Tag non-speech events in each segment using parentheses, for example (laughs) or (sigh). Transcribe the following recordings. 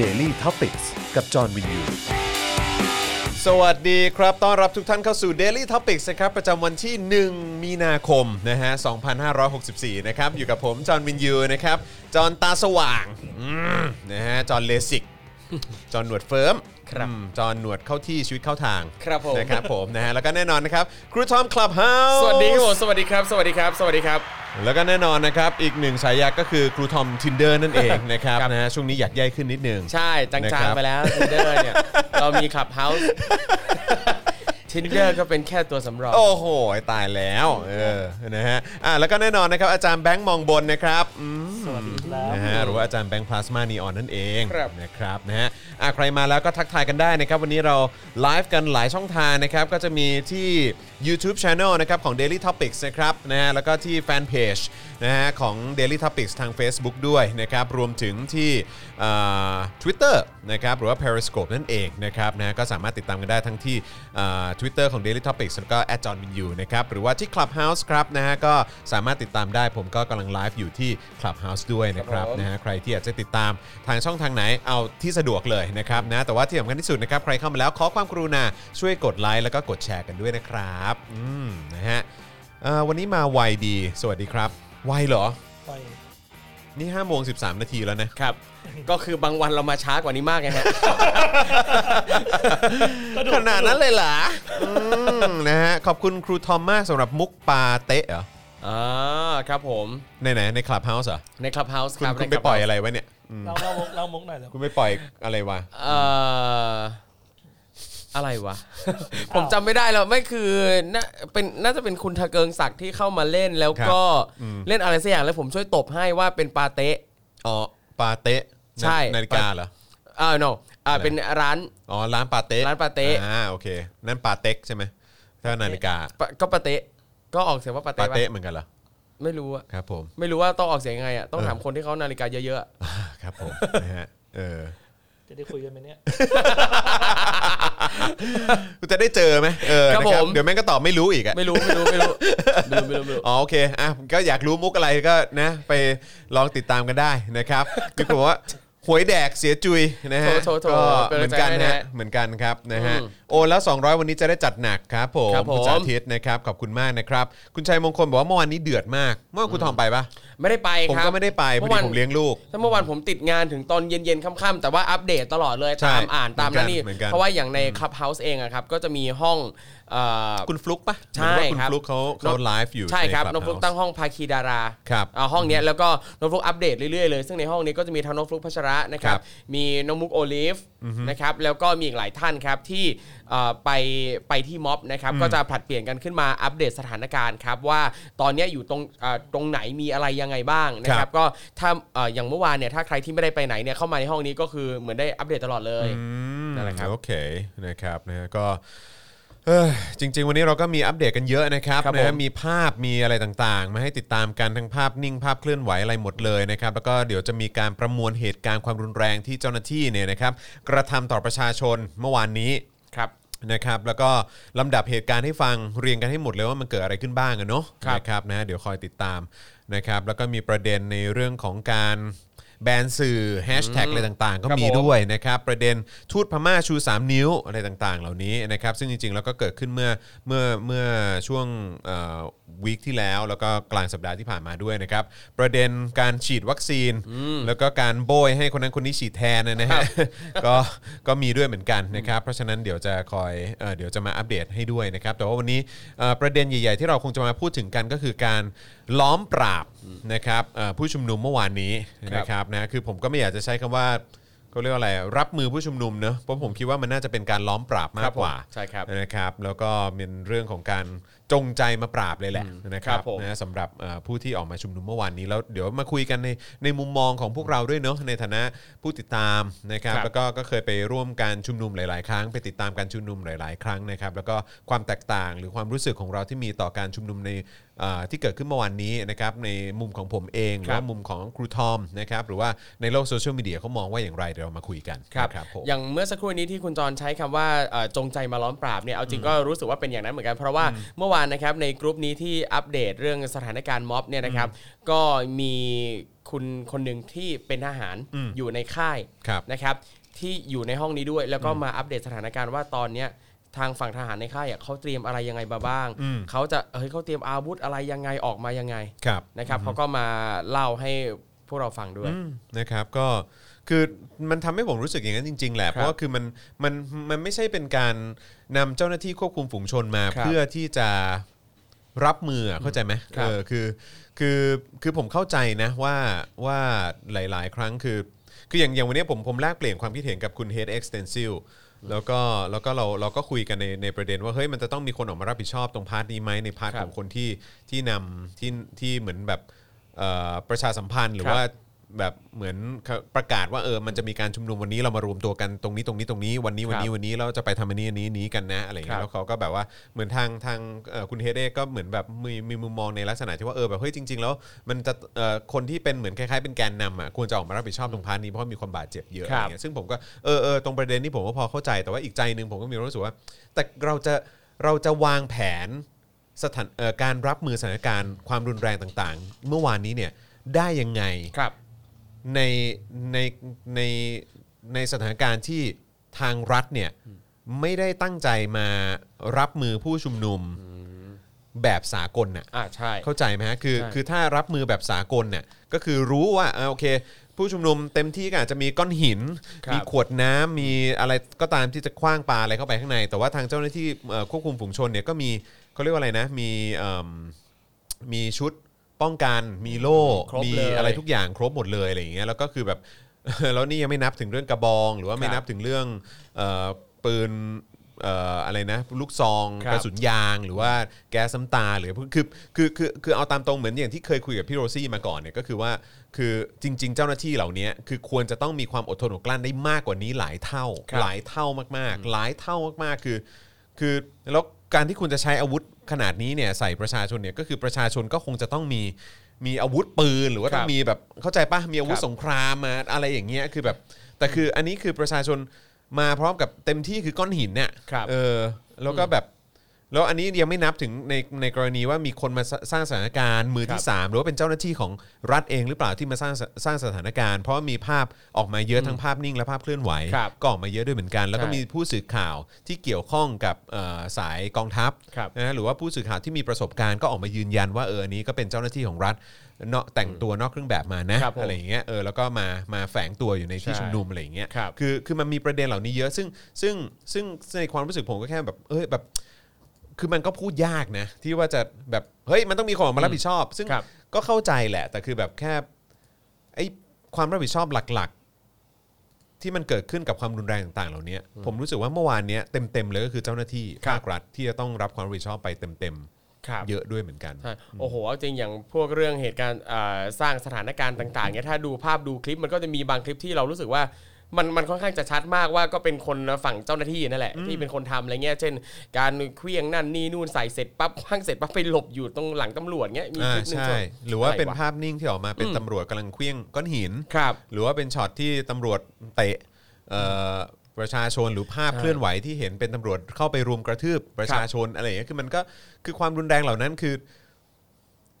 Daily t o p i c กกับจอห์นวินยู สวัสดีครับ ต้อนรับทุกท่านเข้าสู่ Daily Topics นะครับ ประจำวันที่ 1 มีนาคมนะฮะ 2564 นะครับ อยู่กับผม จอห์นวินยู นะครับ จอห์นตาสว่างอืมนะฮะ จอห์นเลสิก จอห์นหนวดเฟิร์ม ครับ อืมจอห์นหนวดเข้าที่ชีวิตเข้าทาง ครับผม นะครับผมนะฮะ แล้วก็แน่นอนนะครับ ครูทอมคลับเฮาส์ สวัสดีครับผมสวัสดีครับ สวัสดีครับ สวัสดีครับ แล้วก็แน่นอนนะครับ อีกหนึ่งฉายาก็คือครูทอมทินเดอร์นั่นเองนะครับ ครับ นะฮะ ช่วงนี้อยากแย่ขึ้นนิดนึง ใช่จ นะครั าง บ ๆไปแล้ว Tinder เนี่ย เรามี Clubhouse (laughs) Tinder ก็เป็นแค่ตัวสำรอง โอ้โห ตายแล้ว เออ นะฮะ อ่ะแล้วก็แน่นอนนะครับ อาจารย์แบงค์มองบนนะครับอืมนะฮะ หรือว่าอาจารย์แบงค์พลาสมานีออนนั่นเอง ครับ นะครับ นะฮะ อ่ะใครมาแล้วก็ทักทายกันได้นะครับ วันนี้เราไลฟ์กันหลายช่องทางนะครับ ก็จะมีที่ YouTube Channel นะครับของ Daily Topics นะครับ นะฮะ แล้วก็ที่แฟนเพจนะฮะของ Daily Topics ทาง Facebook ด้วยนะครับ รวมถึงที่อ่า Twitter นะครับ หรือว่า Periscope นั่นเองนะครับ นะฮะ ก็สามารถติดตามกันได้ทั้งที่อ่า Twitter ของ Daily Topics แล้วก็ j o h n w i n y u นะครับ หรือว่าที่ Clubhouse ครับนะฮะ ก็สามารถติดตามได้ ผมก็กำลังไลฟ์อยู่ที่ Clubhouse ด้วยนะครับ ครับผม นะฮะ ใครที่อยากจะติดตามทางช่องทางไหน เอาที่สะดวกเลยนะครับ นะ แต่ว่าที่สำคัญที่สุดนะครับ ใครเข้ามาแล้วขอความกรุณาช่วยกดไลค์แล้วก็กดแชร์กันด้วยนะครับ อืม นะฮะเอ่อวันนี้มาไวดี สวัสดีครับ ไวเหรอ ไป นี่5โมง13 นาทีแล้วนะ ครับ ก็คือบางวันเรามาช้ากว่านี้มากไงฮะ ขนาดนั้นเลยเหรออืมนะฮะ ขอบคุณครูทอมมากสำหรับมุกปาเตะเหรอ อ่าครับผม ในไหนในคลับเฮาส์เหรอ ใน Clubhouse คุ ค ณ รับ คุณ ใน ไปปล่อย Clubhouse อะไรไว้เนี่ย เราเล่ามกเล่ามกหน่อยแล้ว คุณไปปล่อยอะไรวะ เอ่ออะไรวะ (laughs) ผมจำไม่ได้แล้วไม่คือน่าเป็นน่าจะเป็นคุณทะเกิงศักดิ์ที่เข้ามาเล่นแล้วก็เล่นอะไรสักอย่างแล้วผมช่วยตบให้ว่าเป็นปาเตะ อ๋อ ปาเตะ ใช่ นาฬิกาเหรอ อ่า no อ่าเป็นร้าน อ๋อ ร้านปาเตะ ร้านปาเต๊ะ อ่า โอเค นั่นปาเต็กใช่ไหมถ้านาฬิกา ปะก็ปาเตะก็ออกเสียงว่าปา ปา เตะปะ เตะเหมือนกันเหรอ ไม่รู้อะ ครับผม (laughs) ไม่รู้ว่าต้องออกเสียงยังไงอะต้อง เออ ถามคนที่เขานาฬิกาเยอะๆอะ ครับผม นะฮะ เออ (laughs) จะได้คุยกันไหมเนี่ย กูจะได้เจอไหมเออนะครับเดี๋ยวแม่งก็ตอบไม่รู้อีกอะ ไม่รู้ไม่รู้ไม่รู้ไม่รู้ไม่รู้ไม่รู้ อ๋อโอเคอ่ะก็อยากรู้มุกอะไรก็นะไปลองติดตามกันได้ (laughs) นะครับ มีคนบอกว่าหวยแดกเสียจุยนะฮะ โถโถโถ ก็ เป็น เห กำลั มือง น ใจ กัน ให้นะ นะ ฮะ เหมือนกันครับนะฮะ อืม โอนแล้ว 200 วันนี้จะได้จัดหนักครับผม ครับผม ณสาธิตนะครับขอบคุณมากนะครับ คุณชัยมงคลบอกว่าเมื่อวานนี้เดือดมาก เมื่อวานคุณทอมไปปะ ไม่ได้ไป ผม ครับ ก็ไม่ได้ไปพอดีเมื่อวัน ผมเลี้ยงลูก ถ้าเมื่อวานผมติดงานถึงตอนเย็นๆค่ำๆแต่ว่าอัปเดตตลอดเลย ใช่ ตามอ่านตามนั่นนี่ เหมือนกัน เพราะว่าอย่างในคลับเฮาส์เองอะครับก็จะมีห้องเอ่อ คุณฟลุกปะ ใช่ เหมือนว่าคุณ ครับ ฟลุกเขาเขาไลฟ์อยู่ ใช่ครับ น นกฟลุก Clubhouse ตั้งห้องภาคีดารา ครับ อ่าห้องเนี้ยแล้วก็นกฟลุกอัปเดตเรื่อยๆเลย ซึ่งในห้องนี้ก็จะมีทั้งนกฟลุกพัชระนะคครัรับ บ มีน้องมุกโอลิฟนะครับแล้วก็มีอีกหลายท่านครับที่เอ่อไปไปที่ม็อบนะครับก็จะผลัดเปลี่ยนกันขึ้นมาอัปเดตสถานการณ์ครับว่าตอนเนี้ยอยู่ตรงเอ่อตรงไหนมีอะไรยังไงบ้างนะค ครั รับบ ก็ถ้าเอ่ออย่างเมื่อวานเนี่ยถ้าใครที่ไม่ได้ไปไหนเนี่ยเข้ามาในห้องนี้ก็คือเหมือนได้อัปเดตตลอดเลย อืม นั่นแหละครับ โอเคนะครับนะฮะก็เอ้ยจริง ๆ วันนี้เราก็มีอัปเดตกันเยอะนะครับ ครับ นะฮะ ผม มีภาพมีอะไรต่างๆ มาให้ติดตามกันทั้งภาพนิ่งภาพเคลื่อนไหวอะไรหมดเลยนะครับ แล้วก็เดี๋ยวจะมีการประมวลเหตุการณ์ความรุนแรงที่เจ้าหน้าที่เนี่ยนะครับ กระทำต่อประชาชนเมื่อวานนี้ ครับ นะครับแล้วก็ลำดับเหตุการณ์ให้ฟังเรียงกันให้หมดเลยว่ามันเกิดอะไรขึ้นบ้างอะเนาะ ครับ นะครับนะฮะเดี๋ยวคอยติดตามนะครับแล้วก็มีประเด็นในเรื่องของการแบนสื่อแฮชแท็กอะไรต่างๆ ก็ ครับ มี ผม ด้วย ด้วยนะครับประเด็นทูตพม่าชู 3 นิ้วอะไรต่างๆ เหล่านี้นะครับซึ่งจริงๆแล้วก็เกิดขึ้นเมื่อเมื่อเมื่อช่วงวีคที่แล้ว แล้วก็กลางสัปดาห์ที่ผ่านมาด้วยนะครับประเด็นการฉีดวัคซีน แล้วก็การโบยให้คนนั้นคนนี้ฉีดแทนนะฮะก็ก็มีด้วยเหมือนกันนะครับเพราะฉะนั้นเดี๋ยวจะคอยเอ่อเดี๋ยวจะมาอัปเดตให้ด้วยนะครับแต่ว่าวันนี้เอ่อประเด็นใหญ่ ๆ ที่เราคงจะมาพูดถึงกันก็คือการล้อมปราบนะครับเอ่อผู้ชุมนุมเมื่อวานนี้นะครับนะคือผมก็ไม่อยากจะใช้คำว่า เขาเรียกว่าอะไรรับมือผู้ชุมนุมเนอะเพราะผมคิดว่ามันน่าจะเป็นการล้อมปราบมา ครั ก บผม กว่า ใช่ครับ นะครับ แล้วก็เป็นเรื่องของการจงใจมาปราบเลยแหละนะครั ครับ บผม นะสำหรับเอ่อผู้ที่ออกมาชุมนุมเมื่อวานนี้แล้วเดี๋ยวมาคุยกันในในมุมมองของพวกเราด้วยเนอะในฐานะผู้ติดตามนะครับ ครับ แล้วก็ก็เคยไปร่วมการชุมนุมหลาย ๆ ครั้ง ไปติดตามการชุมนุมหลาย ๆ ครั้งนะครับ แล้วก็ความแตกต่างหรือความรู้สึกของเราที่มีต่อการชุมนุมในเอ่อที่เกิดขึ้นเมื่อวานนี้นะครับในมุมของผมเองหรือว่ามุมของครูทอมนะครับหรือว่าในโลกโซเชียลมีเดียเขามองว่าอย่างไรเดี๋ยวเรามาคุยกัน ครับ นะผม อย่างเมื่อสักครู่นี้ที่คุณจรใช้คำว่าเอ่อจงใจมาล้อมปราบเนี่ยเอาจริงก็รู้สึกว่าเป็นอย่างนั้นเหมือนกัน เพราะว่าเมื่อวานนะครับในกรุ๊ปนี้ที่อัปเดตเรื่องสถานการณ์ม็อบเนี่ยนะครับก็มี คุณคนหนึ่งที่เป็นทหาร อืม อยู่ในค่าย ครับ นะครับ ที่อยู่ในห้องนี้ด้วย แล้วก็มาอัปเดตสถานการณ์ว่าตอนเนี้ยทางฝั่งทหารในค่ายอะเขาเตรียมอะไรยังไงมาบ้าง อืม เขาจะเฮ้ยเขาเตรียมอาวุธอะไรยังไงออกมายังไง ครับ นะครับเขาก็มาเล่าให้พวกเราฟังด้วย อืมนะครับก็คือมันทำให้ผมรู้สึกอย่างนั้นจริง ๆ แหละ ครับ เพราะว่าคือมันมันมันไม่ใช่เป็นการนำเจ้าหน้าที่ควบคุมฝูงชนมา ครับ เพื่อที่จะรับมืออะเข้าใจไหม ครับ เออคือคือคือผมเข้าใจนะว่าว่าหลาย ๆ ครั้งคือ คืออย่างอย่างวันนี้ผมผมแลกเปลี่ยนความคิดเห็นกับคุณ Head Extensil แล้วก็แล้วก็เราเราก็คุยกันในในประเด็นว่าเฮ้ยมันจะต้องมีคนออกมารับผิดชอบตรงพาร์ทนี้ไหมในพาร์ท ครับ ของคนที่ที่นำที่ที่เหมือนแบบเอ่อประชาสัมพันธ์หรือ ครับ ว่าแบบเหมือนประกาศว่าเออมันจะมีการชุมนุมวันนี้เรามารวมตัวกันตรงนี้ตรงนี้ตรงนี้วันนี้วันนี้ ครับ วันนี้เราจะไปทำอันนี้อันนี้อันนี้กันนะอะไรอย่างเงี้ คยรับ แล้วเขาก็แบบว่าเหมือนทางทางเอ่อคุณเฮเดก็เหมือนแบบมีมีมุมมองในลักษณะที่ว่าเออแบบเฮ้ยจริง ๆ แล้วมันจะเอ่อคนที่เป็นเหมือนคล้ายๆเป็นแกนนำอ่ะควรจะออกมารับผิดชอบตรงพาร์ทนี้เพราะว่ามีคนบาดเจ็บเยอะ ครับ อะไรเงี้ยซึ่งผมก็เออเออตรงประเด็นนี้ผมก็พอเข้าใจแต่ว่าอีกใจหนึ่งผมก็มีความรู้สึกว่า แต่เราจะเราจะวางแผนสถานเอ่อการรับมือสถานการณ์ความรุนแรงต่างๆ เมื่อวานนี้เนี่ยได้ยังไง ครับ ในในในในสถานการณ์ที่ทางรัฐเนี่ยไม่ได้ตั้งใจมารับมือผู้ชุมนุมแบบสากลน่ะ อ่าใช่ เข้าใจไหมฮะคือ ใช่ คือถ้ารับมือแบบสากลเนี่ยก็คือรู้ว่าเออโอเค ผู้ชุมนุมเต็มที่ก็อาจจะมีก้อนหิน ครับ มีขวดน้ำมีอะไรก็ตามที่จะคว้างปลาอะไรเข้าไปข้างใน แต่ว่าทางเจ้าหน้าที่เอ่อควบคุมฝูงชนเนี่ยก็มีเขาเรียกว่าอะไรนะมีเอิ่มมีชุดป้องกันมีโล่ ครบ มี เลย อะไรทุกอย่างครบหมดเลยอะไรอย่างเงี้ยแล้วก็คือแบบ (laughs) แล้วนี่ยังไม่นับถึงเรื่องกระบอง หรือว่าไม่ ครับ นับถึงเรื่องเอ่อปืนเอ่ออะไรนะลูกซอง ครับ กระสุน ยางหรือว่าแก๊สซ้ำตาหรือพวกคือคือคือคือเอาตามตรงเหมือนอย่างที่เคยคุยกับพี่โรซี่มาก่อนเนี่ยก็คือว่าคือจริง ๆ เจ้าหน้าที่เหล่านี้คือควรจะต้องมีความอดทนอดกลั้นได้มากกว่านี้หลายเท่า ครับ หลายเท่ามากๆ หลายเท่ามากๆคือ คือแล้วการที่คุณจะใช้อาวุธขนาดนี้เนี่ยใส่ประชาชนเนี่ยก็คือประชาชนก็คงจะต้องมีมีอาวุธปืนหรือว่า ครั ต้อบงมีแบบเข้าใจปะมีอาวุธ ครับ สงครามมาอะไรอย่างเงี้ยคือแบบแต่คืออันนี้คือประชาชนมาพร้อมกับเต็มที่คือก้อนหินเนี่ย ครับ เออแล้วก็แบบแล้วอันนี้ยังไม่นับถึงในในกรณีว่ามีคนมาสสร้างสถานการณ์มือที่ ครับ 3 หรือว่าเป็นเจ้าหน้าที่ของรัฐเองหรือเปล่าที่มาสร้างสร้างสถานการณ์ เพราะว่ามีภาพออกมาเยอะทั้งภาพนิ่งและภาพเคลื่อนไหว ครับ ก็ออกมาเยอะด้วยเหมือนกัน แล้วก็ ใช่ มีผู้สื่อข่าวที่เกี่ยวข้องกับเอ่อสายกองทัพ ครับ นะฮะหรือว่าผู้สื่อข่าวที่มีประสบการณ์ก็ออกมายืนยันว่าเอออันนี้ก็เป็นเจ้าหน้าที่ของรัฐเนาะแต่งตัวนอกเครื่องแบบมานะครับ ผม อะไรอย่างเงี้ยเออแล้วก็มามาแฝงตัวอยู่ในที่ ใช่ ชุมนุมอะไรอย่างเงี้ย ครับ คือคือมันมีประเด็นเหล่านี้เยอะซึ่งซึ่งซึ่งในความรู้สึกผมก็แค่แบบเอ้ยแบบ คือมันก็พูดยากนะ ที่ว่าจะแบบเฮ้ยมันต้องมีคนออกมารับผิดชอบ ซึ่ง ครับ ก็เข้าใจแหละ แต่คือแบบแค่ไอ้ความรับผิดชอบหลักๆ ที่มันเกิดขึ้นกับความรุนแรงต่างๆ เหล่านี้ผมรู้สึกว่าเมื่อวานเนี้ยเต็มๆเลยก็คือเจ้าหน้าที่ ครับ ภาครัฐที่จะต้องรับความรับผิดชอบไปเต็ม ครับ ๆเยอะด้วยเหมือนกัน ใช่โอ้โหเอาจริงอย่างพวกเรื่องเหตุการณ์เอ่อสร้างสถานการณ์ต่างๆเนี่ยถ้าดูภาพดูคลิปมันก็จะมีบางคลิปที่เรารู้สึกว่ามันมันค่อนข้างจะชัดมากว่าก็เป็นคนฝั่งเจ้าหน้าที่นั่นแหละที่เป็นคนทำอะไรเงี้ยเช่น การเคลี้ยงนั่นนี่นู่นใส่เสร็จปั๊บคว้างเสร็จปั๊บไปหลบอยู่ตรงหลังตำรวจเงี้ยมีคลิปหนึ่ง อ่า ส่ ใช่ วน หรือว่าเป็น อะไรวะ ภาพนิ่งที่ออกมาเป็นตำรวจกำลังเคลี้ยงก้อนหิน ครับ หรือว่าเป็นช็อตที่ตำรวจเตะเอ่อประชาชนหรือภาพ ใช่ เคลื่อนไหวที่เห็นเป็นตำรวจเข้าไปรุมกระทืบประชาชนอะไรอย่างเงี้ยคือมันก็คือความรุนแรงเหล่านั้นคือ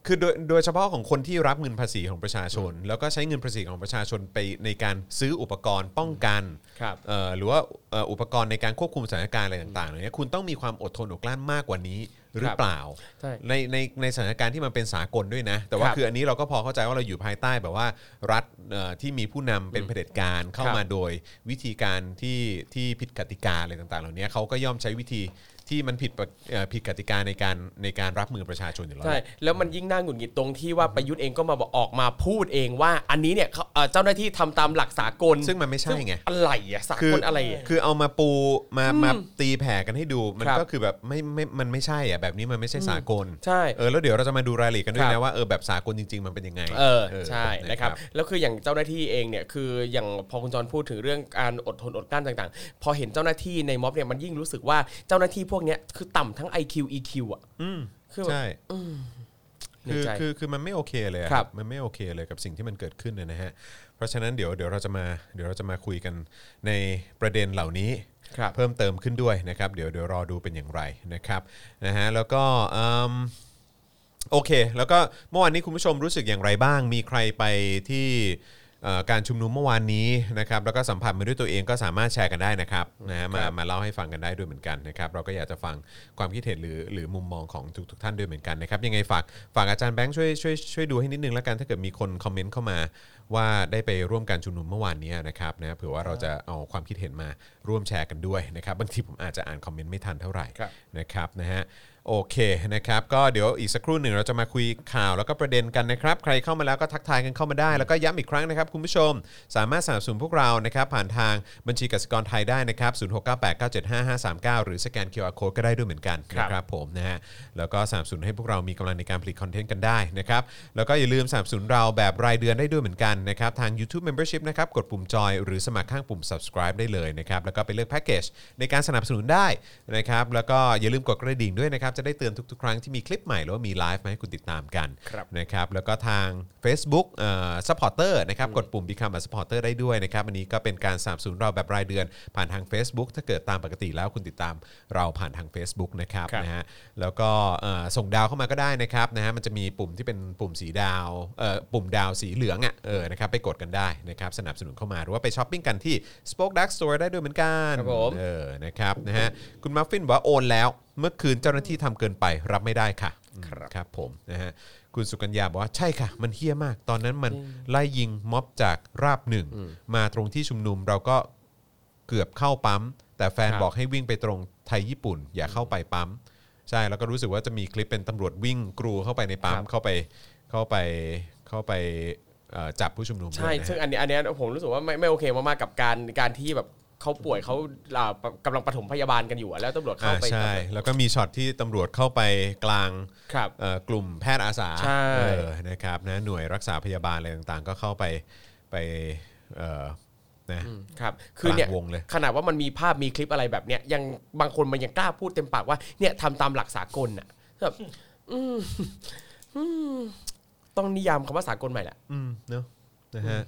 คือโดยโดยเฉพาะของคนที่รับเงินภาษีของประชาชน แล้วก็ใช้เงินภาษีของประชาชนไปในการซื้ออุปกรณ์ป้องกัน ครับ เอ่อหรือว่าเอ่ออุปกรณ์ในการควบคุมสถานการณ์อะไรต่างๆเหล่านี้คุณต้องมีความอดทนอดกลั้นมากกว่านี้หรือ ครับ เปล่า ใช่ ในในในสถานการณ์ที่มันเป็นสากลด้วยนะ แต่ว่า ครับ คืออันนี้เราก็พอเข้าใจว่าเราอยู่ภายใต้แบบว่ารัฐเอ่อที่มีผู้นำเป็นเผด็จการเข้า ครับ มาโดยวิธีการที่ที่ผิดกติกาอะไรต่างๆ เหล่านี้เขาก็ย่อมใช้วิธีที่มันผิดปกเอ่อผิดกติกาในการในการรับมือประชาชนอยู่แล้ว ใช่แล้วมันยิ่งน่าหงุดหงิดตรงที่ว่าประยุทธ์เองก็มาบอกออกมาพูดเองว่า อันนี้เนี่ยเขาเอ่อเจ้าหน้าที่ทำตามหลักสากล ซึ่งมันไม่ใช่ไง อะไรอะสา คื ก อ ลอะไรอะ คือเอามาปูมามาตีแผ่กันให้ดูมัน ครับ ก็คือแบบไม่ไม่มันไม่ใช่อ่ะแบบนี้มันไม่ใช่สากล ใช่ เออแล้วเดี๋ยวเราจะมาดูรายละเอียดกันด้วยครับ นะว่าเออแบบสากลจริง ๆ มันเป็นยังไง เออ เ ใช่นะครับแล้วคืออย่างเจ้าหน้าที่เองเนี่ยคืออย่างพอคุณจรพูดถึงเรื่องการอดทนอดกลั้นต่างๆ พอเห็นเจ้าหน้าที่ในม็อบเนี่ยมันยิ่งรู้สึกว่าเจ้าหน้าที่พวกเนี้ยคือต่ำทั้ง IQ EQ อ่ะ อืม คือแบบ ใช่ ใน คือ ใจ คือคือมันไม่โอเคเลยอะ ครับ มันไม่โอเคเลยกับสิ่งที่มันเกิดขึ้นนะนะฮะ เพราะฉะนั้นเดี๋ยวเดี๋ยวเราจะมาเดี๋ยวเราจะมาคุยกันในประเด็นเหล่านี้ ครับ เพิ่มเติมขึ้นด้วยนะครับ เดี๋ยวเดี๋ยวรอดูเป็นอย่างไรนะครับนะฮะแล้วก็อืม โอเค แล้วก็เมื่อวานนี้คุณผู้ชมรู้สึกอย่างไรบ้าง มีใครไปที่เอ่อการชุมนุมเมื่อวานนี้นะครับ แล้วก็สัมผัสมาด้วยตัวเองก็สามารถแชร์กันได้นะครับนะฮะมามาเล่าให้ฟังกันได้ด้วยเหมือนกันนะครับ เราก็อยากจะฟังความคิดเห็นหรือหรือมุมมองของทุกทท่านด้วยเหมือนกันนะครับยังไงฝากฝากอาจารย์แบงค์ช่วยช่วยช่วยดูให้นิดนึงแล้วกันถ้าเกิดมีคนคอมเมนต์เข้ามา ว่าได้ไปร่วมการชุมนุมเมื่อวานนี้นะครับนะเผื่อว่าเราจะเอาความคิดเห็นมาร่วมแชร์กันด้วยนะครับบางทีผมอาจจะอ่านคอมเมนต์ไม่ทันเท่าไหร่ ครับ นะครับนะฮะโอเคนะครับก็เดี๋ยวอีกสักครู่หนึ่งเราจะมาคุยข่าวแล้วก็ประเด็นกันนะครับ ใครเข้ามาแล้วก็ทักทายกันเข้ามาได้ แล้วก็ย้ำอีกครั้งนะครับ คุณผู้ชม สามารถสนับสนุนพวกเรานะครับผ่านทางบัญชีกสิกรไทยได้นะครับ 0698975539 หรือสแกน QR Code ก็ได้ด้วยเหมือนกันนะครับ ครับผมนะฮะแล้วก็สนับสนุนให้พวกเรามีกำลังในการผลิตคอนเทนต์กันได้นะครับแล้วก็อย่าลืมสนับสนุนเราแบบรายเดือนได้ด้วยเหมือนกันนะครับทาง YouTube Membership นะครับกดปุ่มจอยหรือสมัครข้างปุ่ม subscribe ได้เลยนะครับแล้วก็ไปเลือกแพ็กเกจในการสนับสนุนได้นะครับแล้วก็อย่าลืมกดกระดิ่งด้วยนะครับจะได้เตือนทุกๆ ครั้งที่มีคลิปใหม่หรือว่ามีไลฟ์มาให้คุณติดตามกัน ครับ นะครับแล้วก็ทาง Facebook เอ่อ supporter นะครับกดปุ่ม become a supporter ได้ด้วยนะครับอันนี้ก็เป็นการสนับสนุนเราแบบรายเดือน ผ่านทาง Facebook ถ้าเกิดตามปกติแล้วคุณติดตามเราผ่านทาง Facebook นะครับ ครับ นะฮะแล้วก็เอ่อส่งดาวเข้ามาก็ได้นะครับนะฮะมันจะมีปุ่มที่เป็นปุ่มสีดาวเอ่อปุ่มดาวสีเหลืองอ่ะเออนะครับไปกดกันได้นะครับสนับสนุนเข้ามาหรือว่าไปช้อปปิ้งกันที่ Spoke Dark Store ได้ด้วยเหมือนกัน ครับผม เออนะครับนะฮะคุณมัฟฟินบอกว่าโอนแล้ว เมื่อคืนเจ้าหน้าที่ทำเกินไปรับไม่ได้ค่ะครับครับผมนะฮะคุณสุกัญญาบอกว่าใช่ค่ะ มันเฮี้ยมาก ตอนนั้นมันไล่ยิงม็อบจากราบหนึ่งมาตรงที่ชุมนุมเราก็ เกือบเข้าปั๊ม แต่แฟน ครับ บอกให้วิ่งไปตรงไทยญี่ปุ่น อย่าเข้าไปปั๊ม ใช่แล้วก็รู้สึกว่าจะมีคลิปเป็นตำรวจวิ่งกรูเข้าไปในปั๊มเข้าไปเข้าไปเข้าไปเอ่อจับผู้ชุมนุม ใช่ ด้วยนะฮะ ซึ่งอันนี้อันเนี้ยผมรู้สึกว่าไม่ไม่โอเคมากๆกับการการที่แบบเขาป่วยเขาอ่ากำลังปฐมพยาบาลกันอยู่อะแล้วตำรวจเข้า อ่า ไป ใช่ แล้วก็มีช็อตที่ตำรวจเข้าไปกลาง ครับ เอ่อกลุ่มแพทย์อาสา ใช่ เออนะครับนะหน่วยรักษาพยาบาลอะไรต่างๆ ก็เข้าไปไปเอ่อนะ ครับคือเนี่ย กลางวงเลย ขนาดว่ามันมีภาพมีคลิปอะไรแบบเนี้ยยังบางคนมันยังกล้าพูดเต็มปากว่าเนี่ยทำตามหลักสากลน่ะแบบอืมอืมต้องนิยามคำว่าสากลใหม่แหละ อืมเนอะนะฮะ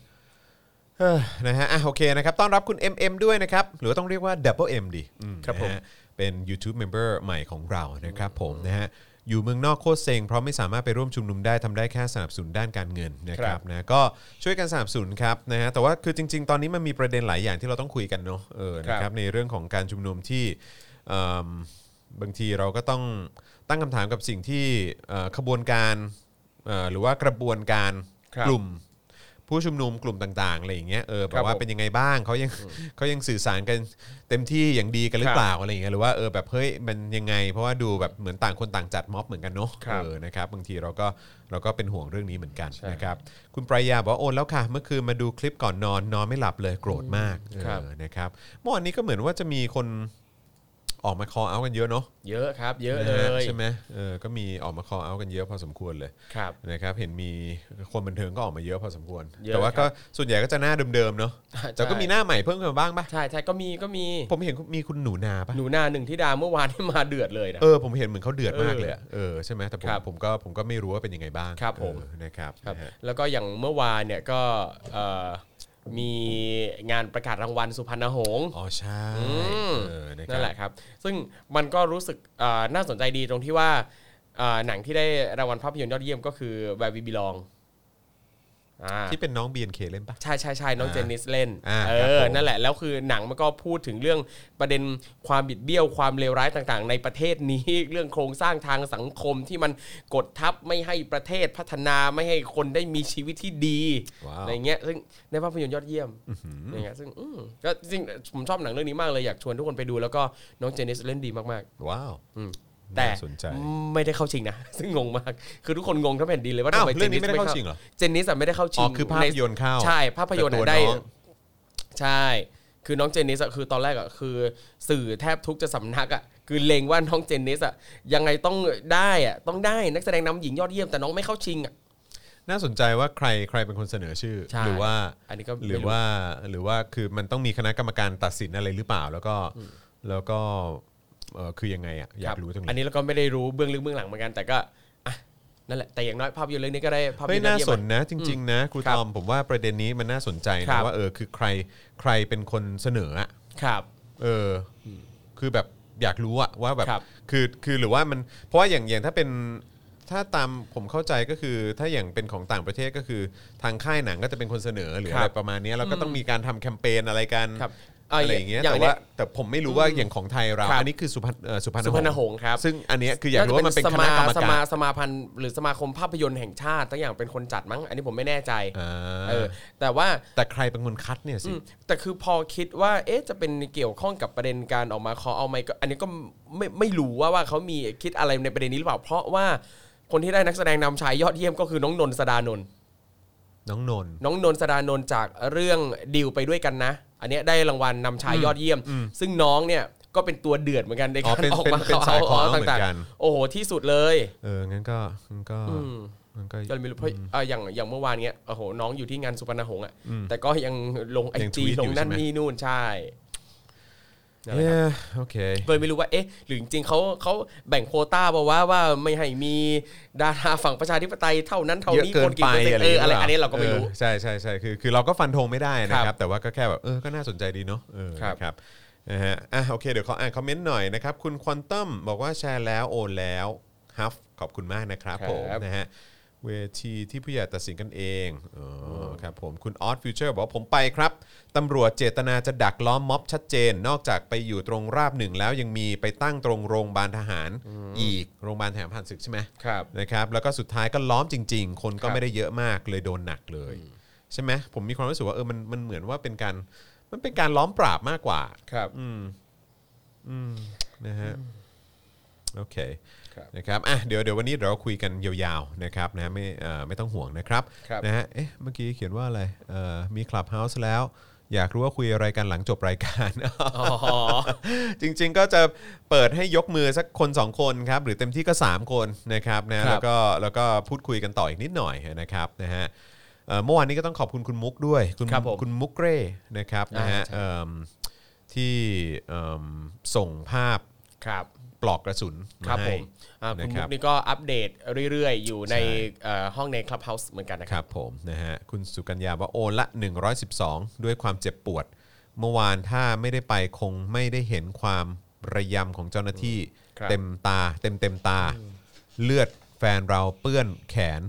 เอ้อนะฮะอ่ะโอเคนะครับต้อนรับคุณ MM ด้วยนะครับ หรือว่าต้องเรียกว่า Double M ดีอืม ครับผม นะฮะเป็น YouTube Member ใหม่ของเรานะครับผมนะฮะอยู่เมืองนอกโคตรเซ็งเพราะไม่สามารถไปร่วมชุมนุมได้ทำได้แค่สนับสนุนด้านการเงินนะครับนะก็ช่วยกันสนับสนุนครับนะฮะแต่ว่าคือจริง ๆ ตอนนี้มันมีประเด็นหลายอย่างที่เราต้องคุยกันเนาะเออนะครับในเรื่องของการชุมนุมที่เอิ่มบางทีเราก็ต้องตั้งคำถามกับสิ่งที่เอ่อขบวนการเอ่อหรือว่ากระบวนการ ครับ กลุ่ม ผู้ชุมนุมกลุ่มต่างๆอะไรอย่างเงี้ยเออแบ ครับ บ ว่า ผม เป็นยังไงบ้างเขายังเขายังสื่อสารกันเต็มที่อย่างดีกันหรือเปล่าอะไรอย่างเงี้ยหรือว่าเออแบบเฮ้ยมันยังไง เพราะว่าดูแบบเหมือนต่างคนต่างจัดม็อบเหมือนกันเนาะ ครับ เออนะครับบางทีเราก็เราก็เป็นห่วงเรื่องนี้เหมือนกันนะครับคุณปรายาบอกว่าโอนแล้วค่ะ เมื่อคืนมาดูคลิปก่อนนอนนอนไม่หลับเลยโกรธมากเออนะครับเมื่อวานนี้ก็เหมือนว่าจะมีคนออกมาคอเอากันเยอะเนาะ เยอะครับ เยอะเล นะฮะ ย ใช่ไหมเออก็มีออกมาคอเอากันเยอะพอสมควรเลย ครับ นะครับเห็นมีคนบันเทิงก็ออกมาเยอะพอสมควร เยอะ แต่ว่า ครั ก็ บ ส่วนใหญ่ก็จะหน้าเดิมๆเนาะ ใช่ แต่ก็มีหน้าใหม่เพิ่มขึ้นมาบ้างปะ ใช่ใช่ก็มีก็มี ผมเห็นมีคุณหนูนาปะ หนูนาหนึ่งที่ดาเมื่อวาน (laughs) ที่มาเดือดเลยนะ เออผมเห็นเหมือนเขาเดือดมากเลยอะเออใช่ไหมแต่ผม ครับ ผมก็ผมก็ไม่รู้ว่าเป็นยังไงบ้าง ครับผม เออนะครับ ครับ นะฮะ แล้วก็อย่างเมื่อวานเนี่ยก็เอ่อมีงานประกาศรางวัลสุพรรณหงษ์ อ๋อใช่ ม เออนะค นั่นแห รับ ละครับ ซึ่งมันก็รู้สึกเอ่อน่าสนใจดีตรงที่ว่าเอ่อหนังที่ได้รางวัลภาพยนตร์ยอดเยี่ยมก็คือ Where We Belong อ่า ที่เป็นน้อง BNK เล่นปะ ใช่ใช่ใช่น้องเจนนิสเล่น อ่า เอ ครับ อ ผม นั่นแหละ แล้วคือหนังมันก็พูดถึงเรื่องประเด็นความบิดเบี้ยวความเลวร้ายต่างๆ ในประเทศนี้ เรื่องโครงสร้างทางสังคมที่มันกดทับไม่ให้ประเทศพัฒนาไม่ให้คนได้มีชีวิตที่ดี ว้าว อะไรเงี้ยซึ่งในภาพยนตร์ยอดเยี่ยมอย่างเงี้ยซึ่งอืมก็จริงๆผมชอบหนังเรื่องนี้มากเลยอยากชวนทุกคนไปดูแล้วก็น้องเจนิสเล่นดีมาก ว้าว ๆอืมแต่ น่าสนใจ ไม่ได้เข้าชิงนะ (laughs) ซึ่งงงมาก คือทุกคนงงทั้งแผ่นดินเลยว่า อ้า ทำ ว ไมเจ เรื่อง นิ นี้ ส ไม่ ไม่ ได้ เข้า เข้าชิงเหรอ เจนิสอะไม่ได้เข้าชิ อ๋อง คือภาพยนตร์เข้า ใช่ ภาพยนตร์ แต่ตัอะว ได้ น้อง ใช่ คือน้องเจนนิสอะคือตอนแรกอะคือ สื่อแทบทุกจะสำนักอะคือเลงว่าน้องเจนนิสอะยังไงต้องได้อะต้องได้นักแสดงนำหญิงยอดเยี่ยมแต่น้องไม่เข้าชิงอะ น่าสนใจว่าใครใครเป็นคนเสนอชื่อ ใช่ หรือว่า อันนี้ก็ไม่ หรือว่าหรือว่าคือมันต้องมีคณะกรรมการตัดสินอะไรหรือเปล่า แล้วก็แล้วก็เอ่อคือยังไงอ่ะอยากรู้ตรง อัน นี้ นี้เราก็ไม่ได้รู้เบื้องลึกเบื้องหลังเหมือนกันแต่ก็อ่ะนั่นแหละแต่อย่างน้อยภาพยนตร์เรื่องนี้ก็ได้ภาพยน เฮ้ย ตร์ น่า ที่ ส เยี่ย น ม นะจริง ๆ นะครู ครั ต บ อมผมว่าประเด็นนี้มันน่าสนใจ ครั นะ บ ว่าเออคือใครใครเป็นคนเสนออ่ะ ครับ เอออคือแบบอยากรู้อะว่าแบบ ครับ คือคือหรือว่ามันเพราะว่าอย่างอย่างถ้าเป็น ถ้าตามผมเข้าใจก็คือถ้าอย่างเป็นของต่างประเทศก็คือทางค่ายหนังก็จะเป็นคนเสนอหรือ ครัอะบไรประมาณเนี้ยแล้วก็ต้องมีการทำแคมเปญอะไรกัน ครับเอ่ออ อะไรอย่างเงี้ย อย่าง แต่ เนี้ ว่าย แต่ผมไม่รู้ว่าอย่างของไทยเรา ครับ อันนี้คือสุพรรณเอ่อสุพรรณ สุพรรณหงส์ครับ ซึ่งอันเนี้ยคืออยากรู้ว่ามันเป็นคณะกรรม ส กา มาส ร สมาพันธ์หรือสมาคมภาพยนตร์แห่งชาติตั้งอย่างเป็นคนจัดมั้ง อันนี้ผมไม่แน่ใจ อ่า เออแต่ว่า แต่ใครเป็นคนคัดเนี่ยสิ อืมแต่คือพอคิดว่าเอ๊ะจะเป็นเกี่ยวข้องกับประเด็นการออกมาขอเอาไมค์ก็อันนี้ก็ไม่ไม่รู้ว่าว่าเขามีคิดอะไรในประเด็นนี้หรือเปล่า เพราะว่าคนที่ได้นักแสดงนำชายยอดเยี่ยมก็คือน้องนนท์สดานนท์ น้องนนท์ น้องนนท์สดานนท์จากเรื่องดิวไปด้วยกันนะ อันเนี้ยได้รางวัลนำชายยอดเยี่ยม ซึ่งน้องเนี่ยก็เป็นตัวเดือดเหมือนกันใน อ๋ กา อเป็ ร น ออก เป็น มา เป็นสายขวา ๆ เหมือนกัน โอ้โหที่สุดเลย เอองั้นก็งั้นก็ อืม งั้นก็ จนไม่รู้เพราะเอ่ออย่างอย่างเมื่อวานเนี้ยโอ้โหน้องอยู่ที่งานสุพรรณหงษ์อ่ะแต่ก็ยังลงไอ ยัง จี ทวีต ล อยู่ ง ใช่ไหม นั่นนี่นู่นใช่นั่นแหละครับ เย้โอเค เลยไม่รู้ว่าเอ๊ะหรือจริงๆเขาเขาแบ่งโควต้าบอกว่าว่าไม่ให้มีดาราฝั่งประชาธิปไตยเท่านั้นเท่า เยอะ นี้ เกิ คน น กี่ ไป เปอร์เซ็นต์เอออะไร ย่งงี้ย อันนี้เราก็ไม่รู้ ออใช่ใช่ใช่คือคือเราก็ฟันธงไม่ได้นะค ครั รับบ แต่ว่าก็แค่แบบเออก็น่าสนใจดีเนาะเออ ครับ นะครับนะฮะอ่ะโอเคเดี๋ยวขออ่านคอมเมนต์หน่อยนะครับ คุณควอนตัมบอกว่าแชร์แล้วโอนแล้วฮัฟขอบคุณมากนะครับ ครับ ผมนะฮะเวทีที่ผู้ใหญ่ตัดสินกันเองอ๋ออครับผมคุณออสฟิวเจอร์บอกว่าผมไปครับตำรวจเจตนาจะดักล้อมม็อบชัดเจน นอกจากไปอยู่ตรงราบหนึ่งแล้วยังมีไปตั้งตรงโรงพยาบาลทหารอีกโรงพยาบาลทหารผ่านศึกใช่ไหม ครับ นะครับแล้วก็สุดท้ายก็ล้อมจริง ๆ คนก็ ครับ ไม่ได้เยอะมากเลยโดนหนักเลย ใช่ไหมผมมีความรู้สึกว่าเออมันมันเหมือนว่าเป็นการมันเป็นการล้อมปราบมากกว่า ครับ อืมอืมนะฮะโอเค ครับ นะครับอ่ะเดี๋ยวเดี๋ยววันนี้เดี๋ยวเราคุยกันยาวๆนะครับนะไม่เอ่อไม่ต้องห่วงนะครับ ครับ นะฮะเอ๊ะเมื่อกี้เขียนว่าอะไรเอ่อมีคลับเฮาส์แล้ว อยากรู้ว่าคุยอะไรกันหลังจบรายการ (laughs) อ๋อ จริงๆก็จะเปิดให้ยกมือสักคน 2 คนครับหรือเต็มที่ก็ 3 คนนะครับนะแล้วก็แล้วก็พูดคุยกันต่ออีกนิดหน่อยนะครับนะฮะเอ่อเมื่อวานนี้ก็ต้องขอบคุณคุณมุกด้วยคุณ ครับผม คุณมุกเร่นะครับนะฮะ อ่เอิ่าใช่มที่เอิ่มส่งภาพ ครับ ปลอกกระสุนมา ครับผ ให้ มอ่าคุณ นะครั มุ บ กนี่ก็อัปเดตเรื่อยๆ อยู่ใน ใช่ เอ่อห้องในคลับเฮาส์เหมือนกันนะ ค ครัรับบผมนะฮะคุณสุกัญญาว่าโอนละ 112 ด้วยความเจ็บปวด เมื่อวานถ้าไม่ได้ไปคงไม่ได้เห็นความระยำของเจ้าหน้าที่ ครับ เต็มตา เต็มเต็มตา เลือดแฟนเราเปื้อนแขน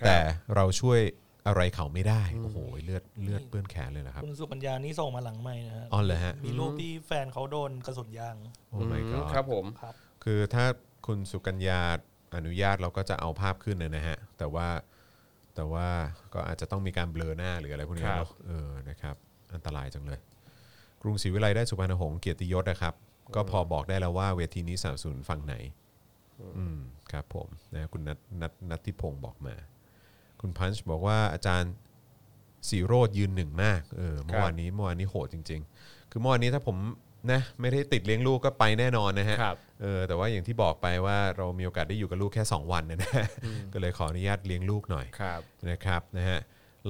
ครับ แต่เราช่วยอะไรเขาไม่ได้ โอ้โหเลือดเลือดเปื้อนแขนเลยนะครับ คุณสุปัญญานี่ส่งมาหลังไม่นะฮะ อ๋อเหรอฮะ มีรูปที่แฟนเขาโดนกระสุนยาง โอ้ my อืม god ครับผม ครับ คือถ้าคุณสุกัญญาอนุญาตเราก็จะเอาภาพขึ้นนะนะฮะ แต่ว่าแต่ว่าก็อาจจะต้องมีการเบลอหน้าหรืออะไรพวกนี้เนอะเออนะครับอันตรายจังเลย กรุงศรีวิไลได้สุพรรณหงษ์เกียรติยศนะครับ ก็พอบอกได้แล้วว่าเวทีนี้สามสูนฝั่งไหน อืมครับผมนะคุณนัทนัทนัทธิพงศ์บอกมา คุณพันช์บอกว่าอาจารย์สีโรดยืนหนึ่งมากเออเมื่อวานนี้เมื่อวานนี้โหดจริง ๆ คือเมื่อวานนี้ถ้าผมนะไม่ได้ติดเลี้ยงลูกก็ไปแน่นอนนะฮะ ครับ เออแต่ว่าอย่างที่บอกไปว่าเรามีโอกาสได้อยู่กับลูกแค่ 2 วันเนยนะ ก็เลยขออนุญาตเลี้ยงลูกหน่อย ครับ นะครับนะฮะ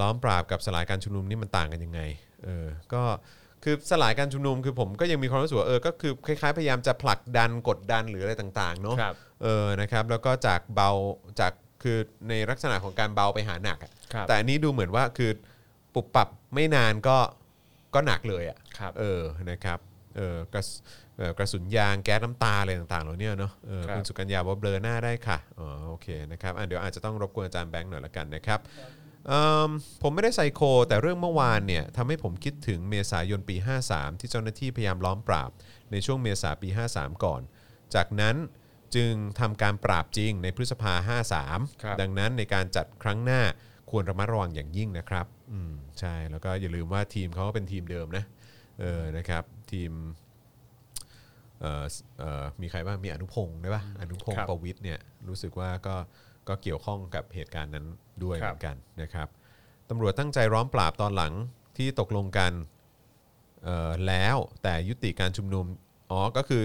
ล้อมปราบกับสลายการชุมนุมนี่มันต่างกันยังไงเออก็คือสลายการชุมนุมคือผมก็ยังมีความรู้สึกว่าเออก็คือคล้ายๆพยายามจะผลักดันกดดันหรืออะไรต่างๆเนาะ ครับ เออนะครับแล้วก็จากเบาจากคือในลักษณะของการเบาไปหาหนักอะ ครับ แต่อันนี้ดูเหมือนว่าคือปรับปรับไม่นานก็ก็หนักเลยอ่ะ ครับ เออ นะครับ เออกระสเอ่อกระสุนยาง แก๊สน้ำตาอะไรต่างๆ เหล่าเนี้ยเนาะ เออ ครับ คุณสุกัญญาบอกว่าเบลอหน้าได้ค่ะ อ๋อ โอเค นะครับอ่ะเดี๋ยวอาจจะต้องรบกวนอาจารย์แบงค์หน่อยละกันนะครับเอิ่มผมไม่ได้ไซโค แต่เรื่องเมื่อวานเนี่ยทำให้ผมคิดถึงเมษายนปี 53 ที่เจ้าหน้าที่พยายามล้อมปราบ ในช่วงเมษาปี 53 ก่อน จากนั้นจึงทำการปราบจริงในพฤษภา ครับ 53 ดังนั้นในการจัดครั้งหน้าควรระมัดระวังอย่างยิ่งนะครับ อืม ใช่ แล้วก็อย่าลืมว่าทีมเขาก็เป็นทีมเดิมนะ เออ นะครับ ทีม เอ่อเอ่อมีใครบ้าง มีอนุพงศ์ด้วยป่ะ อนุพง ครั ศ์ บ ประวิทย์เนี่ย รู้สึกว่าก็ ก็เกี่ยวข้องกับเหตุการณ์นั้นด้วย ค เห รับ มือนกันนะครับ ตำรวจตั้งใจร้อมปราบตอนหลังที่ตกลงกันเอ่อแล้วแต่ยุติการชุมนุม อ๋อ ก็คือ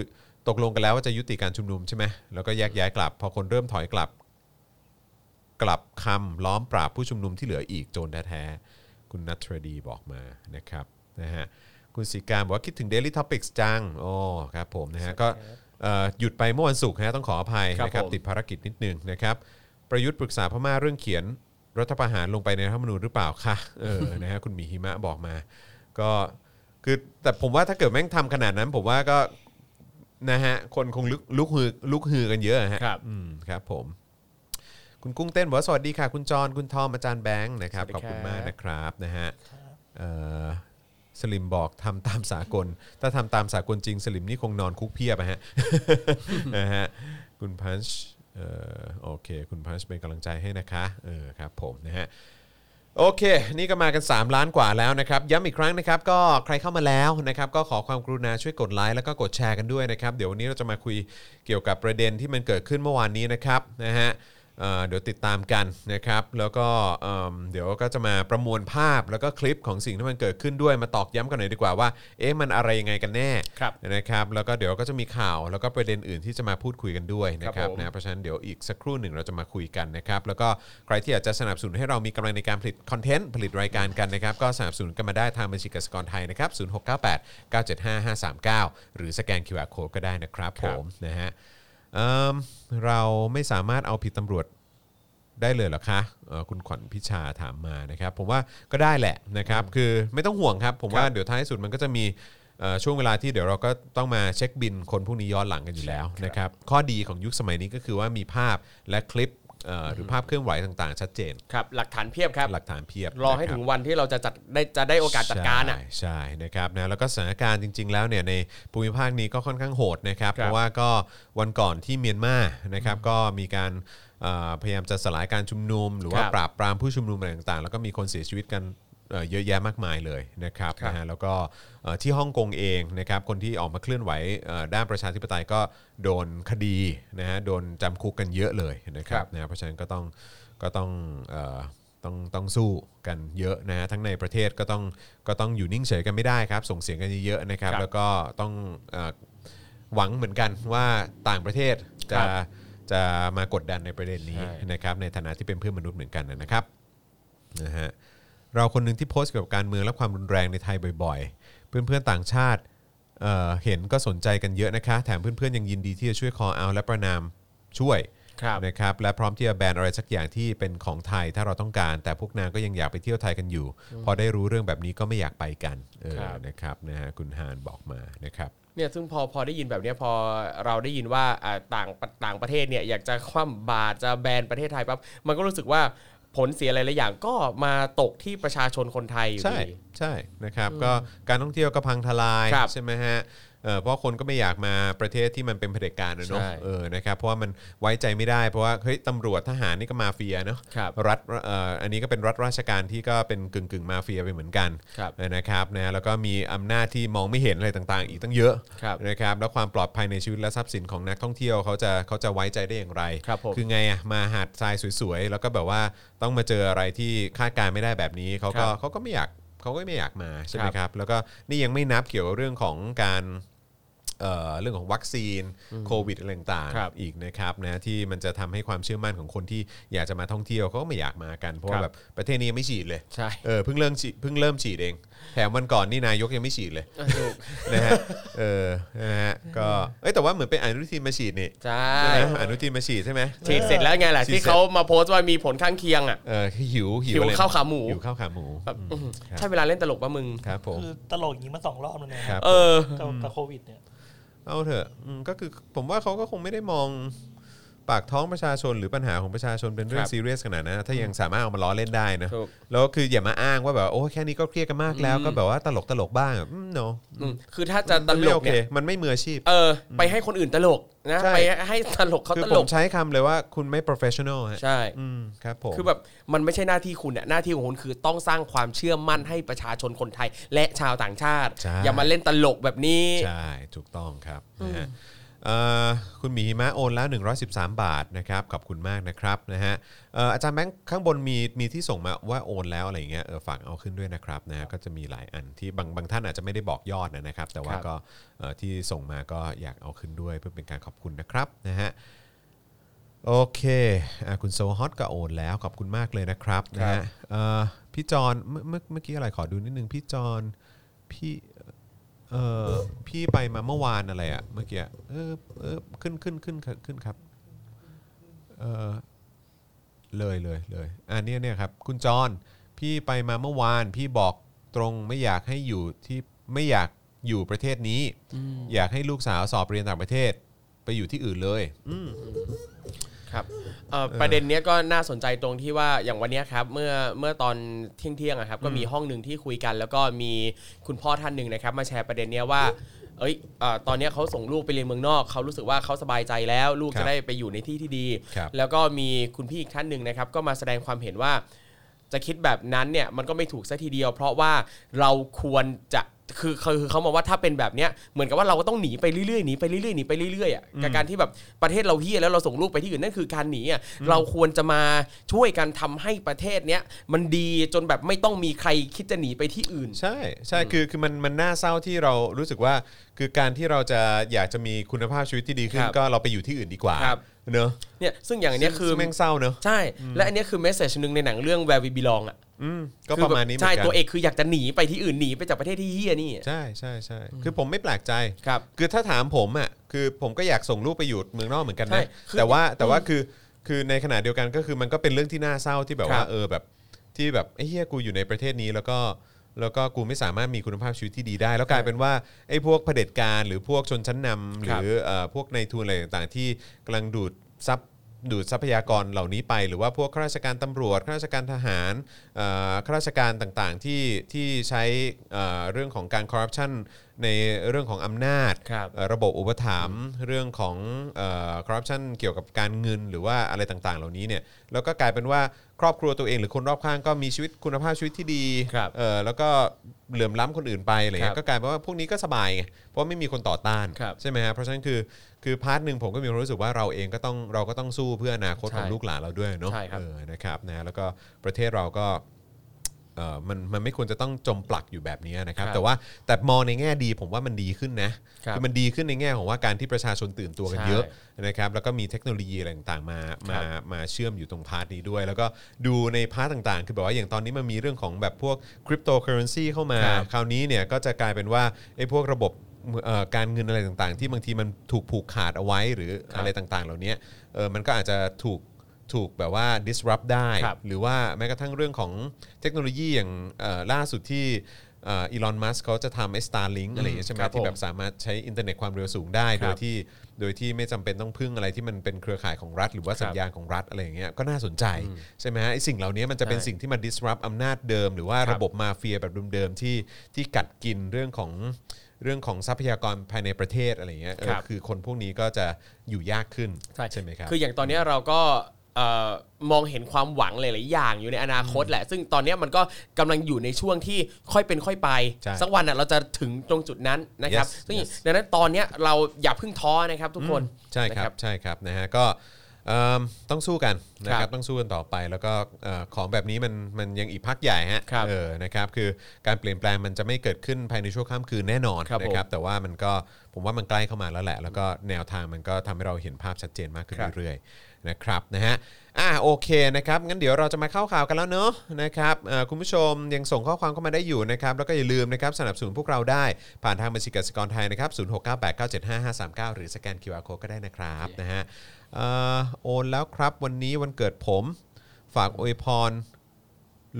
ตกลงกันแล้วว่าจะยุติการชุมนุมใช่ไหมแล้วก็แยกย้ายกลับ พอคนเริ่มถอยกลับ กลับคำล้อมปราบผู้ชุมนุมที่เหลืออีกโจรแท้ๆคุณนัทรดีบอกมานะครับนะฮะคุณสีการบอกว่าคิดถึง Daily Topics จังอ๋อครับผมนะฮะก็เอ่อหยุดไปเมื่อวันศุกร์ฮะต้องขออภัยนะค ครั รับบ ผม ติดภารกิจนิดนึงนะครับ ประยุทธ์ปรึกษาพม่าเรื่องเขียนรัฐประหารลงไปในรัฐธรรมนูญหรือเปล่าคะเออ (laughs) นะฮะคุณหมีหิมะบอกมา ก็คือแต่ผมว่าถ้าเกิดแม่งทำขนาดนั้น ผมว่าก็นะฮะคนคงลุกลุกฮือลุกฮือกันเยอะอะฮะ ครับ อืมครับผม คุณกุ้งเต้นบอกว่าสวัสดีค่ะ คุณจรคุณทอมอาจารย์แบงค์นะครับ สวัสดี ขอบคุณ ครับ มากนะครับนะฮะเอ่อสลิมบอกทำตามสากล ถ้าทำตามสากลจริง สลิมนี่คงนอนคุกเพียบ (laughs) อะฮะ นะฮะคุณพันช์เอ่อโอเค คุณพันช์เป็นกำลังใจให้นะคะเออครับผมนะฮะ โอเค นี่ก็มากัน 3 ล้านกว่าแล้วนะครับ ย้ำอีกครั้งนะครับ ก็ใครเข้ามาแล้วนะครับ ก็ขอความกรุณาช่วยกดไลค์แล้วก็กดแชร์กันด้วยนะครับ เดี๋ยววันนี้เราจะมาคุยเกี่ยวกับประเด็นที่มันเกิดขึ้นเมื่อวานนี้นะครับนะฮะเอ่อเดี๋ยวติดตามกันนะครับ แล้วก็เอิ่มเดี๋ยวก็จะมาประมวลภาพแล้วก็คลิปของสิ่งที่มันเกิดขึ้นด้วยมาตอกย้ำกันหน่อยดีกว่าว่าเอ๊ะมันอะไรยังไงกันแน่ ครับ นะครับ แล้วก็เดี๋ยวก็จะมีข่าวแล้วก็ประเด็นอื่นที่จะมาพูดคุยกันด้วยนะครับ ครับผม นะ นะเพราะฉะนั้นเดี๋ยวอีกสักครู่หนึ่งเราจะมาคุยกันนะครับ แล้วก็ใครที่อยากจะสนับสนุนให้เรามีกำลังในการผลิตคอนเทนต์ ผลิตรายการกันนะครับ ก็สนับสนุนกันมาได้ทางบัญชีกสิกรไทยนะครับ 0698 975 539 หรือสแกน QR Code ก็ได้นะครับ ค ผ รับ มนะฮะเอิ่มเราไม่สามารถเอาผิดตำรวจ ได้เลยเหรอคะเอ่อคุณขวัญพิชาถามมานะครับ ผมว่าก็ได้แหละนะครับ คือไม่ต้องห่วงครับ ผมว่าเดี๋ยวท้ายสุดมันก็จะมีเอ่อช่วงเวลาที่เดี๋ยวเราก็ต้องมาเช็คบินคนพวกนี้ย้อนหลังกันอยู่แล้วนะครับ ข้อดีของยุคสมัยนี้ก็คือว่ามีภาพและคลิปเอ่อหรือภาพเคลื่อนไหวต่างๆ ชัดเจน ครับ หลักฐานเพียบครับ หลักฐานเพียบ รอให้ นะครับ ถึงวันที่เราจะจัดได้จะได้โอกาสจัดการอ่ะ ใช่ใช่นะครับนะแล้วก็สถานการณ์จริง ๆ แล้วเนี่ยในภูมิภาคนี้ก็ค่อนข้างโหดนะครับ ครับ เพราะว่าก็วันก่อนที่เมียนมานะครับก็มีการเอ่อพยายามจะสลายการชุมนุม หรือว่า คปรับราบปรามผู้ชุมนุมอะไรต่างๆ แล้วก็มีคนเสียชีวิตกันเอ่อเยอะแยะมากมายเลยนะครับ ครับ นะฮะแล้วก็เอ่อที่ฮ่องกงเองนะครับคนที่ออกมาเคลื่อนไหวเอ่อด้านประชาธิปไตยก็โดนคดีนะฮะโดนจำคุกกันเยอะเลยนะครับ นะครับนะเพราะฉะนั้นก็ต้องก็ต้องเอ่อต้องต้องสู้กันเยอะนะฮะทั้งในประเทศก็ต้องก็ต้องอยู่นิ่งเฉยกันไม่ได้ครับ ส่งเสียงกันเยอะๆนะครับ ครับ แล้วก็ต้องเอ่อหวังเหมือนกันว่าต่างประเทศจะ ครับ จะมากดดันในประเด็นนี้ ใช่ นะครับในฐานะที่เป็นเพื่อนมนุษย์เหมือนกันนะครับนะฮะเราคนหนึ่งที่โพสต์เกี่ยวกับการเมืองและความรุนแรงในไทยบ่อยๆ เพื่อนๆต่างชาติเอ่อเห็นก็สนใจกันเยอะนะคะ แถมเพื่อนๆยังยินดีที่จะช่วยคอเอาและประนามช่วย ครับ นะครับและพร้อมที่จะแบนอะไรสักอย่างที่เป็นของไทยถ้าเราต้องการ แต่พวกนางก็ยังอยากไปเที่ยวไทยกันอยู่ พอได้รู้เรื่องแบบนี้ก็ไม่อยากไปกันเออ ครับ นะครับนะฮะคุณฮานบอกมานะครับ เนี่ยซึ่งพอพอได้ยินแบบเนี้ยพอเราได้ยินว่าอ่าต่างต่างประเทศเนี่ยอยากจะคว่ำบาตรจะแบนประเทศไทยปั๊บมันก็รู้สึกว่าผลเสียหลายๆอย่างก็มาตกที่ประชาชนคนไทยอยู่ ใช่ ดี ใช่นะครับก็การท่องเที่ยวก็พังทลาย ครับ ใช่ไหมฮะเอ่อเพราะคนก็ไม่อยากมาประเทศที่มันเป็นเผด็จการนะเนาะ ใช่ เออนะครับเพราะว่ามันไว้ใจไม่ได้เพราะว่าเฮ้ยตำรวจทหารนี่ก็มาเฟียเนาะ ครับ รัฐเอ่ออันนี้ก็เป็นรัฐราชการที่ก็เป็นกึ่งกึ่งๆมาเฟียไปเหมือนกัน ครับ นะครับนะแล้วก็มีอำนาจที่มองไม่เห็นอะไรต่างๆ อีกตั้งเยอะ ครับ นะครับแล้วความปลอดภัยในชีวิตและทรัพย์สินของนักท่องเที่ยวเขาจะเขาจะไว้ใจได้อย่างไร ครับผม คือไงอะมาหาดทรายสวยๆ แล้วก็แบบว่าต้องมาเจออะไรที่คาดการณ์ไม่ได้แบบนี้เขาก็ ครับ เขาก็ไม่อยากเขาก็ไม่อยากมาใช่ไหม ครับ ครับ แล้วก็นี่ยังไม่นับเกี่ยวกับเรื่องของการเอ่อเรื่องของวัคซีนโควิดอะไรต่าง ครับ ๆอีกนะครับนะที่มันจะทำให้ความเชื่อมั่นของคนที่อยากจะมาท่องเที่ยวเขาก็ไม่อยากมากันเพราะ ครั ว่า บ แบบประเทศนี้ยังไม่ฉีดเลย ใช่ เออเพิ่งเริ่มฉีดเพิ่งเริ่มฉีดเองแถมวันก่อนนี่นายกยังไม่ฉีดเลย ถูก (laughs) นะฮะเออนะฮะก็เอ้ยแต่ว่าเหมือนเป็นอนุทินมาฉีดนี่ ใช่ ใช่ไหมอนุทินมาฉีดใช่ไหม ฉีดเสร็จแล้วไงล่ะ ฉีดเสร็จ ที่เขามาโพสต์ว่ามีผลข้างเคียงอ่ะ เออหิว หิว อะไร ข้าวขาหมู หิวข้าวขาหมู แบบ อืม ใช่เวลาเล่นตลกปะมึง ครับผม คือตลกอย่างนี้มาสองรอบแล้วนะครับ เออ กับกับโควิดเนี่ย เอาเถอะอืมก็คือผมว่าเขาก็คงไม่ได้มองปากท้องประชาชนหรือปัญหาของประชาชนเป็นเรื่อ ค ง รับ ซีเรียสขนาดนั้นนะถ้ายังสามารถเอามาล้อเล่นได้นะ ถูก แล้วคืออย่ามาอ้างว่าแบบว่าโอ้แค่นี้ก็เครียดกันมากแล้ว ก็แบบว่าตลกตลกๆบ้างอืม no อืมคือถ้าจะต มัน ล ไม่โอก เค เนี่ย มันไม่มืออาชีพ เออ ไปให้คนอื่นตลกนะ ใช่ ไปให้ตลกเขา คือ ต ผ ล ม ก ใช้คำเลยว่าคุณไม่ professional ฮะ ใช่ อืมครับผม คือแบบมันไม่ใช่หน้าที่คุณอะหน้าที่ของคุณคือต้องสร้างความเชื่อมั่นให้ประชาชนคนไทย และชาวต่างชาติ ใช่ อย่ามาเล่นตลกแบบนี้ ใช่ ถูกต้องครับนะฮะเอ่อคุณหมีหิมะโอนแล้ว 113 บาทนะครับขอบคุณมากนะครับนะฮะเอ่ออาจารย์แบงค์ข้างบนมีมีที่ส่งมาว่าโอนแล้วอะไรอย่างเงี้ยเออฝากเอาขึ้นด้วยนะครับนะฮะก็จะมีหลายอันที่บางบางท่านอาจจะไม่ได้บอกยอดนะครับ แต่ว่า ครับ ก็เอ่อที่ส่งมาก็อยากเอาขึ้นด้วยเพื่อเป็นการขอบคุณนะครับนะฮะ โอเคอ่ะคุณโซฮอตก็โอนแล้ว ขอบคุณมากเลยนะครับ ค นะ รับ ฮะเอ่อพี่จอนเมื่อเมื่อเมื่อกี้อะไรขอดูนิดนึง พี่จอนพี่เออพี่ไปมาเมื่อวานอะไรอะเมื่อกี้อะเออเออขึ้นขึ้นขึ้นขึ้นขึ้นครับเออเลยเลยเลยอ่ะเนี่ยเนี่ยครับ คุณจอนพี่ไปมาเมื่อวาน พี่บอกตรงไม่อยากให้อยู่ที่ไม่อยากอยู่ประเทศนี้ อยากให้ลูกสาวสอบเรียนต่างประเทศ ไปอยู่ที่อื่นเลย ครับเอ่อประเด็นเนี้ยก็น่าสนใจตรงที่ว่าอย่างวันเนี้ยครับเมื่อเมื่อตอนเที่ยงเที่ยงๆอะครับก็มีห้องหนึ่งที่คุยกัน แล้วก็มีคุณพ่อท่านหนึ่งนะครับ มาแชร์ประเด็นเนี้ยว่า เอ้ยเอ่อตอนเนี้ยเขาส่งลูกไปเรียนเมืองนอกเขารู้สึกว่าเขาสบายใจแล้ว ลูก ครั จะ บ ได้ไปอยู่ในที่ที่ดี ครับ แล้วก็มีคุณพี่อีกท่านหนึ่งนะครับก็มาแสดงความเห็นว่า จะคิดแบบนั้นเนี่ยมันก็ไม่ถูกซะทีเดียว เพราะว่าเราควรจะคือคือคือเขามองว่าถ้าเป็นแบบเนี้ยเหมือนกับว่าเราก็ต้องหนีไปเรื่อยๆหนีไปเรื่อยๆหนีไปเรื่อยๆอ่ะกับการที่แบบประเทศเราเฮียแล้วเราส่งลูกไปที่อื่นนั่นคือการหนีอ่ะเราควรจะมาช่วยกันทำให้ประเทศเนี้ยมันดีจนแบบไม่ต้องมีใครคิดจะหนีไปที่อื่น ใช่ใช่คือคือมันมันน่าเศร้าที่เรารู้สึกว่าคือการที่เราจะอยากจะมีคุณภาพชีวิตที่ดีขึ้น ครับ ก็เราไปอยู่ที่อื่นดีกว่า ครับ เนอะ เนี่ยซึ่งอย่างอันเนี้ยคือ ซึ่งแม่งเศร้าเนอะ ใช่ และอันเนี้ยคือเมสเซจหนึ่งในหนังเรื่อง Where We Belong อ่ะ อืมก็ คือ ประมาณนี้เหมื ใช่ อนกัน ตัวเอกคืออยากจะหนีไปที่อื่นหนีไปจากประเทศที่เฮียนี่ ใช่ใช่ใช่คือผมไม่แปลกใจ ครับ คือถ้าถามผมอ่ะคือผมก็อยากส่งลูกไปอยู่เมืองนอกเหมือนกัน ใช่ นะ คือ แต่ว่าแต่ว่าคือคือในขณะเดียวกันก็คือมันก็เป็นเรื่องที่น่าเศร้าที่แบบ ครั ว่า บ เออแบบที่แบบไอ้เฮียกูอยู่ในประเทศนี้แล้วก็แล้วก็กูไม่สามารถมีคุณภาพชีวิตที่ดีได้ แล้วกลายเป็นว่าไอ้พวกเผด็จการหรือพวกชนชั้นนำห ค รื รับ อเอ่อพวกในายทุนอะไรต่างๆ ที่กำลังดูดทรัพย์ดูดทรัพยากรเหล่านี้ไป หรือว่าพวกข้าราชการตำรวจข้าราชการทหารเอ่อข้าราชการต่างๆที่ที่ใช้เอ่อเรื่องของการคอร์รัปชันในเรื่องของอำนาจ ครับ เอ่อระบบอุปถัมภ์เรื่องของคอร์รัปชันเกี่ยวกับการเงินหรือว่าอะไรต่างๆ เหล่านี้เนี่ยแล้วก็กลายเป็นว่าครอบครัวตัวเองหรือคนรอบข้างก็มีชีวิตคุณภาพชีวิตที่ดี ครับ เอ่อแล้วก็เหลื่อมล้ำคนอื่นไปอะไร ค เงี้ รั ย บ ก็กลายเป็นว่าพวกนี้ก็สบายไงเพราะไม่มีคนต่อต้าน ครับ ใช่ไหมฮะเพราะฉะนั้นคือคือพาร์ทหนึ่งผมก็มีความรู้สึกว่าเราเองก็ต้องเราก็ต้องสู้เพื่ออนาคต ใช่ ของลูกหลานเราด้วยเนาะ ใช่ครับ เออนะครับนะแล้วก็ประเทศเราก็ เอ่อมันมันไม่ควรจะต้องจมปลักอยู่แบบนี้นะครับ ครับ แต่ว่าแต่มองในแง่ดีผมว่ามันดีขึ้นนะครับ มันดีขึ้นในแง่ของว่าการที่ประชาชนตื่นตัวกัน ใช่ เยอะนะครับแล้วก็มีเทคโนโลยีอะไรต่างๆมา ครั มา บ มาเชื่อมอยู่ตรงพาร์ทนี้ด้วย แล้วก็ดูในพาร์ทต่างๆ คือแบบว่าอย่างตอนนี้มันมีเรื่องของแบบพวกคริปโตเคอเรนซีเข้ามา ครับ คราวนี้เนี่ยก็จะกลายเป็นว่าไอ้พวกระบบเอ่อการเงินอะไรต่างๆ ที่บางทีมันถูกผูกขาดเอาไว้หรือ ครับ อะไรต่างๆ เหล่านี้เออมันก็อาจจะถูกถูกแบบว่า disrupt ได้ ครับ หรือว่าแม้กระทั่งเรื่องของเทคโนโลยีอย่างเอ่อล่าสุดที่อีลอนมัสเขาจะทำไอ้ Starlink อะไรอย่างเงี้ยใช่ไหม ครับผม ที่แบบสามารถใช้อินเทอร์เน็ตความเร็วสูงได้ ค โด รั ย บ ที่โดยที่ไม่จำเป็นต้องพึ่งอะไรที่มันเป็นเครือข่ายของรัฐ หรือว่า ครับ สัญญาณของรัฐอะไรอย่างเงี้ยก็น่าสนใจ ใช่ไหมฮะไอ้สิ่งเหล่านี้มันจะเป็น ใช่ สิ่งที่มา disrupt อำนาจเดิม หรือว่า ครับ ระบบมาเฟียแบบเดิมๆที่ที่กัดกินเรื่องของเรื่องของทรัพยากรภายในประเทศอะไรอย่างเงี้ยเออ ครับ คือคนพวกนี้ก็จะอยู่ยากขึ้นใช่ไหมครับ คืออย่างตอนเนี้ยเราก็เอ่อมองเห็นความหวังหลาย ๆ อย่างอยู่ในอนาคตแหละ ซึ่งตอนเนี้ยมันก็กำลังอยู่ในช่วงที่ค่อยเป็นค่อยไป ใช่ สักวันน่ะเราจะถึงตรงจุดนั้นนะครับ Yes, ซึ่ง yes ดังนั้นตอนเนี้ยเราอย่าเพิ่งท้อนะครับทุกคน ใช่ครับ นะ ใช่ครับนะฮะก็เอิ่มต้องสู้กันนะค ค รั รั บบ ต้องสู้กันต่อไป แล้วก็เอ่อของแบบนี้มันมันยังอีกพักใหญ่ฮะ ครับ เออนะครับคือการเปลี่ยนแปลงมันจะไม่เกิดขึ้นภายในชั่วข้ามคืนแน่นอน ครับผม นะครับแต่ว่ามันก็ผมว่ามันใกล้เข้ามาแล้วแหละ แล้วก็แนวทางมันก็ทำให้เราเห็นภาพชัดเจนมากขึ้น ครับ เรื่อยๆนะครับนะฮะอ่ะโอเคนะครับงั้นเดี๋ยวเราจะมาเข้าข่าวกันแล้วเนอะนะครับเอ่อคุณผู้ชมยังส่งข้อความเข้ามาได้อยู่นะครับแล้วก็อย่าลืมนะครับสนับสนุนพวกเราได้ผ่านทางบัญชีกสิกรไทยนะครับศูนย์หกเก้าแปดเก้าเจ็ดห้าห้าสามเก้าหรือสแกน QR code ก็ได้นะครับ นะฮะเอ่อโอนแล้วครับวันนี้วันเกิดผม ฝากอวยพร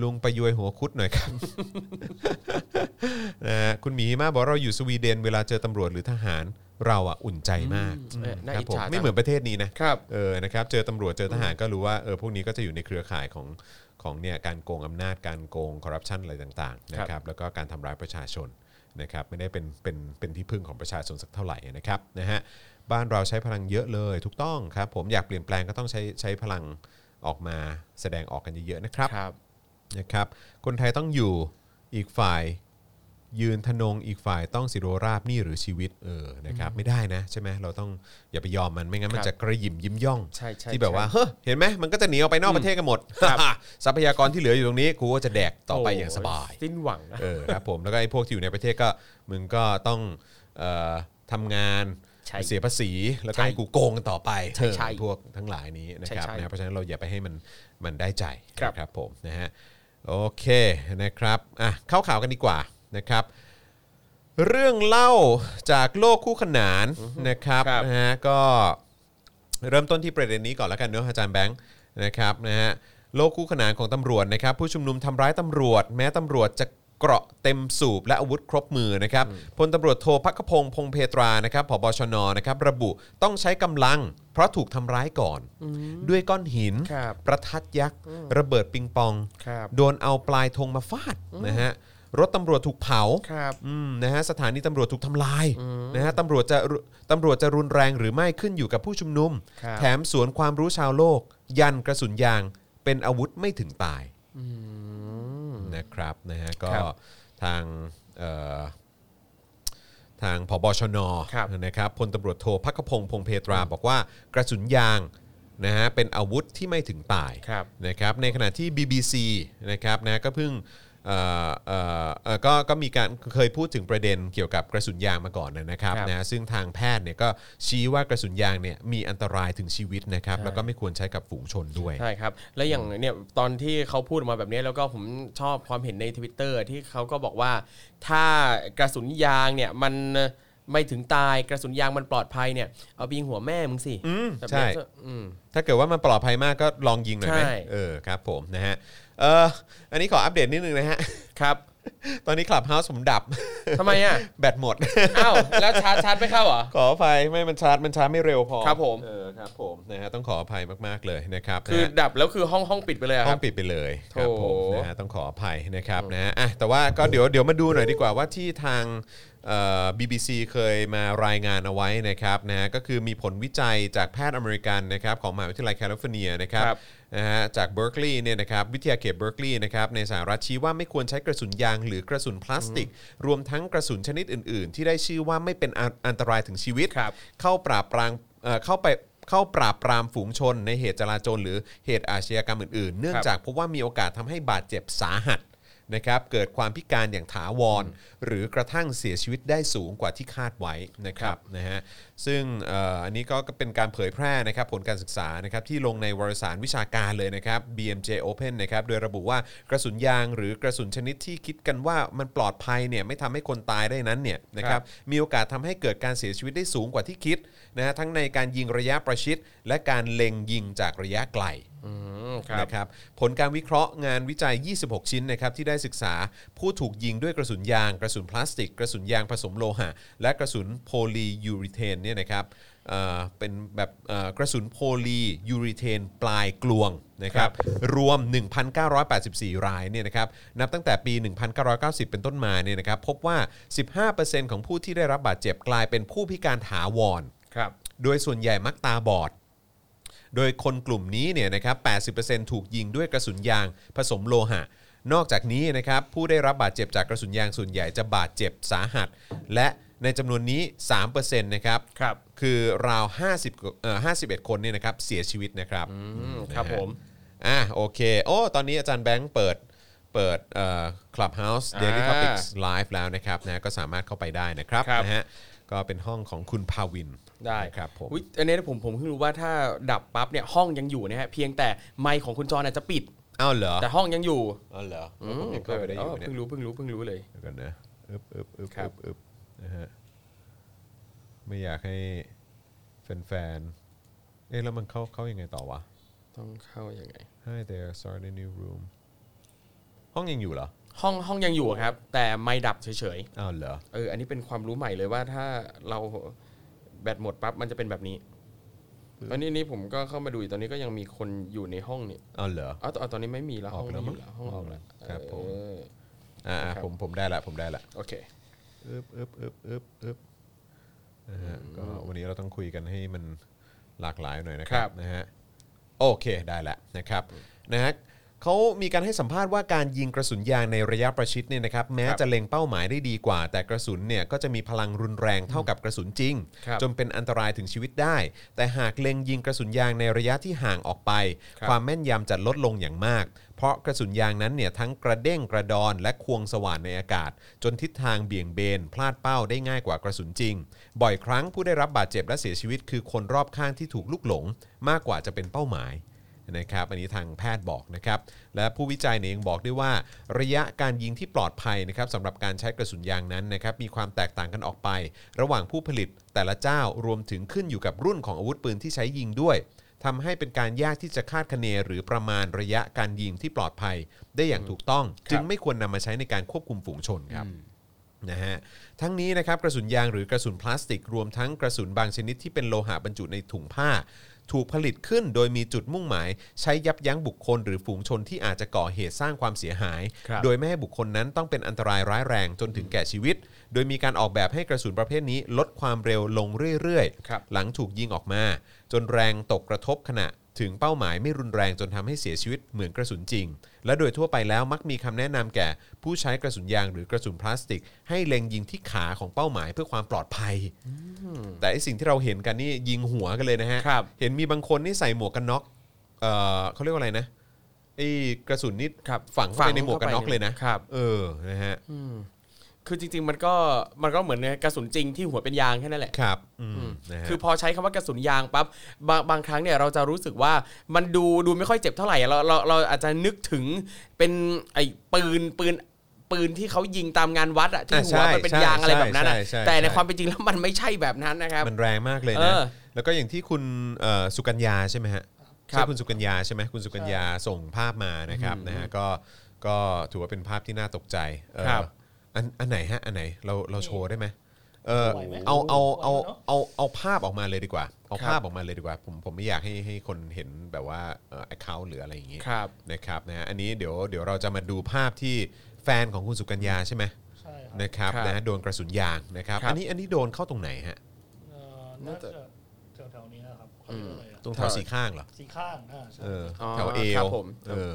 ลุงประยวยหัวคุดหน่อยครับ (laughs) นะฮะคุณหมีมาบอกเราอยู่สวีเดน เวลาเจอตำรวจหรือทหารเราอ่ะอุ่นใจมาก อืมเออน่า ครั อิ บ จ ผม ฉาจัง ไม่เหมือนประเทศนี้นะครับ เออนะครับเจอตำรวจเจอทหารก็รู้ว่าเออพวกนี้ก็จะอยู่ในเครือข่ายของของเนี่ยการโกงอำนาจการโกงคอร์รัปชันอะไรต่างๆนะค ครั รับบ แล้วก็การทำร้ายประชาชนนะครับไม่ได้เป็นเป็นเป็นที่พึ่งของประชาชนสักเท่าไหร่นะครับนะฮะบ้านเราใช้พลังเยอะเลยถูกต้องครับผมอยากเปลี่ยนแปลงก็ต้องใช้ใช้พลังออกมาแสดงออกกันเยอะๆนะครับ ครับ นะครับ คนไทยต้องอยู่อีกฝ่ายยืนทนงอีกฝ่ายต้องสิโรราบนี่หรือชีวิตเออนะครับไม่ได้นะใช่ไหมเราต้องอย่าไปยอมมันไม่งั้นมัน ครับ จะกระหยิมยิ้มย่อง ใช่ใช่ ที่แบบ ใช่ ว่าเฮ้อเห็นไหมมันก็จะหนีออกไปนอกประเทศกันหมด ครับ ทรัพยากรที่เหลืออยู่ตรงนี้กูก็จะแดกต่อไปอย่างสบาย โสิ้นหวังนะ เออครับผมแล้วก็ไอ้พวกที่อยู่ในประเทศก็มึงก็ต้องเอ่อทำงาน ใช่ เสียภาษีแล้วก็ ใช่ ให้กูโกงกันต่อไป ใช่ใช่ เออพวกทั้งหลายนี้นะครับ ใช่ใช่ นะเพราะฉะนั้นเราอย่าไปให้มันมันได้ใจ ครับ นะครับผมนะฮะโอเคนะครับอ่ะเข้าข่าวกันดีกว่านะครับ เรื่องเล่าจากโลกคู่ขนานนะครับ ครับ นะฮะก็ เริ่มต้นที่ประเด็นนี้ก่อนแล้วกันเนอะอาจารย์แบงค์นะครับนะฮะโลกคู่ขนานของตำรวจนะครับผู้ชุมนุมทำร้ายตำรวจ แม้ตำรวจจะ เกราะเต็มสูบและอาวุธครบมือนะครับพลตำรวจโทพักขพงศ์พงเพตรานะครับผบชนนะครับระบุต้องใช้กำลัง เพราะถูกทำร้ายก่อน ด้วยก้อนหิน ครับ ประทัดยักษ์ระเบิดปิงปอง ครับ โดนเอาปลายธงมาฟาดนะฮะรถตำรวจถูกเผา ครับ อืมนะฮะสถานีตำรวจถูกทำลายนะฮะตำรวจจะรุตำรวจจะรุนแรงหรือไม่ขึ้นอยู่กับผู้ชุมนุม ครับ แถมสวนความรู้ชาวโลก ยันกระสุนยางเป็นอาวุธไม่ถึงตายนะครับนะฮะก็ทางเอ่อทางผบชน ครับ นะครับพลตำรวจโทพักขพงศ์พงเพตราบอกว่ากระสุนยางนะฮะเป็นอาวุธที่ไม่ถึงตาย ครับ นะครับในขณะที่ BBC นะครับนะก็เพิ่งเอ่อเอ่อเอ่อก็ก็มีการเคยพูดถึงประเด็นเกี่ยวกับกระสุนยางมาก่อนนะครับ ครับ นะซึ่งทางแพทย์เนี่ยก็ชี้ว่ากระสุนยางเนี่ยมีอันตรายถึงชีวิตนะครับ ใช่ แล้วก็ไม่ควรใช้กับฝูงชนด้วย ใช่ครับ แล้วอย่างเนี่ยตอนที่เขาพูดออกมาแบบนี้แล้วก็ผมชอบความเห็นในทวิตเตอร์ที่เขาก็บอกว่า ถ้ากระสุนยางเนี่ยมันไม่ถึงตายกระสุนยางมันปลอดภัยเนี่ยเอาไปยิงหัวแม่มึงสิ อืม แบบ ใช่ เนี้ยอืม ถ้าเกิดว่ามันปลอดภัยมากก็ลองยิงหน่อยไหม ใช่ เออครับผมนะฮะเอออันนี้ขออัปเดตนิดนึงนะฮะ ครับ ตอนนี้คลับเฮาส์ผมดับ (laughs) ทำไมอ่ะ แบตหมด (laughs) อ้าวแล้วชาร์จชาร์จไม่เข้าเหรอ ขออภัยไม่มันชาร์จมันชาร์จไม่เร็วพอ ครับผม เออครับผมนะฮะต้องขออภัยมากๆเลยนะครับ คือ นะฮะ ดับแล้วคือห้องห้องปิดไปเลยอะค ต้ รั อบ งปิดไปเลย โถ ครับผมนะฮะต้องขออภัยนะครับนะฮะอ่ะแต่ว่าก็เดี๋ยวเดี๋ยวมาดูหน่อยดีกว่าว่าที่ทางเอ่อ BBC เคยมารายงานเอาไว้นะครับนะฮะก็คือมีผลวิจัยจากแพทย์อเมริกันนะครับของมหาวิทยาลัยแคลิฟอร์เนียนะครับ ครับ นะฮะจากเบ r ร์ l ลีย์เนี่ยนะครับวิทยาเขตเบ r ร์ l ลีย์นะครับในสหรัฐชี้ว่าไม่ควรใช้กระสุนยางหรือกระสุนพลาสติก รวมทั้งกระสุนชนิดอื่น ๆ ที่ได้ชื่อว่าไม่เป็นอันอันตรายถึงชีวิต ครับ เข้าปราบปรามเอ่อเข้าไปเข้าปราบปรามฝูงชน ในเหตุจราจรหรือเหตุอาชญากรรมอื่นๆ เนื่องจากพบว่ามีโอกาสทำให้บาดเจ็บสาหัสนะครับเกิดความพิการอย่างถาวร หรือกระทั่งเสียชีวิตได้สูงกว่าที่คาดไว้นะครับนะฮะซึ่งเอ่ออันนี้ก็เป็นการเผยแพร่นะครับผลการศึกษานะครับที่ลงในวารสารวิชาการเลยนะครับ BMJ Open นะครับโดยระบุว่ากระสุนยางหรือกระสุนชนิดที่คิดกันว่ามันปลอดภัยเนี่ยไม่ทำให้คนตายได้นั้นเนี่ยนะค ครั รับ บ มีโอกาสทำให้เกิดการเสียชีวิตได้สูงกว่าที่คิดนะฮะทั้งในการยิงระยะประชิด และการเล็งยิงจากระยะไกล อืมครับ นะครับผลการวิเคราะห์งานวิจัย 26 ชิ้นนะครับที่ได้ศึกษาผู้ถูกยิงด้วยกระสุนยาง กระสุนพลาสติก กระสุนยางผสมโลหะ และกระสุนโพลียูริเทนเนี่ยนะครับเอ่อเป็นแบบเอ่อกระสุนโพลียูริเทนปลายกลวงนะครับ รวม 1,984 รายเนี่ยนะครับ นับตั้งแต่ปี 1990 เป็นต้นมาเนี่ยนะครับ พบว่า 15%ของผู้ที่ได้รับบาดเจ็บกลายเป็นผู้พิการถาวร ครับ โดยส่วนใหญ่มักตาบอด โดยคนกลุ่มนี้เนี่ยนะครับ 80%ถูกยิงด้วยกระสุนยางผสมโลหะ นอกจากนี้นะครับผู้ได้รับบาดเจ็บจากกระสุนยางส่วนใหญ่จะบาดเจ็บสาหัส และในจำนวนนี้ 3%นะครับ ครับ คือราว 50กว่าเอ่อ51 คนเนี่ยนะครับเสียชีวิตนะครับ อืมครับผม อ่ะโอเค โอ้ ตอนนี้อาจารย์แบงค์เปิดเปิดเอ่อ Clubhouse Daily อ่า Topics Live แล้วนะครับนะก็สามารถเข้าไปได้นะครับ ครับ นะฮะก็เป็นห้องของคุณภาวิน ได้ นะครับผม อุ๊ยอันนี้ผมผมเพิ่งรู้ว่าถ้าดับปั๊บเนี่ยห้องยังอยู่นะฮะเพียงแต่ไมค์ของคุณจอห์นอาจจะปิด อ้าวเหรอ แต่ห้องยังอยู่ อ้าวเหรอเอ อื อผมมยังเข้าไปได้อยู่ เออ เนี่ย เพิ่งรู้เพิ่งรู้เพิ่งรู้เลย เดี๋ยวกันนะอึบอึบอึบ ครั อึ บ บอึบนะฮะไม่อยากให้แฟนๆเอ๊ะแล้วมันเข้าเข้ายังไงต่อวะ ต้องเข้ายังไง Hi there sorry the new room ห้องยังอยู่เหรอ ห้องห้องยังอยู่ครับ แต่ไม่ดับเฉย อ้าวเหรอ ๆเอออันนี้เป็นความรู้ใหม่เลยว่าถ้าเราแบตหมดปั๊บมันจะเป็นแบบนี้ตอนนี้นี่ผมก็เข้ามาดูอยู่ตอนนี้ก็ยังมีคนอยู่ในห้องนี่ อ้าวเหรอ อ๋อตอนตอนนี้ไม่มีแล้ว ออ ห้ ก อง ไปแล้ ไม่ ว อยู่แล้วห้องออกแล้ว ครับผม เออ อ่า ครับ ผมผมได้ละผมได้ละ โอเค อึบอึบอึบอึบอึบนะฮะก็วันนี้เราต้องคุยกันให้มันหลากหลายหน่อยนะค ครั รับบ นะฮะโอเคได้ละนะครับนะฮะเขามีการให้สัมภาษณ์ว่าการยิงกระสุนยางในระยะประชิดเนี่ยนะครับแม้จะเล็งเป้าหมายได้ดีกว่า แต่กระสุนเนี่ยก็จะมีพลังรุนแรงเท่ากับกระสุนจริง ครับ จนเป็นอันตรายถึงชีวิตได้ แต่หากเล็งยิงกระสุนยางในระยะที่ห่างออกไป ครับ ความแม่นยำจะลดลงอย่างมาก เพราะกระสุนยางนั้นเนี่ยทั้งกระเด้งกระดอนและควงสว่านในอากาศ จนทิศทางเบี่ยงเบน พลาดเป้าได้ง่ายกว่ากระสุนจริง บ่อยครั้งผู้ได้รับบาดเจ็บและเสียชีวิต คือคนรอบข้างที่ถูกลุกหลง มากกว่าจะเป็นเป้าหมายนะครับอันนี้ทางแพทย์บอกนะครับและผู้วิจัยเนี่ยยังบอกด้วยว่า ระยะการยิงที่ปลอดภัยนะครับสำหรับการใช้กระสุนยางนั้นนะครับมีความแตกต่างกันออกไป ระหว่างผู้ผลิตแต่ละเจ้ารวมถึงขึ้นอยู่กับรุ่นของอาวุธปืนที่ใช้ยิงด้วย ทำให้เป็นการยากที่จะคาดคะเนหรือประมาณระยะการยิงที่ปลอดภัยได้อย่างถูกต้อง จึงไม่ควรนำมาใช้ในการควบคุมฝูงชนครับ นะฮะทั้งนี้นะครับกระสุนยางหรือกระสุนพลาสติกรวมทั้งกระสุนบางชนิดที่เป็นโลหะบรรจุในถุงผ้า ถูกผลิตขึ้นโดยมีจุดมุ่งหมาย ใช้ยับยั้งบุคคลหรือฝูงชนที่อาจจะก่อเหตุสร้างความเสียหาย ครับ โดยไม่ให้บุคคลนั้นต้องเป็นอันตรายร้ายแรงจนถึงแก่ชีวิต โดยมีการออกแบบให้กระสุนประเภทนี้ลดความเร็วลงเรื่อย ครับ ๆ หลังถูกยิงออกมา จนแรงตกกระทบขณะ ถึงเป้าหมายไม่รุนแรงจนทำให้เสียชีวิตเหมือนกระสุนจริง และโดยทั่วไปแล้วมักมีคำแนะนำแก่ ผู้ใช้กระสุนยางหรือกระสุนพลาสติก ให้เล็งยิงที่ขาของเป้าหมายเพื่อความปลอดภัย แต่ไอสิ่งที่เราเห็นกันนี่ยิงหัวกันเลยนะฮะ ครับ เห็นมีบางคนนี่ใส่หมวกกันน็อกเอ่อเขาเรียกว่าอะไรนะไอกระสุนนี่ ครับ ฝังเข้าไปในหมวกกันน็อกเลยนะครับ เออนะฮะ คือจริง ๆ มันก็มันก็เหมือนกระสุนจริงที่หัวเป็นยางแค่นั่นแหละ ครับอืมนะฮะ คือพอใช้คำว่ากระสุนยางปั๊บบางบางครั้งเนี่ยเราจะรู้สึกว่ามันดูดูไม่ค่อยเจ็บเท่าไหร่อะเราเราเราอาจจะนึกถึงเป็นไอ้ปืนปืนปืนที่เขายิงตามงานวัดอะที่ อ่ะ หัวมันเป็น ใช่ ยางอะไรแบบนั้นอะ ใช่ใช่ใช่ แต่ในความเป็นจริงแล้วมันไม่ใช่แบบนั้นนะครับ มันแรงมากเลย เอ นะ อ แล้วก็อย่างที่คุณเอ่อสุกัญญาใช่ไหมฮะ ครับ ใช่คุณสุกัญญาใช่ไหมคุณสุกัญญาส่งภาพมานะครับนะฮะก็ก็ถือว่าเป็นภาพที่น่าตกใจเอ่อ ครับ อันอันไหนฮะอันไหนเราเราโชว์ได้ไหมเออ ไหวไหม เอาเอาเอา ไหวเนอะ เอาเอาภาพออกมาเลยดีกว่า เอาภาพออกมาเลยดีกว่า ผมผมไม่อยากให้ให้คนเห็นแบบว่าเอ่อ account หรืออะไรอย่างงี้ ครับ นะครับนะฮะอันนี้เดี๋ยวเดี๋ยวเราจะมาดูภาพที่แฟนของคุณสุกัญญาใช่ไหม ใช่ครับ นะครับ ครับ นะฮะโดนกระสุนยางนะครับ ครับ อันนี้อันนี้โดนเข้าตรงไหนฮะ เอ่อน่าจะแถวๆนี้นะครับเขาเรียกว่าอะไรอะ ตรงแถวสีข้างเหรอ สีข้างอ่าใช่ เออ อ๋อ แถวเอ ครั ว บผม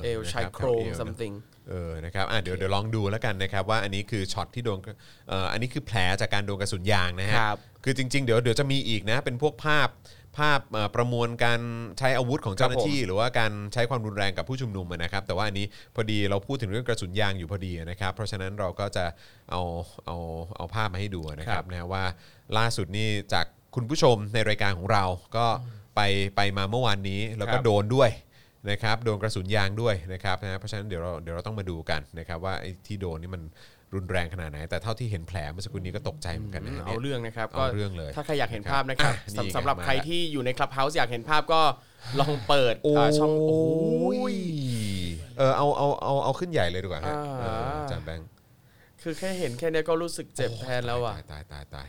เอว นะบ ชายโครง แถวเอวนะ something เออนะครับอ่ะเดี๋ยวเดี๋ยวลองดูแล้วกันนะครับว่าอันนี้คือช็อตที่โดนเอ่ออันนี้คือแผลจากการโดนกระสุนยางนะฮะ ครับ คือจริง ๆ เดี๋ยวเดี๋ยวจะมีอีกนะเป็นพวกภาพภาพเอ่อประมวลการใช้อาวุธของเจ้าหน้าที่ หรือว่าการใช้ความรุนแรงกับผู้ชุมนุมอะนะครับแต่ว่าอันนี้พอดีเราพูดถึงเรื่องกระสุนยางอยู่พอดีนะครับ เพราะฉะนั้นเราก็จะเอาเอาเอาภาพมาให้ดูนะค ค รั รั บบ นะว่าล่าสุดนี่จากคุณผู้ชมในรายการของเราก็ไปไปมาเมื่อวานนี้แล้วก็ ครับ โดนด้วย นะครับโดนกระสุนยางด้วยนะครับนะฮะเพราะฉะนั้นเดี๋ยวเราเดี๋ยวเราต้องมาดูกันนะครับว่าไอ้ที่โดนนี่มันรุนแรงขนาดไหน แต่เท่าที่เห็นแผลเมื่อสักครู่นี้ก็ตกใจเหมือนกันนะฮะ เอา นี่ย เรื่องนะครับ เอาเรื่องเลย ถ้าใครอยากเห็นภาพนะครับ อ่ะนี่ สำสำหรับ ไงมา ใครที่อยู่ในคลับเฮาส์อยากเห็นภาพก็ลองเปิดอ่าช่องโอ้ ย ย เออเอาเอาเอาเอาขึ้นใหญ่เลยดีกว่าฮะ อ่า เอออาจานแบงค์ คือแค่เห็นแค่เนี้ยก็รู้สึกเจ็บแทนแล้วอ่ะ ตายตายตายตาย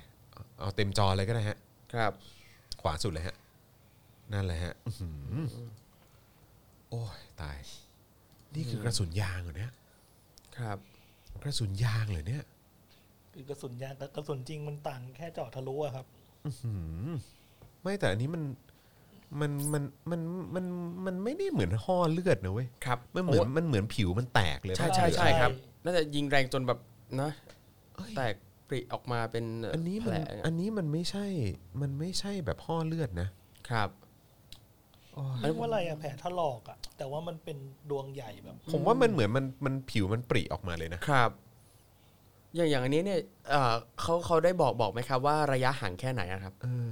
เอาเต็มจอเลยก็ได้ฮะ ครับ ขวาสุดเลยฮะนั่นแหละฮะอื้อหือโอ้ยตายนี่คือกระสุนยางเหรอเนี่ย ครับ กระสุนยางเหรอเนี่ย คือกระสุนยางกับกระสุนจริงมันต่างแค่เจาะทะลุอะครับ อืมไม่แต่อันนี้มันมันมันมันมันมันไม่ได้เหมือนห่อเลือดนะเว้ย ครับ มันเหมือน โ มันเหมือนผิวมันแตกเลย ใช่ ปะ ใช่ใช่ ใช่ ครับ น่าจะยิงแรงจนแบบนะ เอ้ย แตกปริออกมาเป็นเ อันนี้ แผ มัน ล อันนี้มันไม่ใช่ มันไม่ใช่แบบห่อเลือดนะครับ เรียกว่าอะไรอะแผลถลอกอะแต่ว่ามันเป็นดวงใหญ่แบบ ผมว่ามันเหมือนมันมันผิวมันปริออกมาเลยนะครับ อย่างอย่างอันนี้เนี่ยเอ่อเขาเขาได้บอกบอกไหมครับว่าระยะห่างแค่ไหนอะครับ เออ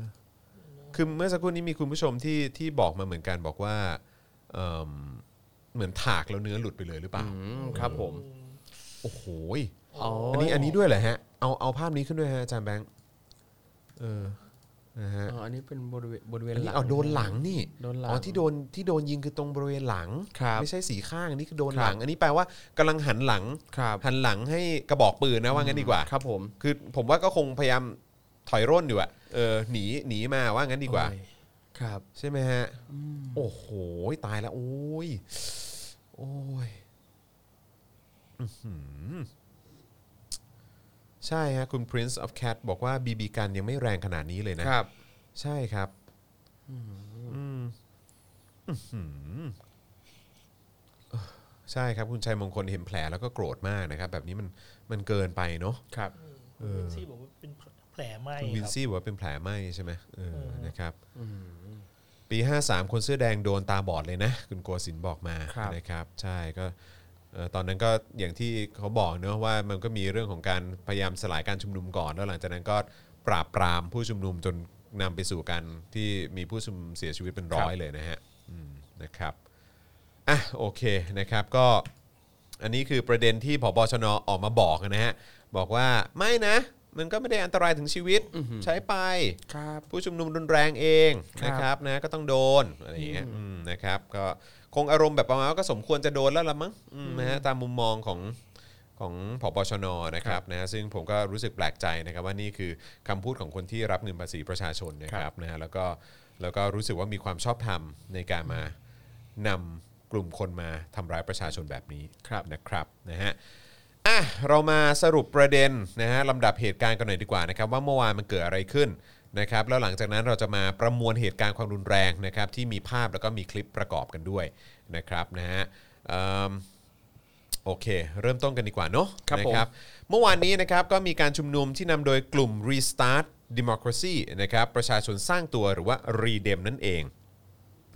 คือเมื่อสักครู่นี้มีคุณผู้ชมที่ที่บอกมาเหมือนกันบอกว่าเอิ่มเหมือนถากแล้วเนื้อหลุดไปเลยหรือเปล่า อืมครับผม โอ้โห อ๋อ อันนี้อันนี้ด้วยเหรอฮะเอาเอาภาพนี้ขึ้นด้วยฮะอาจารย์แบงค์เออนะฮะ อ๋ออันนี้เป็นบริเวณบริเวณ อันนี้ ง เอาโดนหลังนี่ โดนหลัง อ๋อที่โดนที่โดนยิงคือตรงบริเวณหลัง ครับ ไม่ใช่สีข้างอันนี้คือโดน ครับ หลัง อันนี้แปลว่ากำลังหันหลัง ครับ หันหลังให้กระบอกปืนนะว่างั้นดีกว่า ครับผม คือผมว่าก็คงพยายามถอยร่นอยู่อะเออหนีหนีมาว่างั้นดีกว่า โอ้ย ครับ ใช่ไหมฮะโอ้โหตายแล้วโอ้ยโอ้ยอื้อหือใช่ฮะคุณ Prince of Cat บอกว่า BB กันยังไม่แรงขนาดนี้เลยนะ ครับ ใช่ครับอืมอื้อหือใช่ครับ คุณชัยมงคลเห็นแผลแล้วก็โกรธมากนะครับ แบบนี้มันมันเกินไปเนาะ ครับ วินซี่บอกว่าเป็นแผลไหม คุณวิน ครับ ซี่บอกว่าเป็นแผลไหมใช่ไหมเออ ม นะครับ ปี 53 คนเสื้อแดงโดนตาบอดเลยนะ คุณโกศินบอกมา ครับ นะครับ ใช่ก็เอ่อตอนนั้นก็อย่างที่เขาบอกเนอะว่ามันก็มีเรื่องของการพยายามสลายการชุมนุมก่อน แล้วหลังจากนั้นก็ปราบปรามผู้ชุมนุมจนนำไปสู่การที่มีผู้ชุมนุมเสียชีวิตเป็นร้อยเลยนะฮะอืมนะครับอ่ะโอเคนะครับก็ อันนี้คือประเด็นที่ผบชนออกมาบอกนะฮะ บอกว่าไม่นะ มันก็ไม่ได้อันตรายถึงชีวิตใช้ไป ครับ ผู้ชุมนุมรุนแรงเอง ครับ นะครับนะก็ต้องโดนอะไรอย่างเงี้ยอืมนะครับก็คงอารมณ์แบบประมาณว่าก็สมควรจะโดนแล้วละมั้งอืมนะฮะตามมุมมองของของผบชนนะครับนะฮะซึ่งผมก็รู้สึกแปลกใจนะครับว่านี่คือคำพูดของคนที่รับเงินภาษีประชาชนนะครับนะฮะแล้วก็แล้วก็รู้สึกว่ามีความชอบธรรมในการมานำกลุ่มคนมาทำร้ายประชาชนแบบนี้นะครับนะฮะ อ่ะเรามาสรุปประเด็นนะฮะลำดับเหตุการณ์กันหน่อยดีกว่านะครับว่าเมื่อวานมันเกิดอะไรขึ้นนะครับแล้วหลังจากนั้นเราจะมาประมวลเหตุการณ์ความรุนแรงนะครับที่มีภาพแล้วก็มีคลิปประกอบกันด้วยนะครับนะฮะเอิ่มโอเค เริ่มต้นกันดีกว่าเนาะ ครับผม นะเมื่อวานนี้นะครับก็มีการชุมนุมที่นำโดยกลุ่ม Restart Democracy นะครับประชาชนสร้างตัวหรือว่า Redem นั่นเอง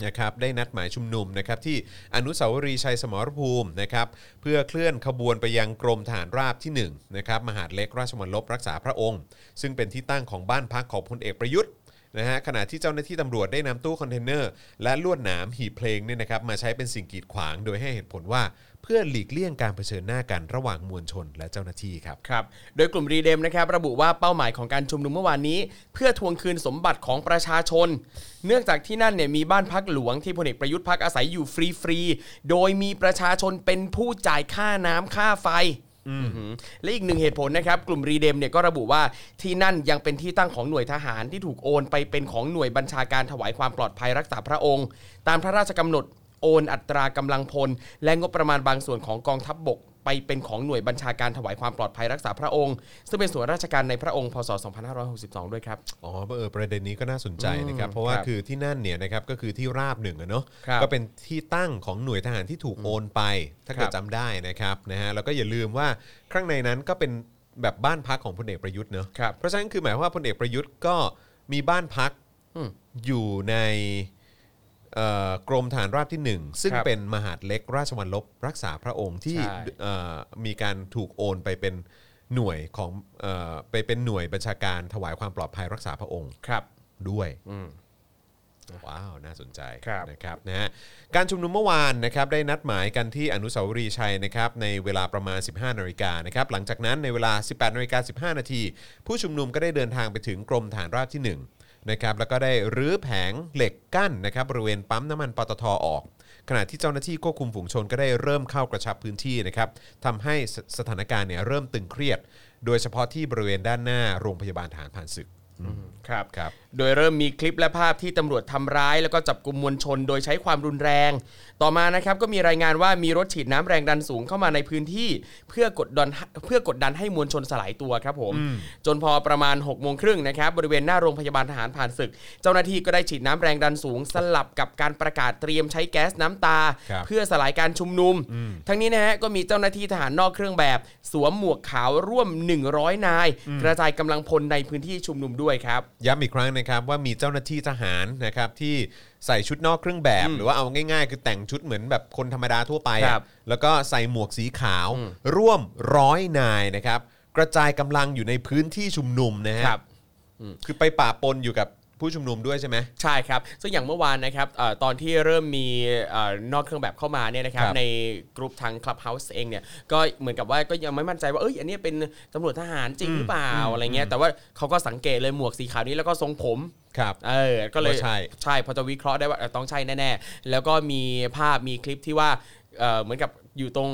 นะครับได้นัดหมายชุมนุมนะครับที่อนุสาวรีย์ชัยสมรภูมินะครับเพื่อเคลื่อนขบวนไปยังกรมฐานราบที่1นะครับมหาดเล็กราชวัลลบรักษาพระองค์ ซึ่งเป็นที่ตั้งของบ้านพักของพลเอกประยุทธ์นะฮะขณะที่เจ้าหน้าที่ตำรวจได้นำตู้คอนเทนเนอร์ และลวดหนามหีบเพลงเนี่ยนะครับมาใช้เป็นสิ่งกีดขวางโดยให้เหตุผลว่าเพื่อหลีกเลี่ยงการเผชิญหน้ากันระหว่างมวลชนและเจ้าหน้าที่ครับ ครับ โดยกลุ่มรีเดมนะครับระบุว่าเป้าหมายของการชุมนุมเมื่อวานนี้ เพื่อทวงคืนสมบัติของประชาชน เนื่องจากที่นั่นเนี่ยมีบ้านพักหลวงที่พลเอกประยุทธ์พักอาศัยอยู่ฟรีๆ โดยมีประชาชนเป็นผู้จ่ายค่าน้ำค่าไฟ และอีกหนึ่งเหตุผลนะครับกลุ่มรีเดมเนี่ยก็ระบุว่าที่นั่นยังเป็นที่ตั้งของหน่วยทหารที่ถูกโอนไปเป็นของหน่วยบัญชาการถวายความปลอดภัยรักษาพระองค์ ตามพระราชกำหนดโอนอัตรากำลังพล และงบประมาณบางส่วนของกองทัพบก ไปเป็นของหน่วยบัญชาการถวายความปลอดภัยรักษาพระองค์ ซึ่งเป็นส่วนราชการในพระองค์พศ 2562 ด้วยครับ อ๋อเออประเด็นนี้ก็น่าสนใจนะครับ อืม เพราะว่า ครับ คือที่นั่นเนี่ยนะครับก็คือที่ราบหนึ่งอะเนาะ ครับ ก็เป็นที่ตั้งของหน่วยทหารที่ถูกโอนไป ถ้าเกิดจำได้นะครับนะฮะแล้วก็อย่าลืมว่าข้างในนั้นก็เป็นแบบบ้านพักของพลเอกประยุทธ์เนาะ ครับ เพราะฉะนั้นคือหมายความว่าพลเอกประยุทธ์ก็มีบ้านพัก อืม อยู่ในเอ่อกรมฐานราบที่หนึ่งซึ่ง ครับ เป็นมหาดเล็กราชวัลลบรักษาพระองค์ที่ ใช่ เอ่อมีการถูกโอนไปเป็นหน่วยของเอ่อไปเป็นหน่วยบัญชาการถวายความปลอดภัยรักษาพระองค์ ครับ ด้วยว้าว น่าสนใจ ครับ นะครับนะฮะการชุมนุมเมื่อวานนะครับได้นัดหมายกันที่อนุสาวรีย์ชัยนะครับในเวลาประมาณ 15นาฬิกานะครับหลังจากนั้นในเวลา 18นาฬิกา15นาทีผู้ชุมนุมก็ได้เดินทางไปถึงกรมฐานราบที่ 1 นะครับแล้วก็ได้รื้อแผงเหล็กกั้นนะครับบริเวณปั๊มน้ำมันปตทออก ขณะที่เจ้าหน้าที่ควบคุมฝูงชนก็ได้เริ่มเข้ากระชับพื้นที่นะครับทำให้สสถานการณ์เนี่ยเริ่มตึงเครียด โดยเฉพาะที่บริเวณด้านหน้าโรงพยาบาลฐานผ่านศึก ครับ ครับ โดยเริ่มมีคลิปและภาพที่ตำรวจทำร้าย แล้วก็จับกลุ่มมวลชนโดยใช้ความรุนแรง ต่อมานะครับก็มีรายงานว่ามีรถฉีดน้ำแรงดันสูงเข้ามาในพื้นที่ เพื่อกดดันเพื่อกดดันให้มวลชนสลายตัวครับผม จนพอประมาณ6กโมงครึ่งนะครับบริเวณหน้าโรงพยาบาลทหารผ่านศึก เจ้าหน้าที่ก็ได้ฉีดน้ำแรงดันสูง สลับกับการประกาศเตรียมใช้แก๊สน้ำตา ครับ เพื่อสลายการชุมนุม ทั้งนี้นะฮะก็มีเจ้าหน้าที่ทหารนอกเครื่องแบบ สวมหมวกขาวร่วม 100 นาย กระจายกำลังพลในพื้นที่ชุมนุมด้วยครับ ย้ำอีกครั้งนะครับว่ามีเจ้าหน้าที่ทหารนะครับที่ใส่ชุดนอกเครื่องแบบ หรือว่าเอาง่ายๆ คือแต่งชุดเหมือนแบบคนธรรมดาทั่วไปอะ ครับ แล้วก็ใส่หมวกสีขาว ร่วมร้อยนายนะครับกระจายกำลังอยู่ในพื้นที่ชุมนุมนะฮะ ครับ คือไปป่าปนอยู่กับผู้ชุมนุมด้วยใช่ไหม ใช่ครับ ซึ่งอย่างเมื่อวานนะครับเออตอนที่เริ่มมีเออนอกเครื่องแบบเข้ามาเนี่ยนะครับ ครับ ในกลุ่มทาง Clubhouse เองเนี่ย ก็เหมือนกับว่าก็ยังไม่มั่นใจว่า เอ้ย อันเนี้ยเป็นตำรวจทหารจริงหรือเปล่าอะไรเงี้ย แต่ว่าเขาก็สังเกตเลยหมวกสีขาวนี้แล้วก็ทรงผม ครับ เออ ก็เลย ว่าใช่ ใช่ พอจะวิเคราะห์ได้ว่าเออต้องใช่แน่ ๆ แล้วก็มีภาพ มีคลิปที่ว่าเออเหมือนกับอยู่ตรง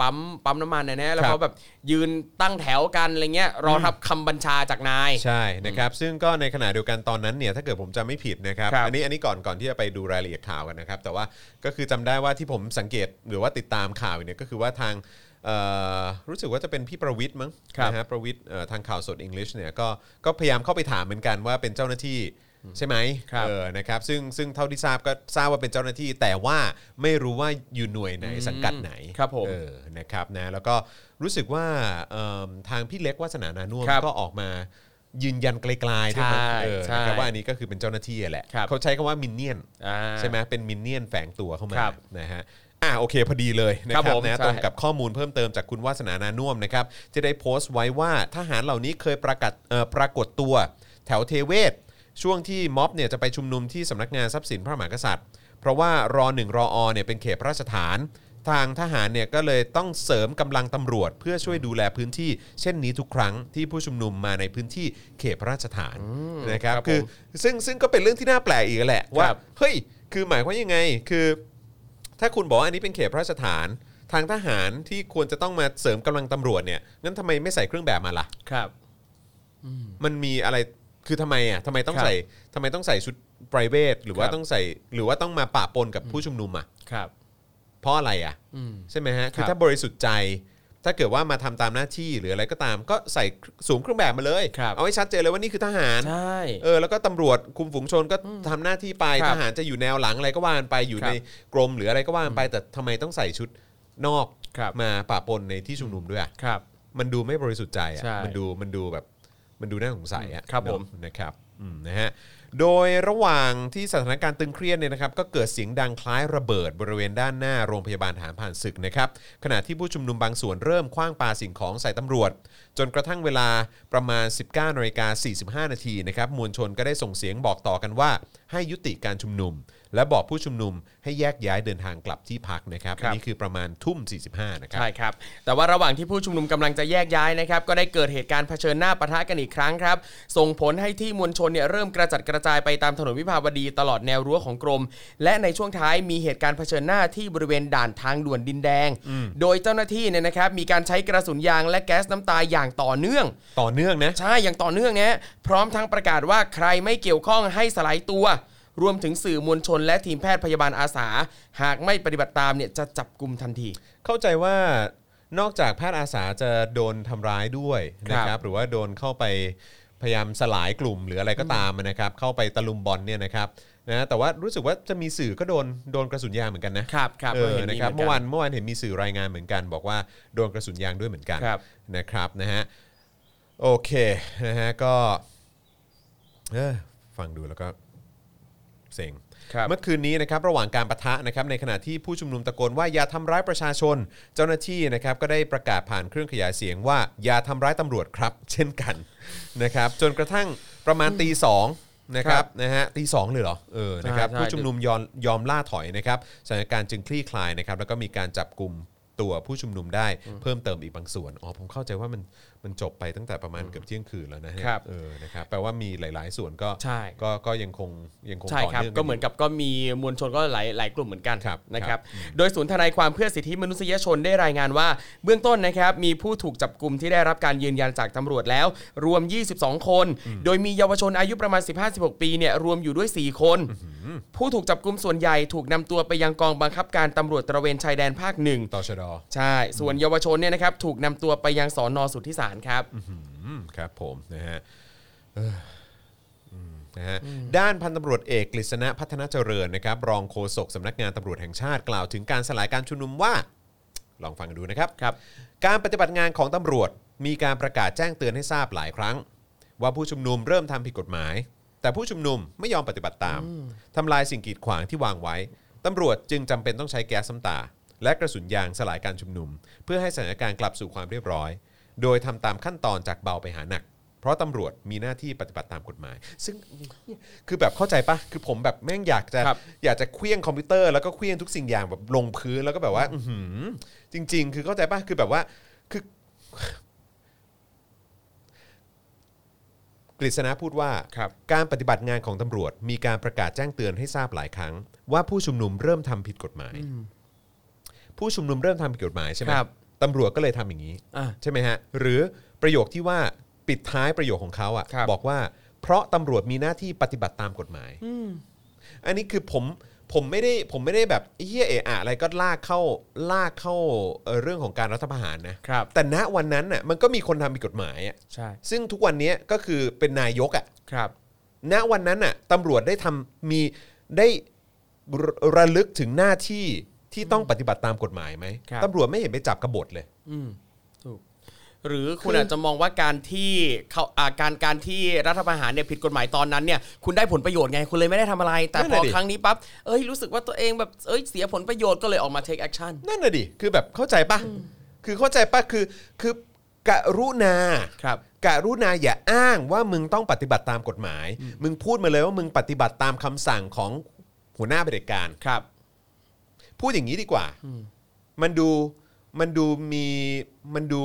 ปั๊ม ปั๊มน้ำมันนะนะแล้วเขาแบบยืนตั้งแถวกันอะไรเงี้ย รอรับคำบัญชาจากนาย ใช่นะครับซึ่งก็ในขณะเดียวกันตอนนั้นเนี่ยถ้าเกิดผมจำไม่ผิดนะครับ ครับ อันนี้อันนี้ก่อนก่อนที่จะไปดูรายละเอียดข่าวกันนะครับแต่ว่าก็คือจำได้ว่าที่ผมสังเกตหรือว่าติดตามข่าวเนี่ยก็คือว่าทางเอ่อรู้สึกว่าจะเป็นพี่ประวิทย์มั้ง ครับ นะฮะประวิทย์เอ่อทางข่าวสดอังกฤษเนี่ยก็ก็พยายามเข้าไปถามเหมือนกันว่าเป็นเจ้าหน้าที่ใช่ไหม ครับ เออนะครับซึ่งซึ่งเท่าที่ทราบก็ทราบว่าเป็นเจ้าหน้าที่ แต่ว่าไม่รู้ว่าอยู่หน่วยไหนสังกัดไหน ครับผม เออ นะครับ นะ แล้วก็รู้สึกว่าเอิ่มทางพี่เล็กวาสนานานุ่ม ครับ ก็ออกมายืนยันไกลๆด้วยนะ ใช่ เออ ใช่ นะครับว่าอันนี้ก็คือเป็นเจ้าหน้าที่แหละ ครับ เขาใช้คำว่ามินเนี่ยน อ่า ใช่ไหมเป็นมินเนี่ยนแฝงตัวเข้ามา ครับ นะฮะอ่ะโอเคพอดีเลยนะค ครั รับบ ผม นะ ใช่ ตรงกับข้อมูลเพิ่มเติมจากคุณวาสนานานุ่วมนะครับที่ได้โพสต์ไว้ว่าทหารเหล่านี้เคยประกาศเอ่อปรากฏตัว แถวเทเวศ ช่วงที่ม็อบเนี่ยจะไปชุมนุมที่สำนักงานทรัพย์สินพระมหากษัตริย์ เพราะว่ารอหนึ่งรออเนี่ยเป็นเขตพระราชฐาน ทางทหารเนี่ยก็เลยต้องเสริมกำลังตำรวจ เพื่อช่วยดูแลพื้นที่ เช่นนี้ทุกครั้งที่ผู้ชุมนุมมาในพื้นที่เขตพระราชฐานนะครับ ครับ คือ ผม ซึ่งซึ่งก็เป็นเรื่องที่น่าแปลกอีกแหละว่า ครับ เฮ้ยคือหมายความยังไงคือ ถ้าคุณบอกว่าอันนี้เป็นเขตพระราชฐาน ทางทหารที่ควรจะต้องมาเสริมกำลังตำรวจเนี่ยงั้นทำไมไม่ใส่เครื่องแบบมาล่ะ ครับ มันมีอะไรคือทำไมอ่ะทำไมต้อง ครับ ใส่ทำไมต้องใส่ชุด p r i v a t หรือว่า ครับ ต้องใส่หรือว่าต้องมาปะปนกับผู้ชุมนุมอ่ะ ครับ เพราะอะไรอ่ะ อืม ใช่ไหมฮะ ครับ คือถ้าบริสุทธิ์ใจ ถ้าเกิดว่ามาทำตามหน้าที่หรืออะไรก็ตาม ก็ใส่สูงเครื่องแบบมาเลย ครับ เอาให้ชัดเจนเลยว่านี่คือทหาร ใช่ เออ แล้วก็ตำรวจคุมฝูงชนก็ทำหน้าที่ไป ครับ ทหารจะอยู่แนวหลังอะไรก็ว่ากันไป อยู่ ครับ ในกรมหรืออะไรก็ว่ากันไป แต่ทำไมต้องใส่ชุดนอก ครับ มาปะปนในที่ชุมนุมด้วยอะ ครับ มันดูไม่บริสุทธิ์ใจอ่ะ ใช่ มันดู มันดูแบบ มันดูน่าสงสัยอ่ะ ครับผม เนอะนะครับอืมนะฮะ โดยระหว่างที่สถานการณ์ตึงเครียดเนี่ยนะครับ ก็เกิดเสียงดังคล้ายระเบิดบริเวณด้านหน้าโรงพยาบาลทหารผ่านศึกนะครับ ขณะที่ผู้ชุมนุมบางส่วนเริ่มคว้างปาสิ่งของใส่ตำรวจ จนกระทั่งเวลาประมาณ 19นาฬิกา45 นาทีนะครับ มวลชนก็ได้ส่งเสียงบอกต่อกันว่า ให้ยุติการชุมนุม และบอกผู้ชุมนุมให้แยกย้ายเดินทางกลับที่พักนะครับ ครับ อันนี่คือประมาณทุ่ม 45 นะครับ ใช่ครับ แต่ว่าระหว่างที่ผู้ชุมนุมกำลังจะแยกย้ายนะครับ ก็ได้เกิดเหตุการณ์เผชิญหน้าปะทะกันอีกครั้งครับ ส่งผลให้ที่มวลชนเนี่ยเริ่มกระจัดกระจายไปตามถนนวิภาวดีตลอดแนวรั้วของกรม และในช่วงท้ายมีเหตุการณ์เผชิญหน้าที่บริเวณด่านทางด่วนดินแดง โดยเจ้าหน้าที่เนี่ยนะครับมีการใช้กระสุนยางและแก๊สน้ำตาอย่างต่อเนื่อง ต่อเนื่องนะ ใช่อย่างต่อเนื่องนะพร้อมทั้งประกาศว่าใครไม่เกี่ยวข้องให้สลายตัว รวมถึงสื่อมวลชนและทีมแพทย์พยาบาลอาสา หากไม่ปฏิบัติตามเนี่ยจะจับกลุ่มทันที เข้าใจว่านอกจากแพทย์อาสาจะโดนทำร้ายด้วยนะค ครั รับบหรือว่าโดนเข้าไปพยายามสลายกลุ่มหรืออะไรก็ตามนะครับ เข้าไปตะลุมบอลเนี่ยนะครับนะแต่ว่ารู้สึกว่าจะมีสื่อก็โดนโดนกระสุนยางเหมือนกันนะครับ ครับ เอ เรา อ เห็นมี นะครับ เหมือนกัน เมื่อวานเมื่อวานเห็นมีสื่อรายงานเหมือนกัน บอกว่าโดนกระสุนยางด้วยเหมือนกัน ครับ นะครับนะฮะโอเคนะฮะก็เอ้อฟังดูแล้วก็เซ็ง ครับ เมื่อคืนนี้นะครับระหว่างการประทะนะครับในขณะที่ผู้ชุมนุมตะโกนว่าอย่าทำร้ายประชาชน เจ้าหน้าที่นะครับก็ได้ประกาศผ่านเครื่องขยายเสียงว่าอย่าทำร้ายตำรวจครับ เช่นกันนะครับจนกระทั่งประมาณตีสองนะครับนะฮะตีสองเลยเหรอเออนะครับ ใช่ใช่ ผู้ชุมนุมยอมยอมล่าถอยนะครับสถานการณ์จึงคลี่คลายนะครับแล้วก็มีการจับกลุ่มตัวผู้ชุมนุมได้เพิ่มเติมอีกบางส่วนอ๋อผมเข้าใจว่ามันมันจบไปตั้งแต่ประมาณเกือบเที่ยงคืนแล้วนะเนี่ย ครับ เออนะครับแปลว่ามีหลาย ๆ ส่วนก็ ใช่ ก็ก็ยังคงยังคง ใช่ ต่อ ครับ เนื่อง ก็ ยู่ เหมือนกับก็มีมวลชนก็หลายหลายกลุ่มเหมือนกัน ครับ นะครับ โดยศูนย์ทนายความเพื่อสิทธิมนุษยชนได้รายงานว่า เบื้องต้นนะครับ มีผู้ถูกจับกลุ่มที่ได้รับการยืนยันจากตำรวจแล้ว รวม 22 คน โดยมีเยาวชนอายุประมาณ 15-16 ปีเนี่ยรวมอยู่ด้วย 4 คน ผู้ถูกจับกลุ่มส่วนใหญ่ถูกนำตัวไปยังกองบังคับการตำรวจตระเวนชายแดนภาคหนึ่ง ต่อชะดอ ใช่ ส่วนเยาวชนเนี่ยนะครับถูกนำตัวไปยังสอนอสุทธิสารครับ อืมครับผมนะฮะเอ่ออืมนะฮะด้านพันตำรวจเอกกฤษณะพัฒนาเจริญนะครับ รองโฆษกสำนักงานตำรวจแห่งชาติกล่าวถึงการสลายการชุมนุมว่า ลองฟังดูนะครับ ครับ การปฏิบัติงานของตำรวจมีการประกาศแจ้งเตือนให้ทราบหลายครั้ง ว่าผู้ชุมนุมเริ่มทำผิดกฎหมาย แต่ผู้ชุมนุมไม่ยอมปฏิบัติตามทำลายสิ่งกีดขวางที่วางไว้ตำรวจจึงจำเป็นต้องใช้แก๊สซ้ำตา และกระสุนยางสลายการชุมนุม เพื่อให้สถานการณ์กลับสู่ความเรียบร้อย โดยทำตามขั้นตอนจากเบาไปหาหนัก เพราะตำรวจมีหน้าที่ปฏิบัติตามกฎหมาย ซึ่งคือแบบเข้าใจปะคือผมแบบแม่งอยากจะ ครับ อยากจะเคลี้ยงคอมพิวเตอร์แล้วก็เคลี้ยงทุกสิ่งอย่างแบบลงพื้นแล้วก็แบบว่า อื้อหือ จริง ๆ คือเข้าใจปะคือแบบว่าคือ กฤษณะพูดว่า ครับ การปฏิบัติงานของตำรวจ มีการประกาศแจ้งเตือนให้ทราบหลายครั้ง ว่าผู้ชุมนุมเริ่มทำผิดกฎหมาย ผู้ชุมนุมเริ่มทำผิดกฎหมายใช่ไหม ครับ ตำรวจก็เลยทำอย่างนี้ อ่ะ ใช่ไหมฮะ หรือประโยคที่ว่าปิดท้ายประโยคของเขาอะ ครับ บอกว่าเพราะตำรวจมีหน้าที่ปฏิบัติตามกฎหมาย อันนี้คือผมผมไม่ได้ผมไม่ได้แบบเฮียเอะอะอะไรก็ลากเข้าลากเข้าเอ่อเรื่องของการรัฐประหารนะ ครับ แต่ณวันนั้นน่ะมันก็มีคนทำผิดกฎหมายอะ ใช่ ซึ่งทุกวันนี้ก็คือเป็นนายกอะ ครับ ณวันนั้นน่ะตำรวจได้ทำมีได้ระระลึกถึงหน้าที่ที่ต้องปฏิบัติตามกฎหมายไหม ครับ ตำรวจไม่เห็นไปจับกบฏเลย อืมถูกหรือคุณ คืออ อาจจะมองว่าการที่เขาอ่าการการที่รัฐประหารเนี่ยผิดกฎหมายตอนนั้นเนี่ยคุณได้ผลประโยชน์ไง คุณเลยไม่ได้ทำอะไร แต่พอครั้งนี้ปั๊บเอ้ยรู้สึกว่าตัวเองแบบเอ้ยเสียผลประโยชน์ก็เลยออกมา take action นั่นน่ะดิคือแบบเข้าใจปะคือเข้าใจปะคือคือกะรุณา ครับ กะรุณาอย่าอ้างว่ามึงต้องปฏิบัติตามกฎหมาย มึงพูดมาเลยว่ามึงปฏิบัติตามคำสั่งของหัวหน้าเผด็จการ ครับ พูดอย่างนี้ดีกว่า มันดูมันดูมีมันดู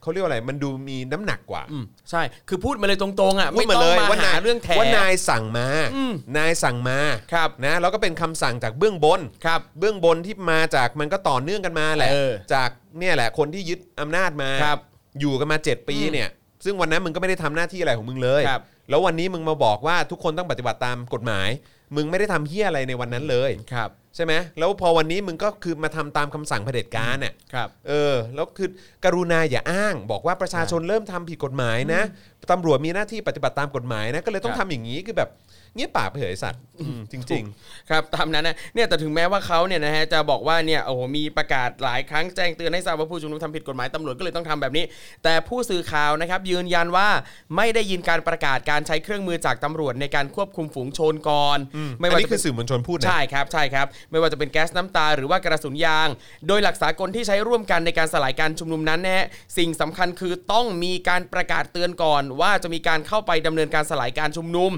เขาเรียกว่าอะไร มันดูมีน้ำหนักกว่า อืมใช่ คือพูดมาเลยตรงๆอ่ะ พู ไม่ ดมา ต้อง เลย มา ว่านาย หาเรื่องแถ ว่านายสั่งมา อืม นายสั่งมา ครับ นะแล้วก็เป็นคำสั่งจากเบื้องบน ครับ เบื้องบนที่มาจากมันก็ต่อเนื่องกันมาแหละ เออ จากเนี่ยแหละคนที่ยึดอำนาจมา ครับ อยู่กันมา 7 ปี อืม เนี่ย ซึ่งวันนั้นมึงก็ไม่ได้ทำหน้าที่อะไรของมึงเลย ครับ แล้ววันนี้มึงมาบอกว่าทุกคนต้องปฏิบัติตามกฎหมาย มึงไม่ได้ทำเฮี้ยอะไรในวันนั้นเลย ครับ ใช่ไหมแล้วพอวันนี้มึงก็คือมาทำตามคำสั่งเผด็จการเนี่ย ครับ เออแล้วคือกรุณาอย่าอ้าง บอกว่าประชาชนเริ่มทำผิดกฎหมายนะตำรวจมีหน้าที่ปฏิบัติตามกฎหมายนะก็เลยต้อง ค ทำ รับ อย่างนี้คือแบบเงียบปากไปเผยสัตว์อืมจริง ครับตามนั้นนะเนี่ยแต่ถึงแม้ว่าเขาเนี่ยนะฮะจะบอกว่าเนี่ยโอ้โหมีประกาศหลายครั้งแจ้งเตือนให้ทราบว่าผู้ชุมนุมทำผิดกฎหมายตำรวจก็เลยต้องทำแบบนี้ แต่ผู้สื่อข่าวนะครับยืนยันว่าไม่ได้ยินการประกาศการใช้เครื่องมือจากตำรวจในการควบคุมฝูงชนก่อน ๆอืม ไม่ อัน ว่า นี้ จะ คื เป็ อน สื่อมวลชนพูดนะ ใช่ครับใช่ครับ ไม่ว่าจะเป็นแก๊สน้ำตาหรือว่ากระสุนยาง โดยหลักสากลที่ใช้ร่วมกันในการสลายการชุมนุมนั้นนะฮะสิ่งสำคัญคือต้องมีการประกาศเตือนก่อน ว่าจะมีการเข้าไปดำเนินการสลายการชุมนุม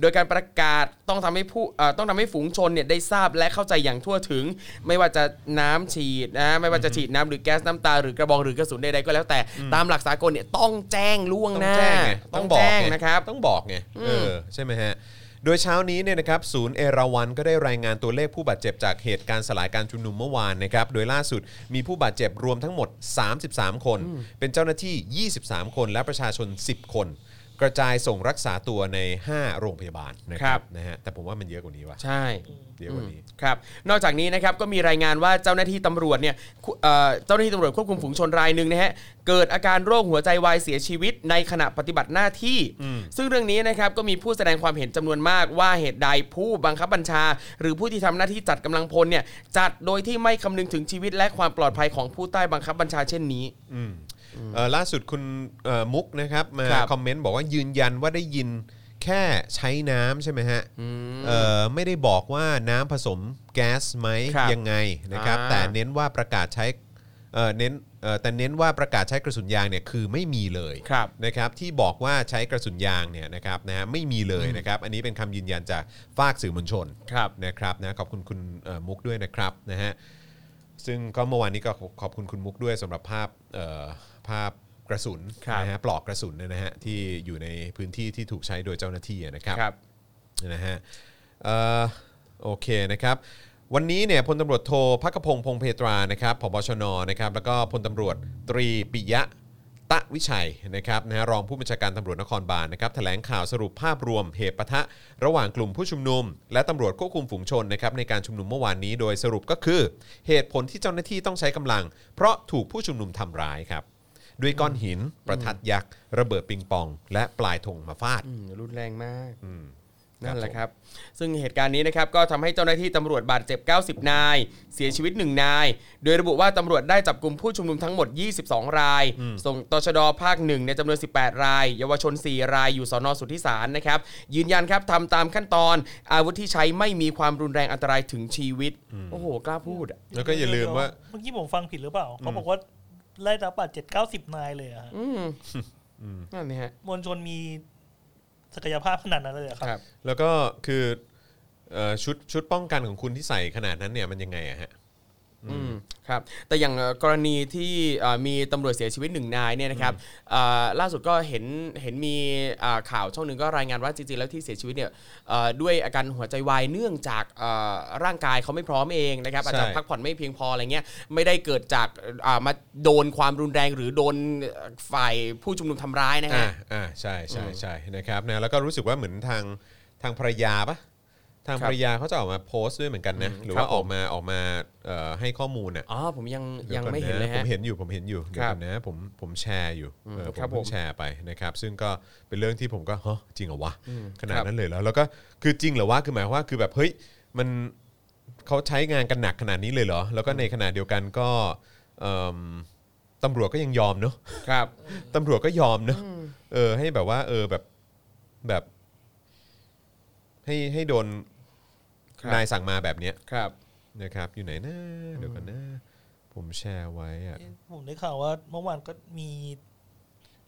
โดยการประกาศต้องทำให้ผู้เอ่อต้องทำให้ฝูงชนเนี่ยได้ทราบและเข้าใจอย่างทั่วถึง ไม่ว่าจะน้ำฉีดนะไม่ว่าจะฉีดน้ำหรือแก๊สน้ำตา หรือกระบองหรือกระสุนใดๆก็แล้วแต่ตามหลักสากลเนี่ยต้องแจ้งล่วงหน้า ต้องแจ้งไง ต้องแจ้งนะครับ ต้องบอกไงเออใช่ไหมฮะโดยเช้านี้เนี่ยนะครับศูนย์เอราวันก็ได้รายงานตัวเลขผู้บาดเจ็บจากเหตุการณ์สลายการชุมนุมเมื่อวานนะครับโดยล่าสุดมีผู้บาดเจ็บรวมทั้งหมด 33 คน เป็นเจ้าหน้าที่ 23 คน และประชาชน 10 คน กระจายส่งรักษาตัวใน 5 โรงพยาบาลนะค ครั รับบ นะฮะแต่ผมว่ามันเยอะกว่านี้ว่ะ ใช่ เยอะกว่านี้ ครับ นอกจากนี้นะครับก็มีรายงานว่าเจ้าหน้าที่ตำรวจเนี่ยคุเอ่อเจ้าหน้าที่ตำรวจควบคุมฝูงชนรายหนึ่งนะฮะเกิดอาการโรคหัวใจวายเสียชีวิตในขณะปฏิบัติหน้าที่ ซึ่งเรื่องนี้นะครับก็มีผู้แสดงความเห็นจำนวนมากว่าเหตุใดผู้บังคับบัญชา หรือผู้ที่ทำหน้าที่จัดกำลังพลเนี่ยจัดโดยที่ไม่คำนึงถึงชีวิตและความปลอดภัยของผู้ใต้บังคับบัญชาเช่นนี้ เอ่อล่าสุดคุณเอ่อมุกนะครับมา ครับ คอมเมนต์บอกว่ายืนยันว่าได้ยินแค่ใช้น้ำใช่ไหมฮะเอ่อไม่ได้บอกว่าน้ำผสมแก๊สไหม ครับ ยังไงนะครับ อ่า แต่เน้นว่าประกาศใช้เอ่อเน้นเอ่อแต่เน้นว่าประกาศใช้กระสุนยางเนี่ยคือไม่มีเลย ครับ นะครับที่บอกว่าใช้กระสุนยางเนี่ยนะครับนะฮะไม่มีเลยนะครับ อันนี้เป็นคำยืนยันจากฝากสื่อมวลชน ครับ นะครับนะขอบคุณคุณเอ่อมุกด้วยนะครับนะฮะซึ่งก็เมื่อวานนี้ก็ขอบคุณคุณมุกด้วยสำหรับภาพเอ่อภาพกระสุน ครับ นะฮะปลอกกระสุนเนยนะฮะที่อยู่ในพื้นที่ที่ถูกใช้โดยเจ้าหน้าที่นะครั นะฮะเอ่อโอเคนะครับ วันนี้เนี่ยพลตำรวจโทพักพงษ์พงเพตรานะครับผบชนนะครับแล้วก็พลตำรวจตรีปิยะตะวิชัยนะครับนะฮะรองผู้บัญชาการตำรวจนครบาลนะครับแถลงข่าวสรุปภาพรวมเหตุปะทะระหว่างกลุ่มผู้ชุมนุม และตำรวจควบคุมฝูงชนนะครับในการชุมนุมเมื่อวานนี้โดยสรุปก็คือ เหตุผลที่เจ้าหน้าที่ต้องใช้กำลัง เพราะถูกผู้ชุมนุมทำร้ายครับด้วยก้อนหิน ประทัดยักษ์ระเบิดปิงปอง และปลายธงมาฟาด อืมรุนแรงมาก ครั นั่ บ นแหละครับ ซึ่งเหตุการณ์นี้นะครับก็ทำให้เจ้าหน้าที่ตำรวจบาดเจ็บ 90 นาย เสียชีวิต 1 นาย โดยระบุว่าตำรวจได้จับกลุ่มผู้ชุมนุมทั้งหมด 22 ราย ส่งตชดภาค 1 ในยจำนวน 18 ราย เยาวชน 4 รายอยู่สอนอสุทธิสารนะครับ ยืนยันครับทำตามขั้นตอน อาวุธที่ใช้ไม่มีความรุนแรงอันตรายถึงชีวิต โอ้โห กล้าพูดอะ แล้วก็อย่าลืมว่า เมื่อกี้ผมฟังผิดหรือเปล่าเขาบอกว่าได้รับบาดเจ็บเก้าสิบนายเลยอะฮะ อืมนั่นนี่ฮะ มวลชนมีศักยภาพขนาดนั้นเลยเหรอครับ ครับ แล้วก็คือเอ่อชุดชุดป้องกันของคุณที่ใส่ขนาดนั้นเนี่ยมันยังไงอะฮะ อืมครับแต่อย่างเอ่อกรณีที่เอ่อมีตำรวจเสียชีวิตหนึ่งนายเนี่ยนะครับเอ่อล่าสุดก็เห็นเห็นมีอ่าข่าวช่องหนึ่งก็รายงานว่าจริงๆแล้วที่เสียชีวิตเนี่ยเอ่อด้วยอาการหัวใจวายเนื่องจากเอ่อร่างกายเขาไม่พร้อมเองนะครับ ใช่ อาจจะพักผ่อนไม่เพียงพออะไรเงี้ยไม่ได้เกิดจากอ่ามาโดนความรุนแรงหรือโดนฝ่ายผู้ชุมนุมทำร้ายนะฮะ อ่าอ่าใช่ใช่ใช่นะครับนะแล้วก็รู้สึกว่าเหมือนทางทางภรรยาปะทาง ครั ภ บ รรยาเขาจะออกมาโพสต์ด้วยเหมือนกันนะ อืม หรือ ครั ว่า บ ออกมาออกมาเอ่อให้ข้อมูลอ่ะ อ๋อผมยัง ดี๋ว ยัง ก่อ ไม่เห็นเลย ผ ฮะ มเห็นอยู่ผมเห็นอยู่เดี๋ยวก่อนนะผมผมแชร์อยู่เออผม ครับ เพิ่ ผ ง ม แชร์ไปนะครับ ซึ่งก็เป็นเรื่องที่ผมก็ฮะจริงเหรอวะ อืม ขนาด ครับ นั้นเลยแล้วแล้วก็คือจริงเหรอวะคือหมายความว่าคือแบบเฮ้ยมัน เขาใช้งานกันหนักขนาดนี้เลยเหรอ แล้วก็ในขณะเดียวกันก็เอิ่มตำรวจก็ยังยอมเนอะ ครับ ตำรวจก็ยอมเนอะเออ ให้แบบว่า เออแบบแบบ ให้ให้โดน ครับ นายสั่งมาแบบเนี้ย ครับ นะครับ อยู่ไหนนะเดี๋ยวกันนะ ผมแชร์ไว้อะ ผมได้ข่าวว่าเมื่อวานก็มี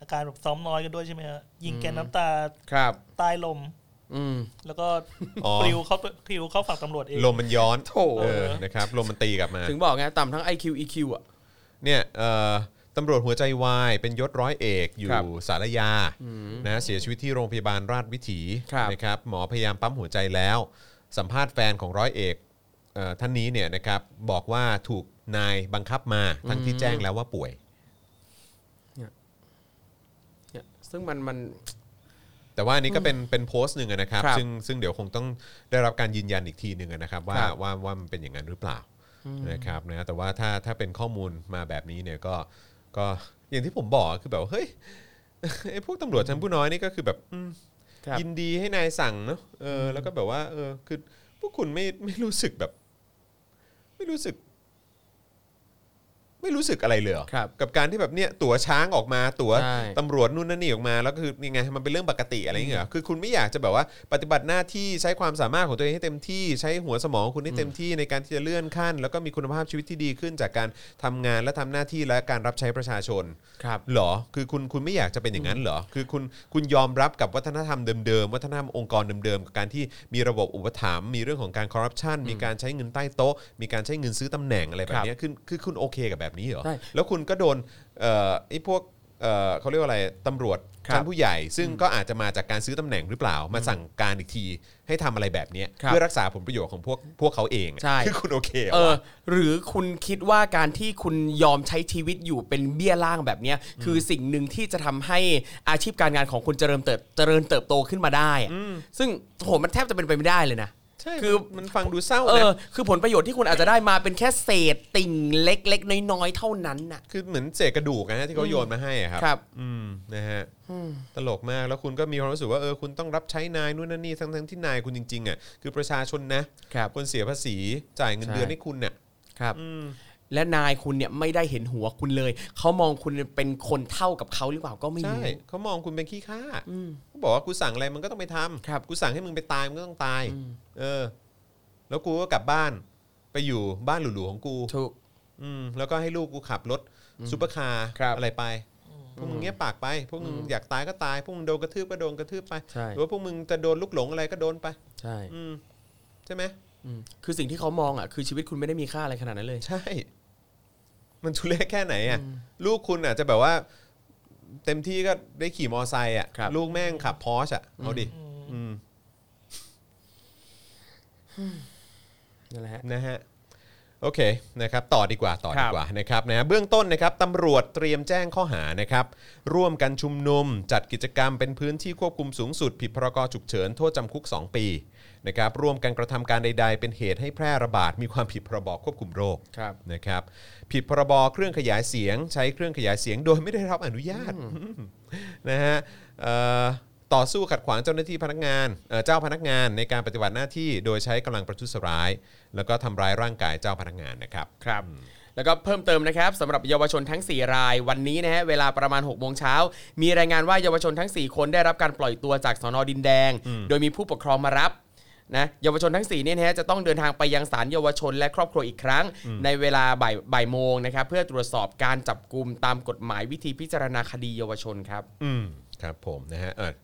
อาการแบบซ้อมน้อยกันด้วยใช่ไหมฮะยิงแกนน้ำตา ครับ ใต้ลม อืม แล้วก็ อ๋อ ปลิวเข้าปลิวเข้าฝั่งตำรวจเอง ลมมันย้อน โถ เออนะครับลมมันตีกลับมา ถึงบอกไงต่ำทั้ง IQ EQ อ่ะ เนี่ยเอ่อตำรวจหัวใจวายเป็นยศร้อยเอกอยู่ ครับ สารยานะเสียชีวิตที่โรงพยาบาลราชวิถี ครับ นะครับหมอพยายามปั๊มหัวใจแล้ว สัมภาษณ์แฟนของร้อยเอกเอ่อท่านนี้เนี่ยนะครับบอกว่าถูกนายบังคับมาทั้งที่แจ้งแล้วว่าป่วย เนี่ยซึ่งมันมัน แต่ว่าอันนี้ก็เป็นเป็นโพสต์หนึ่งอะนะครับ ครับ ซึ่งซึ่งเดี๋ยวคงต้องได้รับการยืนยันอีกทีหนึ่งอะนะครับว่า ครับ ว่าว่ามันเป็นอย่างนั้นหรือเปล่านะครับนะแต่ว่าถ้าถ้าเป็นข้อมูลมาแบบนี้เนี่ยก็ก็อย่างที่ผมบอกคือแบบว่าเฮ้ย (laughs) ไอ้พวกตำรวจชั้นผู้น้อยนี่ก็คือแบบอืม ครับ ยินดีให้นายสั่งเนาะเอออแล้วก็แบบว่าเออคือพวกคุณไม่ไม่รู้สึกแบบ ไม่รู้สึก ไม่รู้สึกอะไรเลยเหรอ ครับ กับการที่แบบเนี่ยตั๋วช้างออกมาตั๋ว ใช่ ตำรวจนู่นนั่นนี่ออกมาแล้วก็คือยังไงมันเป็นเรื่องปกติอะไรอย่างเงี้ยเหรอคือคุณไม่อยากจะแบบว่า ปฏิบัติหน้าที่ใช้ความสามารถของตัวเองให้เต็มที่ใช้หัวสมองคุณให้เต็มที่ในการที่จะเลื่อนขั้น แล้วก็มีคุณภาพชีวิตที่ดีขึ้นจากการทำงานและทำหน้าที่และการรับใช้ประชาชน ครับ เหรอ คือคุณคุณไม่อยากจะเป็นอย่างนั้นเหรอ คือคุณคุณยอมรับกับวัฒนธรรมเดิมๆ วัฒนธรรมองค์กรเดิมๆ กับการที่มีระบบอุปถัมภ์ มีเรื่องของการคอร์รัปชัน มีการใช้เงินใต้โต๊ะ มีการใช้เงินซื้อตำแหน่งอะไรแบบเนี้ยคือคือคุณโอเคกับแบบนี้เหรอ ใช่ แล้วคุณก็โดนเอ่อไอ้พวกเอ่อเขาเรียกว่าอะไรตำรวจ ครับ ชั้นผู้ใหญ่ ซึ่งก็อาจจะมาจากการซื้อตำแหน่งหรือเปล่า มาสั่งการอีกทีให้ทำอะไรแบบเนี้ย ครับ เพื่อรักษาผลประโยชน์ของพวกพวกเขาเองอะ ใช่ คือคุณโอเคเหร เอ อ อ วะ หรือคุณคิดว่าการที่คุณยอมใช้ชีวิตอยู่เป็นเบี้ยล่างแบบเนี้ยคือสิ่งหนึ่งที่จะทำให้อาชีพการงานของคุณเจริญเติบเจริญเติบโตขึ้นมาได้อะซึ่งโหมันแทบจะเป็นไปไม่ได้เลยนะ ใช่ คือ มันฟังดูเศร้า เอ นะ อคือผลประโยชน์ที่คุณอาจจะได้มาเป็นแค่เศษติ่งเล็กๆ น้อยๆ เท่านั้นน่ะ คือเหมือนเศษกระดูกนะฮะที่เขาโยนมาให้อะครับ ครับ อืมนะฮะตลกมากแล้วคุณก็มีความรู้สึกว่าเออคุณต้องรับใช้นายนู่นนั่นนี่ทั้งทั้งๆที่นายคุณจริงๆอ่ะคือประชาชนนะครับ คนเสียภาษีจ่ายเงิน ใช่ เดือนให้คุณเนี่ย ครับ และนายคุณเนี่ยไม่ได้เห็นหัวคุณเลย เขามองคุณเป็นคนเท่ากับเขาหรือเปล่าก็ไม่ ใช่ รู้ เขามองคุณเป็นขี้ข้าเขาบอกว่ากูสั่งอะไรมันก็ต้องไปทำ ครับ กูสั่งให้มึงไปตายมึงก็ต้องตาย เออ แล้วกูก็กลับบ้าน ไปอยู่บ้านหรูๆของกู ถูก อืมแล้วก็ให้ลูกกูขับรถซูเปอร์คาร์ ครับ อะไรไปพวกมึงเงียบปากไปพวกมึงอยากตายก็ตายพวกมึงโดนกระทืบก็โดนกระทืบไป ใช่ หรือว่าพวกมึงจะโดนลูกหลงอะไรก็โดนไป ใช่ อืมใช่ไหม อืมคือสิ่งที่เขามองอ่ะคือชีวิตคุณไม่ได้มีค่าอะไรขนาดนั้นเลย ใช่ มันทุเรศแค่ไหนอ่ะ ลูกคุณอาจจะแบบว่า เต็มที่ก็ได้ขี่มอไซค์อ่ะ ครับ ลูกแม่งขับพอชอ่ะ เอาดิ อืม นั่นแหละฮะ นะฮะโอเคนะครับต่อดีกว่าต่อ ค ดี รับ กว่านะครับนะฮะเบื้องต้นนะครับตำรวจเตรียมแจ้งข้อหานะครับร่วมกันชุมนุม จัดกิจกรรมเป็นพื้นที่ควบคุมสูงสุด ผิดพรกฉุกเฉินโทษจำคุก 2 ปีนะครับร่วมกันกระทำการใด ๆ เป็นเหตุให้แพร่ระบาด มีความผิดพรบควบคุมโรค ครับ นะครับผิดพรบเครื่องขยายเสียง ใช้เครื่องขยายเสียงโดยไม่ได้รับอนุญาต นะฮะเอ่อต่อสู้ขัดขวางเจ้าหน้าที่พนักงานเอ่อเจ้าพนักงานในการปฏิบัติหน้าที่โดยใช้กำลังประทุษร้าย แล้วก็ทำร้ายร่างกายเจ้าพนักงานนะครับ ครับแล้วก็เพิ่มเติมนะครับสำหรับเยาวชนทั้ง 4 รายวันนี้นะฮะเวลาประมาณ6กโมงเช้า มีรายงานว่าเยาวชนทั้ง 4 คนได้รับการปล่อยตัวจากสอนอดินแดง โดยมีผู้ปกครองมารับนะเยาวชนทั้ง4เนี่ยนะฮะจะต้องเดินทางไปยังศาลเยาวชนและครอบครัวอีกครั้ง ในเวลาบ่ายบ่ายโมงนะครับเพื่อตรวจสอบการจับกลุ่มตามกฎหมายวิธีพิจารณาคดีเยาวชนครับ อืมครับผมนะฮะเอ่อ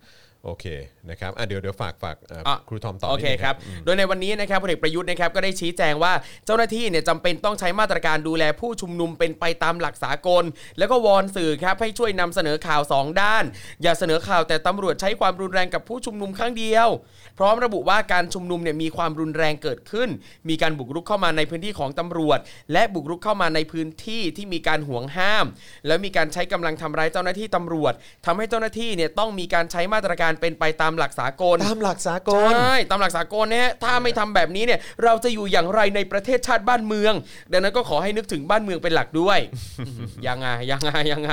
โอเคนะครับอ่ะเดี๋ยวเดี๋ยวฝากฝากเอ่ออะ ครูทอมต่อ โอ นิด เค นึง ครับ โดยในวันนี้นะครับพลเอกประยุทธ์นะครับก็ได้ชี้แจงว่าเจ้าหน้าที่เนี่ยจำเป็นต้องใช้มาตรการดูแลผู้ชุมนุมเป็นไปตามหลักสากล แล้วก็วอนสื่อครับให้ช่วยนำเสนอข่าวสองด้าน อย่าเสนอข่าวแต่ตำรวจใช้ความรุนแรงกับผู้ชุมนุมครั้งเดียว พร้อมระบุว่าการชุมนุมเนี่ยมีความรุนแรงเกิดขึ้น มีการบุกรุกเข้ามาในพื้นที่ของตำรวจ และบุกรุกเข้ามาในพื้นที่ที่มีการห่วงห้าม แล้วมีการใช้กำลังทำร้ายเจ้าหน้าที่ตำรวจทำให้เจ้าหน้าที่เนี่ยต้องมีการใช้มาตรการเป็นไปตามหลักสากล ตามหลักสากล ใช่ตามหลักสากลนะฮะถ้าไม่ทำแบบนี้เนี่ย เราจะอยู่อย่างไรในประเทศชาติบ้านเมือง ดังนั้นก็ขอให้นึกถึงบ้านเมืองเป็นหลัก (laughs) ด้วย ยังไงยังไงยังไง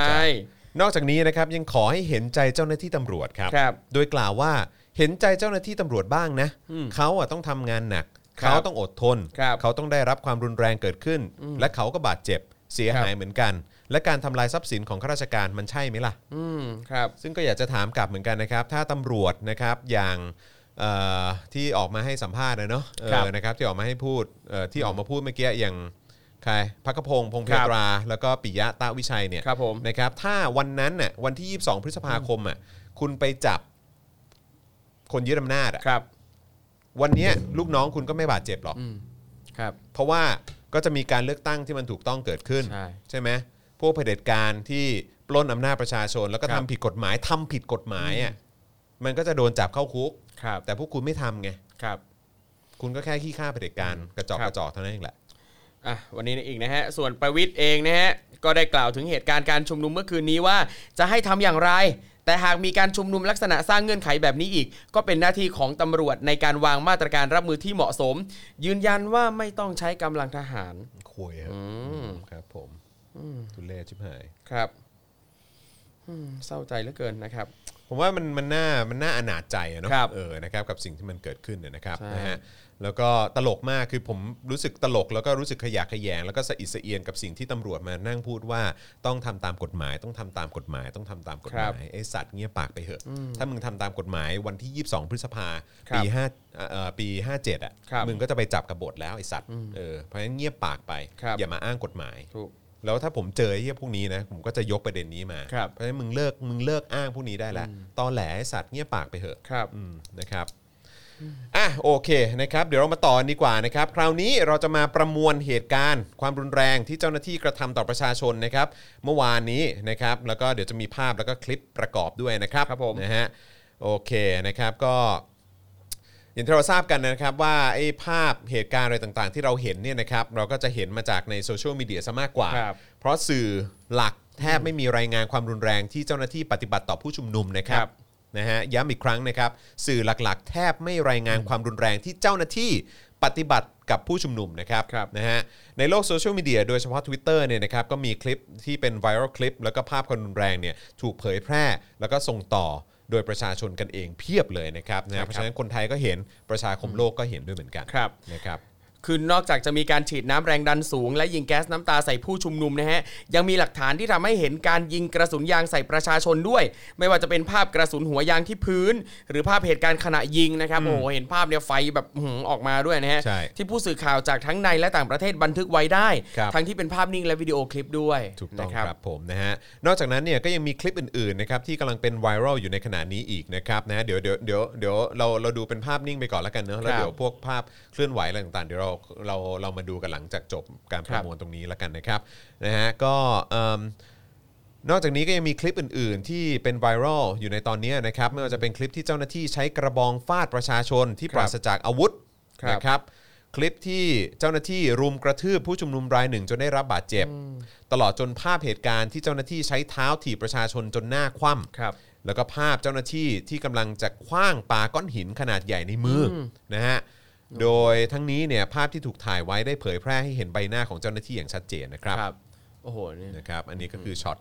นอกจากนี้นะครับยังขอให้เห็นใจเจ้าหน้าที่ตำรวจครับ ครับ โดยกล่าวว่าเห็นใจเจ้าหน้าที่ตำรวจบ้างนะเขาอ่ะต้องทำงานหนัก ครับ เขาต้องอดทน ครับ เขาต้องได้รับความรุนแรงเกิดขึ้น และเขาก็บาดเจ็บเสียหาย ครับ เหมือนกัน และการทำลายทรัพย์สินของข้าราชการมันใช่ไหมล่ะ อืมครับ ซึ่งก็อยากจะถามกลับเหมือนกันนะครับ ถ้าตำรวจนะครับอย่างเอ่อที่ออกมาให้สัมภาษณ์นะเนาะเออ ครับ นะครับที่ออกมาให้พูดเอ่อที่ออกมาพูดเมื่อกี้อย่างใครพักกระพงษ์พงเพ ครับ ตรา แล้วก็ปิยะตาวิชัยเนี่ย ครับผม นะครับถ้าวันนั้นน่ะวันที่ 22 พฤษภาคมอ่ะคุณไปจับ คนยึดอำนาจอะ ครับ วันเนี้ยลูกน้องคุณก็ไม่บาดเจ็บหรอก อืมครับ เพราะว่าก็จะมีการเลือกตั้งที่มันถูกต้องเกิดขึ้น ใช่ ใช่ไหมพวกเผด็จการที่ปล้นอำนาจประชาชน แล้วก็ ครั ทำ บ ผิดกฎหมายทำผิดกฎหมายอ่ะมันก็จะโดนจับเข้าคุก ครับ แต่พวกคุณไม่ทำไง ครับ คุณก็แค่ขี้ข้าเผด็จการกระจอก ครับ กระจอกเท่านั้นเองแหละ อ่ะวันนี้อีกนะฮะ ส่วนประวิทย์เองนะฮะ ก็ได้กล่าวถึงเหตุการณ์การชุมนุมเมื่อคืนนี้ว่าจะให้ทำอย่างไร แต่หากมีการชุมนุมลักษณะสร้างเงื่อนไขแบบนี้อีก ก็เป็นหน้าที่ของตำรวจในการวางมาตรการรับมือที่เหมาะสม ยืนยันว่าไม่ต้องใช้กำลังทหาร คุยครับ อืม ครับผมทุเลศชิบหาย ครับอืมเศร้าใจเหลือเกินนะครับ ผมว่ามันมันน่ามันน่าอนาจใจอะเนาะ ครับ เออนะครับกับสิ่งที่มันเกิดขึ้นเนี่ยนะครับ ใช่ นะฮะแล้วก็ตลกมากคือผมรู้สึกตลกแล้วก็รู้สึกขยะแขยง แล้วก็สะอิดสะเอียนกับสิ่งที่ตำรวจมานั่งพูดว่าต้องทำตามกฎหมาย ต้องทำตามกฎหมาย ต้องทำตามกฎห ครับ มายไอ้สัตว์เงี้ยบปากไปเหอะ ถ้ามึงทำตามกฎหมายวันที่ 22 พฤษภา ครับ ปีห้าเอ่อเอ่อปี57อ่ะ ครับ มึงก็จะไปจับกบฏแล้วไอ้สัตว์เออเพราะฉะนั้นเงียบปากไป ครับ อย่ามาอ้างกฎหมาย ถูก แล้วถ้าผมเจอไอ้เหี้ยพวกนี้นะผมก็จะยกประเด็นนี้มา ครับ เพราะฉะนั้นมึงเลิกมึงเลิกอ้างพวกนี้ได้แล้วตอแหลไอ้สัตว์เงียบปากไปเถอะ ครับ อืมนะครับอ่ะโอเคนะครับ เดี๋ยวเรามาต่อดีกว่านะครับ คราวนี้เราจะมาประมวลเหตุการณ์ ความรุนแรงที่เจ้าหน้าที่กระทำต่อประชาชนนะครับ เมื่อวานนี้นะครับ แล้วก็เดี๋ยวจะมีภาพแล้วก็คลิปประกอบด้วยนะครับ ครับผม นะฮะโอเคนะครับก็ อย่างที่เราทราบกันนะครับว่าไอ้ภาพเหตุการณ์อะไรต่างๆ ที่เราเห็นเนี่ยนะครับเราก็จะเห็นมาจากในโซเชียลมีเดียซะมากกว่า ครับ เพราะสื่อหลักแทบไม่มีรายงานความรุนแรงที่เจ้าหน้าที่ปฏิบัติต่อผู้ชุมนุมนะครั ครับ บ นะฮะย้ำอีกครั้งนะครับสื่อหลักๆ แทบไม่รายงานความรุนแรงที่เจ้าหน้าที่ปฏิบัติกับผู้ชุมนุมนะครับ ครับ นะฮะในโลกโซเชียลมีเดียโดยเฉพาะ Twitter เนี่ยนะครับก็มีคลิปที่เป็นไวรัลคลิป แล้วก็ภาพความรุนแรงเนี่ยถูกเผยแพร่ แล้วก็ส่งต่อโดยประชาชนกันเองเพียบเลยนะครับนะ ใช่ครั ฮะ บ เพราะฉะนั้นคนไทยก็เห็นประชาคมโลกก็เห็นด้วยเหมือนกัน ครับ นะครับ คือนอกจากจะมีการฉีดน้ำแรงดันสูง และยิงแก๊สน้ำตาใส่ผู้ชุมนุมนะฮะ ยังมีหลักฐานที่ทำให้เห็นการยิงกระสุนยางใส่ประชาชนด้วย ไม่ว่าจะเป็นภาพกระสุนหัวยางที่พื้น หรือภาพเหตุการณ์ขณะยิงนะครับโอ้โหเห็นภาพเนี่ยไฟแบบอื้อหือออกมาด้วยนะฮะ ใช่ ที่ผู้สื่อข่าวจากทั้งในและต่างประเทศบันทึกไว้ได้ ครับ ทั้งที่เป็นภาพนิ่งและวิดีโอคลิปด้วย ถูกต้อง นะครับ ผมนะฮะนอกจากนั้นเนี่ยก็ยังมีคลิปอื่นๆนะครับที่กำลังเป็นไวรัลอยู่ในขณะนี้อีกนะครับนะเดี๋ยวเดี๋ยวเดี๋ยวเดี๋ยวเราเราดูเป็นภาพนิ่งไปก่อนแล้วกันเนอะแล้วเดี๋ยวพวกภาพเคลื่อนไหวอะไรต่างๆเดี๋ยวเราเราเรามาดูกันหลังจากจบการประมวลตรงนี้แล้วกันนะครับนะฮะก็เอิ่ม นอกจากนี้ก็ยังมีคลิปอื่น ๆ ที่เป็นไวรัลอยู่ในตอนนี้นะครับไม่ว่าจะเป็นคลิปที่เจ้าหน้าที่ใช้กระบองฟาดประชาชนที่ปราศจากอาวุธนะครับคลิปที่เจ้าหน้าที่รุมกระทืบผู้ชุมนุมรายหนึ่งจนได้รับบาดเจ็บ ตลอดจนภาพเหตุการณ์ที่เจ้าหน้าที่ใช้เท้าถีบประชาชนจนหน้าคว่ำ ครับ แล้วก็ภาพเจ้าหน้าที่ที่กำลังจะคว้างปาก้อนหินขนาดใหญ่ในมืออนะฮะ โดยทั้งนี้เนี่ยภาพที่ถูกถ่ายไว้ได้เผยแพร่ให้เห็นใบหน้าของเจ้าหน้าที่อย่างชัดเจนนะครับ ครับ โอ้โหเนี่ย นะครับ อันนี้ก็คือช็อต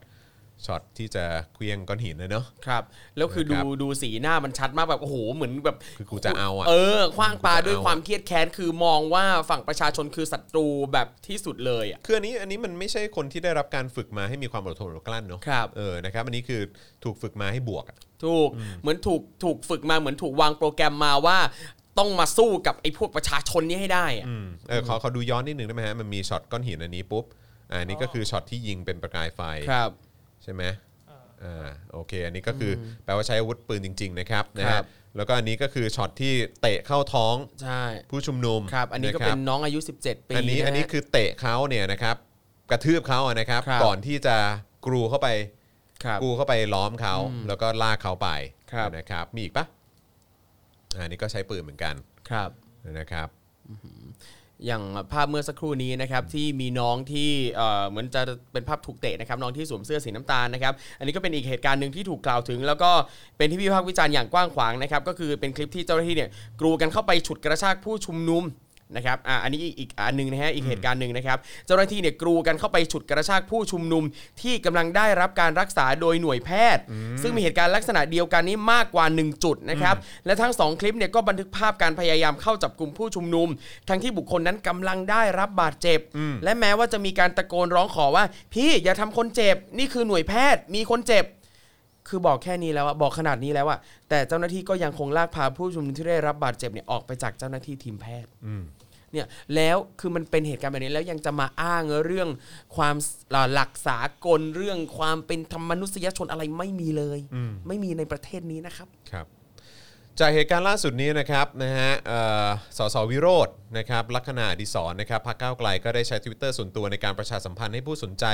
ช็อตที่จะเคลี้ยงก้อนหินนะเนาะ ครับแล้วคือ นะค ดู รับ ดูสีหน้ามันชัดมากแบบโอ้โหเหมือนแบบ คือกูจะเอาอะ เออคว้างปลา กูจะเอา ด้วยความเครียดแค้นคือมองว่าฝั่งประชาชนคือศัตรูแบบที่สุดเลยอ่ะ คืออันนี้อันนี้มันไม่ใช่คนที่ได้รับการฝึกมาให้มีความอดทนอดกลั้นเนาะ ครับ เออนะครับอันนี้คือถูกฝึกมาให้บวกอะ ถูกเหมือนถูกถูกฝึกมาเหมือนถูกวางโปรแกรมมาว่าต้องมาสู้กับไอ้พวกประชาชนนี้ให้ได้อะ อืมเออขอขอดูย้อนนิดนึงได้ไหมฮะมันมีช็อตก้อนหินอันนี้ปุ๊บอ่าอันนี้ก็คือช็อตที่ยิงเป็นประกายไฟ ใช่ไหมอ่าโอเค อันนี้ก็คืออแปลว่าใช้อาวุธปืนจริง ๆ นะครับนะ ครั ฮะ บ แล้วก็อันนี้ก็คือช็อตที่เตะเข้าท้อง ใช่ ผู้ชุมนุม ครับ อันนี้ะก็เป็ ครับ นน้องอายุ 17 ปี อันนี้ ะฮะ อันนี้คือเตะเขาเนี่ยนะครับ กระทืบเขาอะนะครับ ครับ ก่อนที่จะกรูเข้าไป ครับ กรูเข้าไปล้อมเขาแล้วก็ลากเขาไป ครับ นะครับ มีอีกปะอ่าอันนี้ก็ใช้ปืนเหมือนกัน ครับ นะครับ อย่างภาพเมื่อสักครู่นี้นะครับที่มีน้องที่เอ่อเหมือนจะเป็นภาพถูกเตะนะครับน้องที่สวมเสื้อสีน้ำตาลนะครับอันนี้ก็เป็นอีกเหตุการณ์หนึ่งที่ถูกกล่าวถึง แล้วก็เป็นที่วิพากษ์วิจารณ์อย่างกว้างขวางนะครับก็คือเป็นคลิปที่เจ้าหน้าที่เนี่ยกรูกันเข้าไปฉุดกระชากผู้ชุมนุมนะครับอ่าอันนี้อีกอีกอันหนึงนะฮะอีกเหตุการณ์หนึ่งนะครับเจ้าหน้าที่เนี่ยกรูกันเข้าไปฉุดกระชากผู้ชุมนุม ที่กำลังได้รับการรักษาโดยหน่วยแพทย์ ซึ่งมีเหตุการณ์ลักษณะเดียวกันนี้มากกว่า 1 จุดนะครับและทั้งสองคลิปเนี่ยก็บันทึกภาพการพยายามเข้าจับกลุ่มผู้ชุมนุม ทั้งที่บุคคลนั้นกำลังได้รับบาดเจ็บ และแม้ว่าจะมีการตะโกนร้องขอว่า พี่อย่าทำคนเจ็บ นี่คือหน่วยแพทย์มีคนเจ็บ คือบอกแค่นี้แล้วอะบอกขนาดนี้แล้วอะแต่เจ้าหน้าที่ก็ยังคงลากพาผู้ชุมนุมที่ได้รับบาดเจ็บเนี่ยออกไปจากเจ้าหน้าที่ทีมแพทย์เนี่ยแล้วคือมันเป็นเหตุการณ์แบบนี้แล้วยังจะมาอ้างเรื่องความหลักสากลเรื่องความเป็นธรรมมนุษยชนอะไรไม่มีเลย ไม่มีในประเทศนี้นะครับ ครับ จากเหตุการณ์ล่าสุดนี้นะครับนะฮะเอ่อสสวิโรจน์นะครับลัคนาอดิศรนะครับพรรคก้าวไกลก็ได้ใช้ Twitter ส่วนตัวในการประชาสัมพันธ์ให้ผู้สนใจ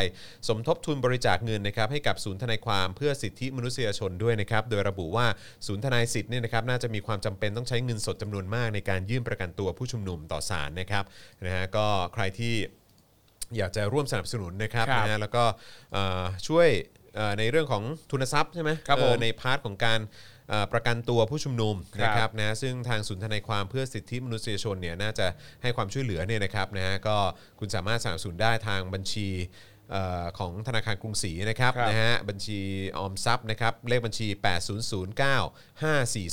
สมทบทุนบริจาคเงินนะครับให้กับศูนย์ทนายความเพื่อสิทธิมนุษยชนด้วยนะครับโดยระบุว่าศูนย์ทนายสิทธิ์เนี่ยนะครับน่าจะมีความจำเป็นต้องใช้เงินสดจำนวนมากในการยื่นประกันตัวผู้ชุมนุมต่อศาลนะครับนะฮะก็ใครที่ อยากจะร่วมสนับสนุนนะครับ ครับ นะฮะแล้วก็เอ่อช่วยเอ่อในเรื่องของทุนทรัพย์ใช่ไหม ครับ เอ่อ ผม ในพาร์ทของการเอ่อประกันตัวผู้ชุมนุม ครับ นะครับนะซึ่งทางศูนย์ทนายความเพื่อสิทธิมนุษยชนเนี่ยน่าจะให้ความช่วยเหลือเนี่ยนะครับนะฮะก็คุณสามารถสนับสนุนได้ทางบัญชีเอ่อของธนาคารกรุงศรีนะครับ ครับ นะฮะบัญชีออมทรัพย์นะครับเลขบัญชี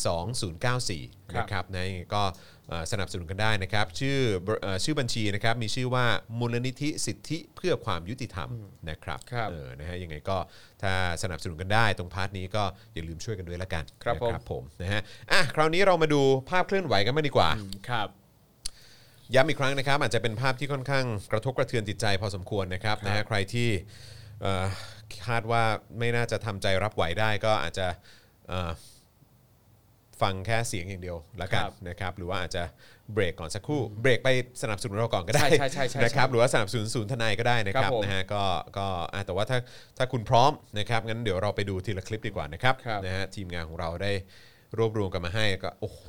80095422094นะครับ ครับนะยังไงก็เอ่อสนับสนุนกันได้นะครับ ชื่อบริเอ่อชื่อบัญชีนะครับมีชื่อว่ามูลนิธิสิทธิเพื่อความยุติธรรมนะครับ ครับ เออนะฮะยังไงก็ถ้าสนับสนุนกันได้ ตรงพาร์ทนี้ก็อย่าลืมช่วยกันด้วยละกัน ครับผม นะผมนะฮะอ่ะคราวนี้เรามาดูภาพเคลื่อนไหวกันมางดีกว่า ครับ ย้ำอีกครั้งนะครับอาจจะเป็นภาพที่ค่อนข้างกระทบกระเทือนจิตใจพอสมควรนะครับนะฮะใครที่เอ่อคาดว่าไม่น่าจะทำใจรับไหวได้ก็อาจจะเอ่อฟังแค่เสียงอย่างเดียวละกัน ครับ นะครับหรือว่าอาจจะเบรกก่อนสักครู่เบรกไปสนับสนุนเราก่อนก็ได้ ใช่ใช่ใช่ใช่ นะครับหรือว่าสนับสนุนศูนย์ทนายก็ได้นะค ค รั รั บบ ผม นะฮะก็ก็อ่ะแต่ว่าถ้าถ้าคุณพร้อมนะครับงั้นเดี๋ยวเราไปดูทีละคลิปดีกว่านะครับ ครับ นะฮะทีมงานของเราได้รวบรวมกันมาให้ก็โอ้โห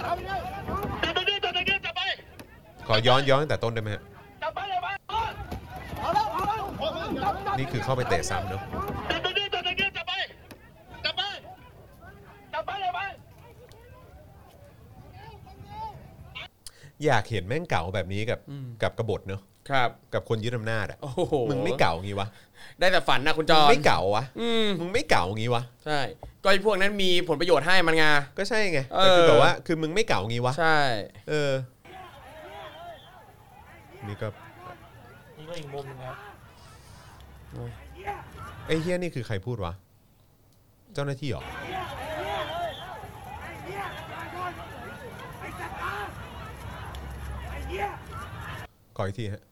จับตรงนี้จับตรงนี้จับไป ขอย้อนย้อนตั้งแต่ต้นได้ไหมฮะ จับไปเลยไปเอาแล้วเอาแล้ว นี่คือเข้าไปเตะซ้ำเนาะ จับตรงนี้จับตรงนี้จับไปจับไปจับไปเลยไป อยากเห็นแม่งเก่าแบบนี้กับกับกบฏเนาะ ครับ กับคนยึดอำนาจอ่ะ โอ้โห มึงไม่เก่างี้วะ ได้แต่ฝันนะคุณจ มึ อง น ไม่เก่าวะ อืม มึงไม่เก่างี้วะ ใช่ก็ไอ้พวกนั้นมีผลประโยชน์ให้มันไง ก็ใช่ไง เอ แต่ อ คือแบบว่าคือมึงไม่เก่างี้วะ ใช่ เออนี่ก็ นี่ก็อีกมุมหนึงครับ ไอ้เฮียนี่คือใครพูดวะเจ้าหน้าที่เหรอขออีกทีฮะ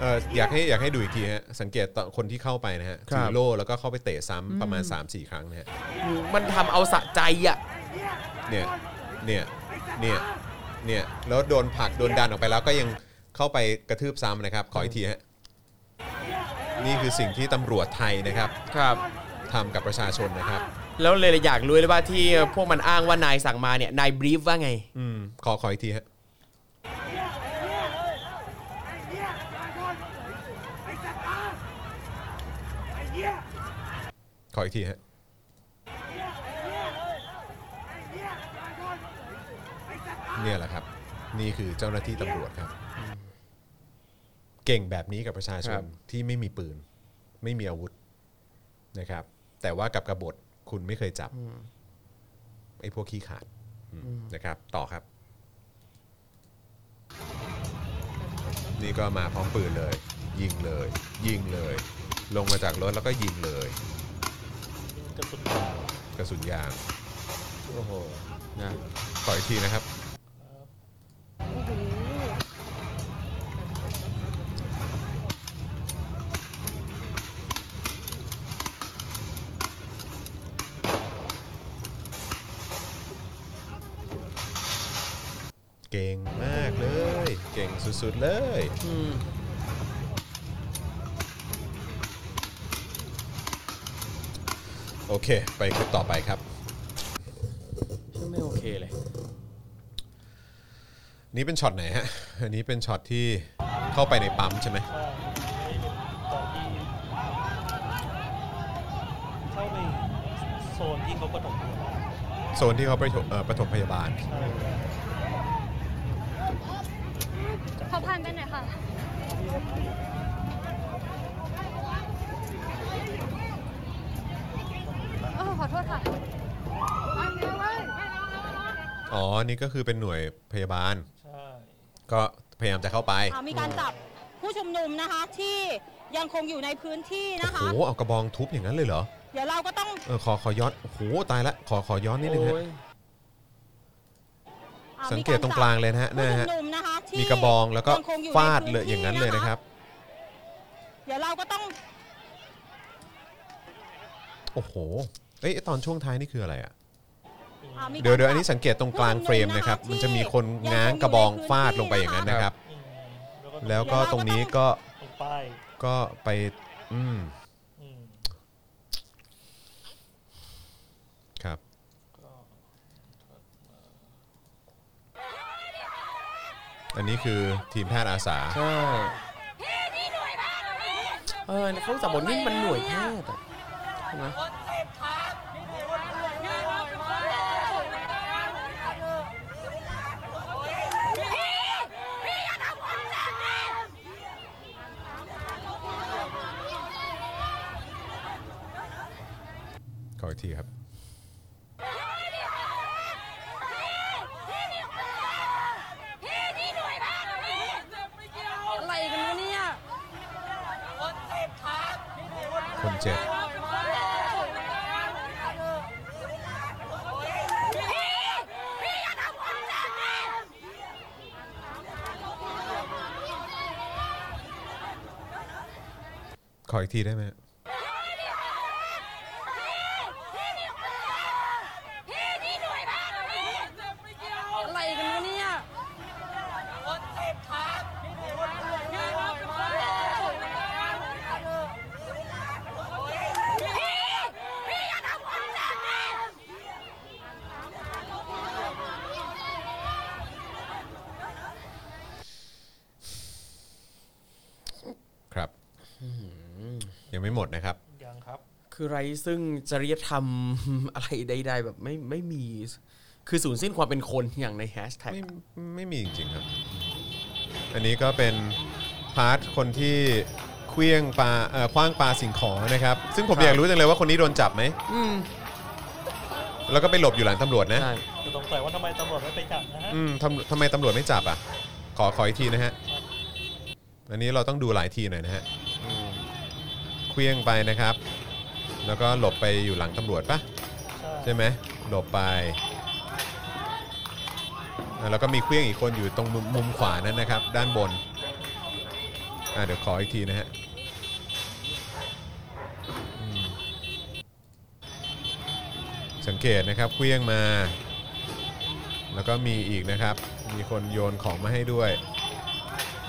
เอออยากให้อยากให้ดูอีกทีฮะสังเกตตอนคนที่เข้าไปนะฮะ ครับ ถือโล่แล้วก็เข้าไปเตะซ้ำประมาณ 3-4 ครั้งนะฮะ มันทำเอาสะใจอ่ะ เนี่ย เนี่ย เนี่ย เนี่ย แล้วโดนผลักโดนดันออกไปแล้วก็ยังเข้าไปกระทืบซ้ำนะครับ ขออีกทีฮะ นี่คือสิ่งที่ตำรวจไทยนะครับ ครับ ทำกับประชาชนนะครับ แล้วเลยอยากรู้เลยว่าที่พวกมันอ้างว่านายสั่งมาเนี่ยนายบรีฟว่าไง อืม ขอขออีกทีฮะ ขออีกทีฮะ เนี่ยแหละครับ นี่คือเจ้าหน้าที่ตำรวจครับ เก่งแบบนี้กับประชาช ครั น บ ที่ไม่มีปืน ไม่มีอาวุธนะครับ แต่ว่ากับกบฏคุณไม่เคยจับไอ้พวกขี้ขาดอืมนะครับ ต่อครับ นี่ก็มาพร้อมปืนเลย ยิงเลย ยิงเลย ลงมาจากรถแล้วก็ยิงเลย กระสุนยาง กระสุนยาง โอ้โหนะ ต่ออีกทีนะครับ เก่งมากเลย เก่งสุดๆเลย อืม โอเค ไปคลิปต่อไปครับ ฉันไม่โอเคเลย นี่เป็นช็อตไหนฮะ อันนี้เป็นช็อตที่เข้าไปในปั๊มใช่ไหม ใช่ตอนที่เข้าไปโซนที่เขาประถมพยาบาล โซนที่เขาประถมเอ่อประถมพยาบาล ใช่ ขอผ่านไปหน่อยค่ะ โอ้ขอโทษค่ะ อ๋อ นี่ก็คือเป็นหน่วยพยาบาล ใช่ ก็พยายามจะเข้าไป อ่ามีการจับผู้ชุมนุมนะคะที่ยังคงอยู่ในพื้นที่ โอ้ นะ โห คะ เอากระบองทุบอย่างนั้นเลยเหรอ เดี๋ยวเราก็ต้อง เออ ขอ ขอย้อน โอ้โห ตายละ ขอ ขอย้อนนิดนึงฮะ อ่า สัง มี เกตตรงกลางเลยนะฮะ ผู้ นะ ชุ ฮะ มนุมนะคะที่ มีกระบองแล้วก็ ยัคยู่ใน ฟาดเลยอย่างนั้นเลย พื้ นะครับ เดี๋ยวเราก็ต้อง โอ้โหเอ้ยตอนช่วงท้ายนี่คืออะไรอ่ะ อ่ามี เดี๋ยวเดี๋ยว การ อันนี้สังเกตตรงกลางเฟรมนะครับ ผู้ มัน ชุ จะ มนุ มี ม คน ที่ ง้างกระบองฟาดลงไปอย่างนั้นนะครับ อืม แล้วก็ตรงนี้ก็ ตรงป้าย ก็ไป อืม อืม ครับ อันนี้คือทีมแพทย์อาสา ใช่เออเขาสมบูรณ์นี่มันหน่วยแพทย์อะใช่ไหม ขออีกทีครับ อะไรกันวะเนี่ย คนเจ็บ ขออีกทีได้ไหมฮะ อะไรกันวะเนี่ย ครับ ยังไม่หมดนะครับ ยังครับ คือไรซึ่งจริยธรรม อะไรใด ๆ แบบไม่ไม่มี คือสูญสิ้นความเป็นคนอย่างในแฮชแท็ก ไม่ไม่มีจริงๆครับ อันนี้ก็เป็นพาร์ทคนที่เคลี้ยงปลาเอ่อคว้างปลาสิ่งของนะครับ ซึ่งผม ครับ อยากรู้จังเลยว่าคนนี้โดนจับไหม อืม แล้วก็ไปหลบอยู่หลังตำรวจนะ ใช่ คือสงสัยว่าทำไมตำรวจไม่ไปจับนะฮะ อืมทำทำไมตำรวจไม่จับอ่ะ ขอขออีกทีนะฮะ อันนี้เราต้องดูหลายทีหน่อยนะฮะอืมเคลี้ยงไปนะครับ แล้วก็หลบไปอยู่หลังตำรวจปะ ใช่ไหมหลบไปอ่ะแล้วก็มีเครื่องอีกคนอยู่ตรงมุมมุมขวานั้นนะครับ ด้านบนอ่ะเดี๋ยวขออีกทีนะฮะอืมสังเกตนะครับเครื่องมา แล้วก็มีอีกนะครับ มีคนโยนของมาให้ด้วย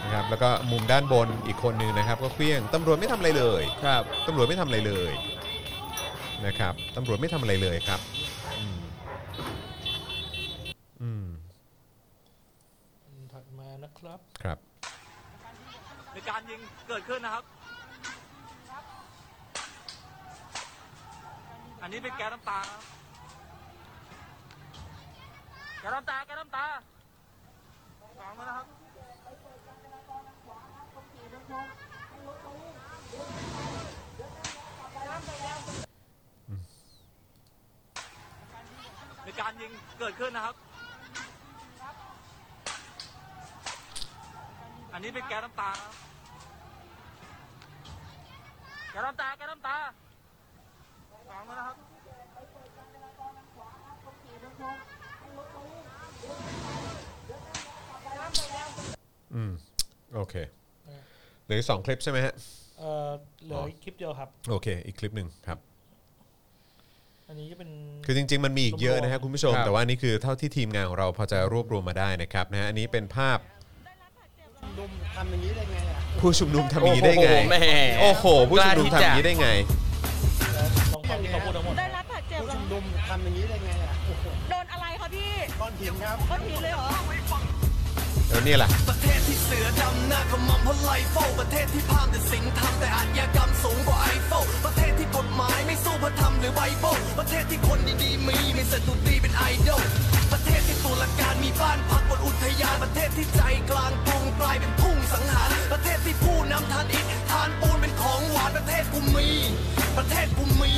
นะครับ แล้วก็มุมด้านบนอีกคนนึงนะครับ ก็เครื่องตำรวจไม่ทำอะไรเลย ครับ ตำรวจไม่ทำอะไรเลยนะครับ ตำรวจไม่ทำอะไรเลยครับอืมอืม ถัดมานะครับ ครับ มีการยิงเกิดขึ้นนะครับ อันนี้เป็นแก๊สน้ำตานะครับแก๊สน้ำตา แก๊สน้ำตาสองแล้วนะครับ มีการยิงเกิดขึ้นนะครับ อันนี้เป็นแก๊สน้ำตานะครับแก๊สน้ำตา แก๊สน้ำตาสองแล้วนะครับ อืมโอเคเหลืออีกสองคลิปใช่ไหมฮะ เอ่อเหลืออีกคลิปเดียวครับ โอเค อีกคลิปหนึ่งครับ อันนี้จะเป็น คือจริง ๆ มันมีอีกเยอะนะฮะคุณผู้ชม ครับ แต่ว่านี่คือเท่าที่ทีมงานของเราพอจะรวบรวมมาได้นะครับนะฮะ อันนี้เป็นภาพผู้ชุมนุมทำอย่างนี้ได้ไง โอ้โหแหม่ โอ้โห ผู้ชุมนุม กล้าที่ ทำ จะ อย่างนี้ได้ไง ลองฟังที่เขาพูดทั้งหมด ได้รับบาดเจ็บผู้ชุมนุมทำอย่างนี้ได้ไงอ่ะ โดนอะไรคะพี่ ก้อนหินครับ ก้อนหินเลยเหรอ แล้วนี่แหละ ประเทศที่เสือดำหน้าขมำเพราะไลโฟประเทศที่พามแต่สิงทำแต่อาชญากรรมสูงกว่าไอโฟประเทศที่กฎหมายไม่สู้เพราะธรรมหรือไบเบิลประเทศที่คนดีๆมีมีสดุดีเป็นไอดอลประเทศที่ตุลาการมีบ้านพักบนอุทยานประเทศที่ใจกลางกรุงกลายเป็นทุ่งสังหารประเทศที่ผู้นำทานอิฐทานปูนเป็นของหวานประเทศกูมี ประเทศกูมี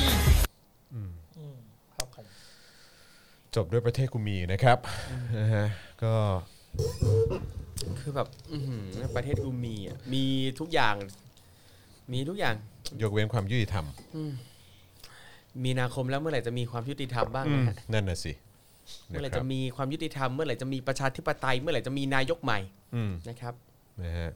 อืมครับผม จบด้วยประเทศกูมีนะครับนะฮะ ก็ คือแบบอื้อหือประเทศกูมีอ่ะ มีทุกอย่าง มีทุกอย่าง ยกเว้นความยุติธรรม มีนาคมแล้วเมื่อไหร่จะมีความยุติธรรมบ้างนะฮะ นั่นน่ะสิ เมื่อไหร่ นค จะ บ มีความยุติธรรม เมื่อไหร่จะมีประชาธิปไตย เมื่อไหร่จะมีนายกใหม่ อืม นะครับ นะฮะ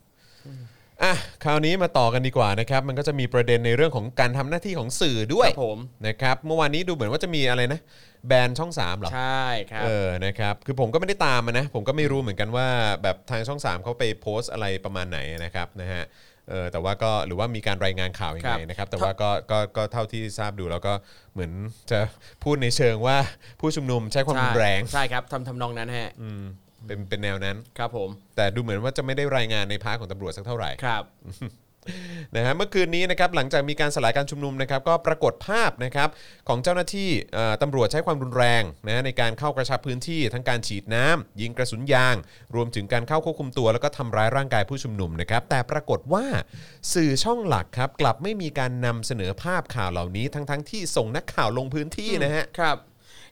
อ่ะคราวนี้มาต่อกันดีกว่านะครับ มันก็จะมีประเด็นในเรื่องของการทำหน้าที่ของสื่อด้วย ครับผม นะครับเมื่อวานนี้ดูเหมือนว่าจะมีอะไรนะ แบนช่องสามเหรอ ใช่ครับ เออ นะครับ คือผมก็ไม่ได้ตามอะนะ ผมก็ไม่รู้เหมือนกันว่าแบบทางช่อง 3เขาไปโพสต์อะไรประมาณไหนนะครับนะฮะ เออ แต่ว่าก็หรือว่ามีการรายงานข่าวยัง ครั ไง บ นะครับ แต่ว่าก็ ก็ ก็เท่าที่ทราบดูแล้วก็เหมือนจะพูดในเชิงว่าผู้ชุมนุมใช้ความรุนแรง ใช่ใช่ครับทำทำนองนั้นฮะ อืมเป็น เป็นแนวนั้น ครับผม แต่ดูเหมือนว่าจะไม่ได้รายงานในพาร์ทของตำรวจสักเท่าไหร่ ครับ นะฮะเมื่อคืนนี้นะครับหลังจากมีการสลายการชุมนุมนะครับก็ปรากฏภาพนะครับของเจ้าหน้าที่เอ่อตำรวจใช้ความรุนแรงนะในการเข้ากระชับพื้นที่ทั้งการฉีดน้ำยิงกระสุนยาง รวมถึงการเข้าควบคุมตัวแล้วก็ทำร้ายร่างกายผู้ชุมนุมนะครับแต่ปรากฏว่าสื่อช่องหลักครับกลับไม่มีการนำเสนอภาพข่าวเหล่านี้ ทั้งๆที่ส่งนักข่าวลงพื้นที่นะฮะ ครับ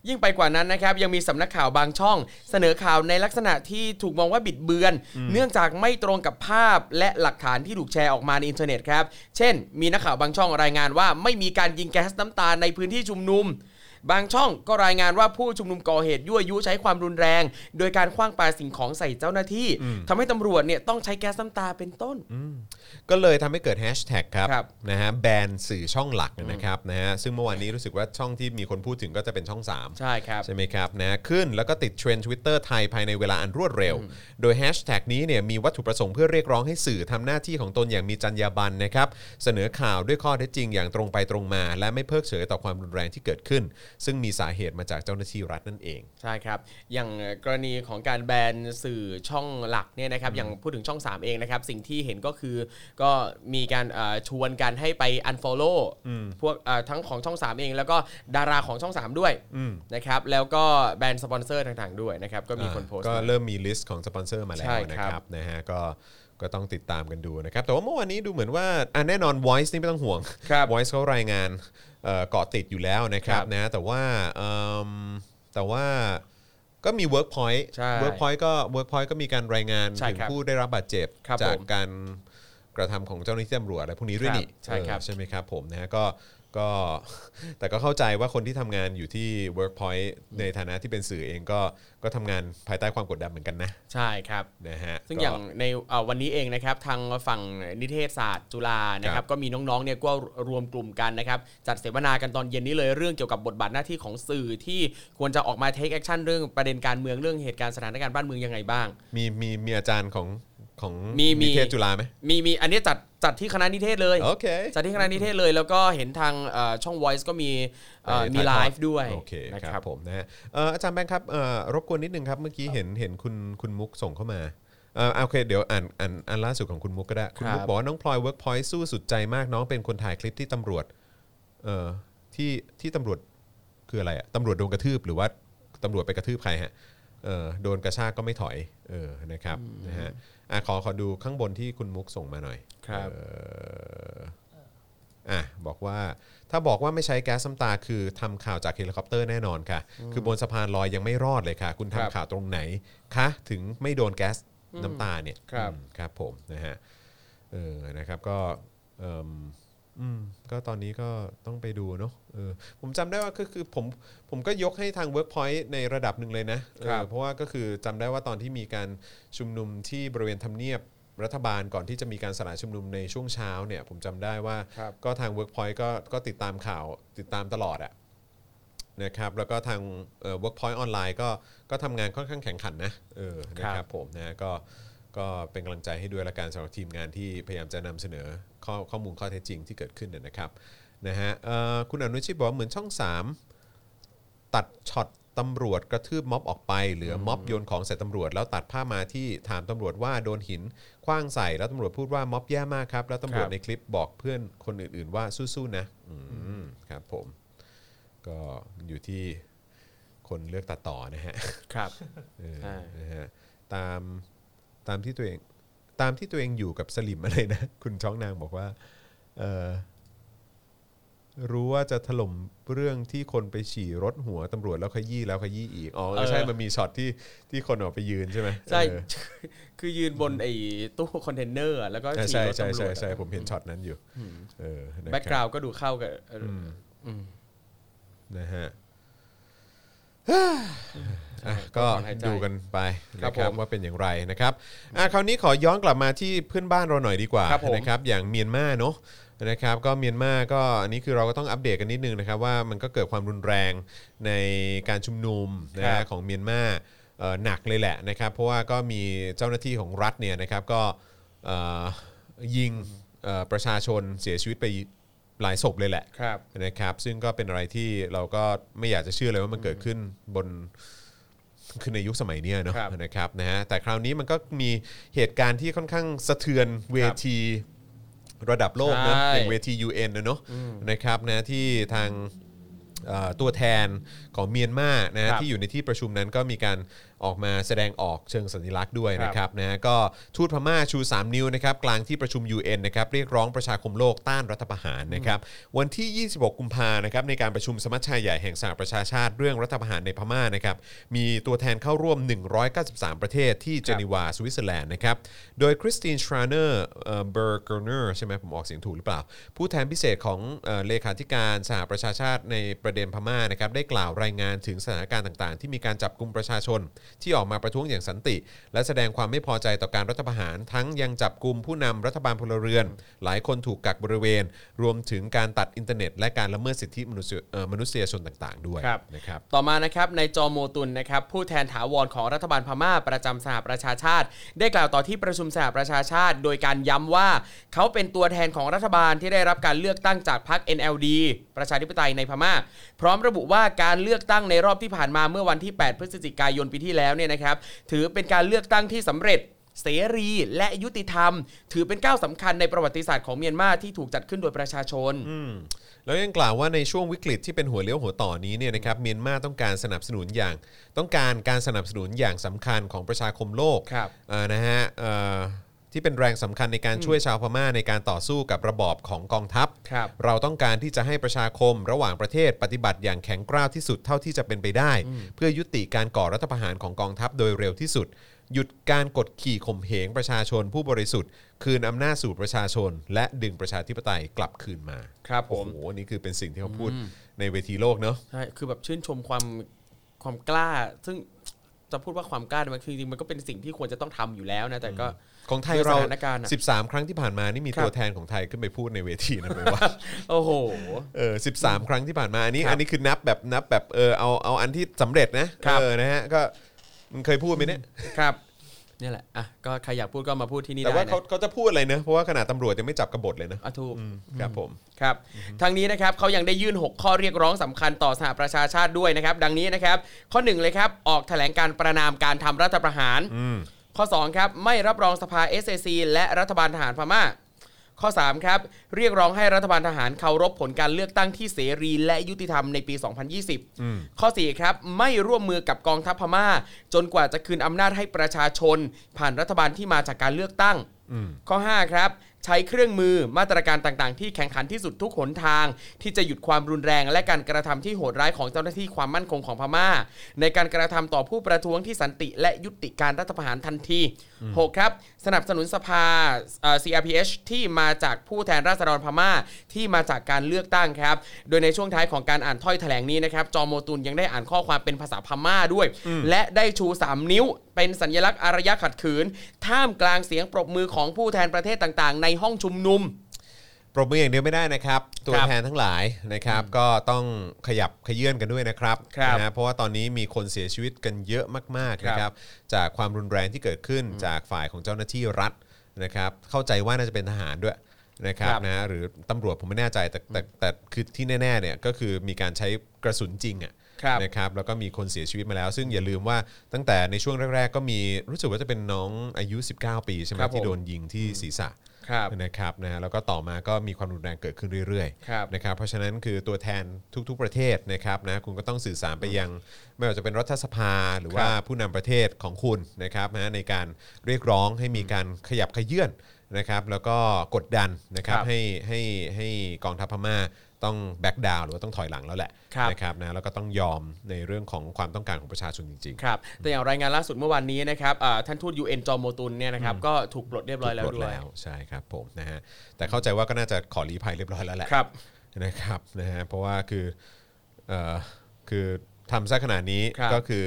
ยิ่งไปกว่านั้นนะครับ ยังมีสำนักข่าวบางช่อง เสนอข่าวในลักษณะที่ถูกมองว่าบิดเบือน เนื่องจากไม่ตรงกับภาพและหลักฐานที่ถูกแชร์ออกมาในอินเทอร์เน็ตครับ เช่น มีนักข่าวบางช่องรายงานว่า ไม่มีการยิงแก๊สน้ำตาในพื้นที่ชุมนุม บางช่องก็รายงานว่าผู้ชุมนุมก่อเหตุยั่วยุใช้ความรุนแรง โดยการคว้างปาสิ่งของใส่เจ้าหน้าที่ทำให้ตำรวจเนี่ยต้องใช้แก๊สน้ำตาเป็นต้น ก็เลยทำให้เกิดแฮชแท็กครับ ครับ นะฮะแบนสื่อช่องหลักนะครับนะฮะซึ่งเมื่อวานนี้รู้สึกว่าช่องที่มีคนพูดถึงก็จะเป็นช่อง 3 ใช่ครับ ใช่ไหมครับนะขึ้นแล้วก็ติดเทรนด์ Twitter ไทยภายในเวลาอันรวดเร็ว โดยแฮชแท็กนี้เนี่ยมีวัตถุประสงค์เพื่อเรียกร้องให้สื่อทำหน้าที่ของตนอย่างมีจรรยาบรรณนะครับ เสนอข่าวด้วยข้อเท็จจริงอย่างตรงไปตรงมา และไม่เพิกเฉยต่อความรุนแรงที่เกิดขึ้น ซึ่งมีสาเหตุมาจากเจ้าหน้าที่รัฐนั่นเอง ใช่ครับ อย่างกรณีของการแบนสื่อช่องหลักเนี่ยนะครับ อย่างพูดถึงช่อง 3 เองนะครับ สิ่งที่เห็นก็คือก็มีการเอ่อชวนกันให้ไป unfollow พวกเอ่อทั้งของช่อง 3 เอง แล้วก็ดาราของช่อง 3 ด้วย อืม นะครับ แล้วก็แบนสปอนเซอร์ต่างๆด้วยนะครับ ก็มีคนโพสต์ ก็เริ่มมีลิสต์ของสปอนเซอร์มาแล้ว ใช่ นะคครั รั บบ นะฮะก็ก็ต้องติดตามกันดูนะครับ แต่ว่าเมื่อวานนี้ดูเหมือนว่าอ่ะแน่นอน Voice นี่ไม่ต้องห่วง ครับ Voice เขารายงานเอ่อเกาะติดอยู่แล้วนะครับ ครับ นะ แต่ว่าเอิ่มแต่ว่าก็มี Workpoint ใช่ Workpoint ก็ Workpoint ก็มีการรายงาน ใช่ ถึง ครับ ผู้ได้รับบาดเจ็บ ครับ จาก ผม การกระทำของเจ้าหน้าที่ตำรวจอะไรพวกนี้ด้วยนี่ ครับใช่ครับ เออใช่ไหมครับผมนะฮะก็ก็ (laughs) แต่ก็เข้าใจว่าคนที่ทำงานอยู่ที่ Workpoint ในฐานะที่เป็นสื่อเองก็ก็ทำงานภายใต้ความกดดันเหมือนกันนะ ใช่ครับ นะฮะ ซึ่ง ก็ อย่างในเอ่อวันนี้เองนะครับทางฝั่งนิเทศศาสตร์จุฬานะค ครั รั บบ ก็มีน้องๆเนี่ยก็รวมกลุ่มกันนะครับจัดเสวนากันตอนเย็นนี้เลยเรื่องเกี่ยวกับบทบาทหน้าที่ของสื่อที่ควรจะออกมาเทคแอคชั่นเรื่องประเด็นการเมืองเรื่องเหตุการณ์สถานการณ์บ้านเมืองยังไงบ้าง มีมีมีอาจารย์ของของ มีมี นิเทศจุฬาไหม มีมีอันนี้จัดจัดที่คณะนิเทศเลย โอเค จัดที่คณะนิเทศเลย แล้วก็เห็นทางเอ่อช่อง Voice ก็มีเอ่อมีไลฟ์ด้วย โอเค นะ ครับผมนะฮะเอ่ออาจารย์แบงค์ครับเอ่อรบกวนนิดนึงครับ เมื่อกี้เห็นเห็นคุณคุณมุกส่งเข้ามาเอ่อโอเค เดี๋ยวอ่านอ่านอ่านล่าสุดของคุณมุกก็ได้ คุณมุก ครับ บอกว่าน้องพลอยเวิร์กพอยต์สู้สุดใจมากน้องเป็นคนถ่ายคลิปที่ตำรวจเอ่อที่ที่ตำรวจคืออะไรอะตำรวจโดนกระทืบหรือว่าตำรวจไปกระทืบใครฮะเออโดนกระชากก็ไม่ถอยเออนะครับนะฮะอ่ะขอขอดูข้างบนที่คุณมุกส่งมาหน่อย ครับ อ่ะบอกว่าถ้าบอกว่าไม่ใช้แก๊สน้ำตาคือทำข่าวจากเฮลิคอปเตอร์แน่นอนค่ะ คือบนสะพานลอยยังไม่รอดเลยค่ะ คุณทำ ครับ ข่าวตรงไหนคะถึงไม่โดนแก๊สน้ำตาเนี่ย ครับ อืมครับผมนะฮะเออนะครับก็เอิ่มอืมก็ตอนนี้ก็ต้องไปดูเนาะเออผมจำได้ว่าก็คือผมผมก็ยกให้ทาง Workpoint ในระดับหนึ่งเลยนะเออเพราะว่าก็คือจำได้ว่าตอนที่มีการชุมนุมที่บริเวณทำเนียบรัฐบาลก่อนที่จะมีการสลายชุมนุมในช่วงเช้าเนี่ยผมจำได้ว่า ครับ ก็ทาง Workpoint ก็ก็ติดตามข่าวติดตามตลอดอะนะครับแล้วก็ทางเอ่อ Workpoint ออนไลน์ก็ก็ทำงานค่อนข้างแข่งขันนะเออนะค ครั รับบ ผมนะก็ก็เป็นกำลังใจให้ด้วยละกันสำหรับทีมงานที่พยายามจะนำเสนอข้อข้อมูลข้อเท็จจริงที่เกิดขึ้นเนี่ยนะครับนะฮะเอ่อคุณอนุชิตบอกว่าเหมือนช่อง 3 ตัดช็อตตำรวจกระทืบม็อบออกไป เหลือม็อบโยนของใส่ตำรวจ แล้วตัดผ้าพมาที่ถามตำรวจว่าโดนหินคว้างใส่แล้วตำรวจพูดว่าม็อบแย่มากครับแล้วตำรวจ ครับ ในคลิปบอกเพื่อนคนอื่นๆว่าสู้ๆนะอืมครับผม ก็อยู่ที่คนเลือกตัดต่อนะฮะ ครับ เออ ใช่ นะฮะตามตามที่ตัวเองตามที่ตัวเองอยู่กับสลิมอะไรนะ (laughs) คุณช้องนางบอกว่าเออรู้ว่าจะถล่มเรื่องที่คนไปฉี่รถหัวตำรวจแล้วขยี้แล้วขยี้อีกอ๋อเออใช่มันมีช็อตที่ที่คนออกไปยืนใช่ไหม ใช่ เออ คือยืนบนไอ้ตู้คอนเทนเนอร์อะแล้วก็ อ่ะ ฉี่ ใช่ รถ ใช่ ตำร ใช่ วจ ใช่ผมเห็นช็อตนั้นอยู่เออนะค แบ็กก รั รา บ วก็ดูเข้ากับ นะฮะ อ่ะก็ ถอนหายใจ ดูกันไป คนะครัรับบ ผม ว่าเป็นอย่างไรนะครับอ่ะคราวนี้ขอย้อนกลับมาที่เพื่อนบ้านเราหน่อยดีกว่า ครับผม นะครับอย่างเมียนมาเนอะนะครับก็เมียนมาก็อันนี้คือเราก็ต้องอัปเดตกันนิดนึงนะครับว่ามันก็เกิดความรุนแรงในการชุมนุมนะ ครั ฮะ บ ของเมียนมาเอ่อหนักเลยแหละนะครับเพราะว่าก็มีเจ้าหน้าที่ของรัฐเนี่ยนะครับก็เอ่อยิงเอ่อประชาชนเสียชีวิตไปหลายศพเลยแหละ ครับ นะครับซึ่งก็เป็นอะไรที่เราก็ไม่อยากจะเชื่อเลยว่ามันเกิดขึ้นบน (laughs) คือในยุคสมัยเนี้ยเนาะ ครับ นะครับนะฮะแต่คราวนี้มันก็มีเหตุการณ์ที่ค่อนข้างสะเทือนเวทีระดับโลกนะ ใช่ อย่างเวที UN นะเนาะนะครับนะที่ทางเอ่อตัวแทนของเมียนมานะฮะ ครับ ที่อยู่ในที่ประชุมนั้นก็มีการออกมาแสดงออกเชิงสัญลักษณ์ด้วย ครับ นะครับ นะครับนะฮะก็ทูตพม่าชู 3 นิ้วนะครับกลางที่ประชุม UN นะครับเรียกร้องประชาคมโลกต้านรัฐประหารนะครับวันที่ 26 กุมภานะครับในการประชุมสมัชชาใหญ่แห่งสหประชาชาติเรื่องรัฐประหารในพม่านะครับมีตัวแทนเข้าร่วม 193 ประเทศที่เจนีวาสวิตเซอร์แลนด์นะครับโดยคริสตินชราเนอร์เบอร์เกอร์เนอร์ใช่ไหมผมออกเสียงถูกหรือเปล่า ผู้แทนพิเศษของเอ่อเลขาธิการสหประชาชาติในประเด็นพม่านะครับได้กล่าวรายงานถึงสถานการณ์ต่างๆ ที่มีการจับกลุ่มประชาชน ที่ออกมาประท้วงอย่างสันติ และแสดงความไม่พอใจต่อการรัฐประหาร ทั้งยังจับกลุ่มผู้นำรัฐบาลพลเรือน หลายคนถูกกักบริเวณ รวมถึงการตัดอินเทอร์เน็ต และการละเมิดสิทธิมนุษยเอ่อมนุษยชนต่างๆ ด้วย ครับ นะครับ ต่อมานะครับนายจอโมตุนนะครับผู้แทนถาวรของรัฐบาลพม่าประจำสหประชาชาติ ได้กล่าวต่อที่ประชุมสหประชาชาติ โดยการย้ำว่า เขาเป็นตัวแทนของรัฐบาลที่ได้รับการเลือกตั้งจากพรรค NLD ประชาธิปไตยในพม่า พร้อมระบุว่าการเลือกตั้งในรอบที่ผ่านมาเมื่อวันที่ 8 พฤศจิกายนปีที่แล้วเนี่ยนะครับถือเป็นการเลือกตั้งที่สำเร็จ เสรีและยุติธรรม ถือเป็นก้าวสำคัญในประวัติศาสตร์ของเมียนมาที่ถูกจัดขึ้นโดยประชาชน แล้วยังกล่าวว่าในช่วงวิกฤตที่เป็นหัวเลี้ยวหัวต่อนี้เนี่ยนะครับเมียนมาต้องการสนับสนุนอย่าง ต้องการการสนับสนุนอย่างสำคัญของประชาคมโลก ครับ เอ่อนะฮะเอ่อที่เป็นแรงสำคัญในการช่วยชาวพม่าในการต่อสู้กับระบอบของกองทัพ ครับ เราต้องการที่จะให้ประชาคมระหว่างประเทศปฏิบัติอย่างแข็งกร้าวที่สุดเท่าที่จะเป็นไปได้ เพื่อยุติการก่อรัฐประหารของกองทัพโดยเร็วที่สุด หยุดการกดขี่ข่มเหงประชาชนผู้บริสุทธิ์ คืนอำนาจสู่ประชาชน และดึงประชาธิปไตยกลับคืนมา ครับผม โอ้โหอันนี่คือเป็นสิ่งที่เขาพูดในเวทีโลกเนอะ ใช่ คือแบบชื่นชมความความกล้า ซึ่งจะพูดว่าความกล้าเนี่ยมันคือจริงๆมันก็เป็นสิ่งที่ควรจะต้องทำอยู่แล้วนะ แต่ก็ ของไทยเรา ด้วยสถานการณ์อะ 13 ครั้งที่ผ่านมา นี่มี ครับ ตัวแทนของไทยขึ้นไปพูดในเวทีนะไหมว่า โอ้โห (laughs) เออ13 ครั้งที่ผ่านมา อันนี้ ครับ อันนี้คือนับแบบนับแบบ เออ เอา เอาอันที่สำเร็จนะ ครับ เออ นะฮะ ก็มันเคยพูดไหมเนี่ย ครับ เนี่ยแหละ อ่ะ ก็ใครอยากพูดก็มาพูดที่นี่ แต่ ได้ ว่า นะ เขาเขาจะพูดอะไรเนอะเพราะว่าขนาดตำรวจยังไม่จับกบฏเลยนะ อ่ะถูก อืมครับผม ครับทางนี้นะครับเขายังได้ยื่น 6 ข้อเรียกร้องสำคัญต่อสหประชาชาติด้วยนะครับ ดังนี้นะครับ ข้อ 1 เลยครับ ออกแถลงการประนามการทำรัฐประหาร ข้อ 2 ครับ ไม่รับรองสภา SAC และรัฐบาลทหารพม่า ข้อ 3 ครับ เรียกร้องให้รัฐบาลทหารเคารพผลการเลือกตั้งที่เสรีและยุติธรรมในปี 2020 ข้อ 4 ครับ ไม่ร่วมมือกับกองทัพพม่า จนกว่าจะคืนอำนาจให้ประชาชน ผ่านรัฐบาลที่มาจากการเลือกตั้ง ข้อ 5 ครับ ใช้เครื่องมือมาตรการต่างๆ ที่แข่งขันที่สุดทุกหนทาง ที่จะหยุดความรุนแรงและการกระทำที่โหดร้ายของเจ้าหน้าที่ความมั่นคงของพม่า ในการกระทำต่อผู้ประท้วงที่สันติ และยุติการรัฐประหารทันที 6 ครับ สนับสนุนสภาเอ่อ CRPH ที่มาจากผู้แทนราษฎรพม่าที่มาจากการเลือกตั้งครับ โดยในช่วงท้ายของการอ่านถ้อยแถลงนี้นะครับ จอโมตุนยังได้อ่านข้อความเป็นภาษาพม่าด้วย และได้ชู 3 นิ้ว เป็นสัญลักษณ์อารยะขัดขืน ท่ามกลางเสียงปรบมือของผู้แทนประเทศต่างๆ ในห้องชุมนุม ปรบมืออย่างเดียวไม่ได้นะครับ ตัวแทนทั้งหลายนะครับ ก็ต้องขยับขยื่นกันด้วยนะครับ ครับ นะฮะเพราะว่าตอนนี้มีคนเสียชีวิตกันเยอะมากๆ ครับ นะครับ จากความรุนแรงที่เกิดขึ้นจากฝ่ายของเจ้าหน้าที่รัฐนะครับ เข้าใจว่าน่าจะเป็นทหารด้วยนะครับ ครับ นะฮะหรือตำรวจผมไม่แน่ใจแต่แต่แต่แต่คือที่แน่ๆเนี่ยก็คือมีการใช้กระสุนจริงอ่ะ ครับ นะครับแล้วก็มีคนเสียชีวิตมาแล้ว ซึ่งอย่าลืมว่าตั้งแต่ในช่วงแรก ๆ ก็มีรู้สึกว่าจะเป็นน้องอายุ 19 ปีใช่ไหม ครับผม ที่โดนยิงที่ศีรษะ ครับ นะครับนะฮะแล้วก็ต่อมาก็มีความรุนแรงเกิดขึ้นเรื่อย ครับ ๆนะครับเพราะฉะนั้นคือตัวแทนทุกๆประเทศนะครับนะคุณก็ต้องสื่อสารไปยัง ไม่ว่าจะเป็นรัฐสภาหรือว่าผู้นำประเทศของคุณนะครับนะในการเรียกร้องให้มีการขยับขยื่นนะครับ แล้วก็กดดันนะครับ ครับ ให้ให้ให้กองทัพพม่าต้องแบ็กดาวหรือว่าต้องถอยหลังแล้วแหละ ครับ นะครับนะแล้วก็ต้องยอมในเรื่องของความต้องการของประชาชนจริงๆ ครับ แต่อย่างรายงานล่าสุดเมื่อวานนี้นะครับอ่าท่านทูต UN จอโมตุนเนี่ยนะครับก็ถูกปลดเรียบร้อยแล้ว ถูกป ด้วย ใช่ครับผมนะฮะแต่เข้าใจว่าก็น่าจะขอรีภัยเรียบร้อยแล้วแหละ ครับ นะครับนะฮะเพราะว่าคือเอ่อคือ ทำซะขนาดนี้ ครับ ก็คือ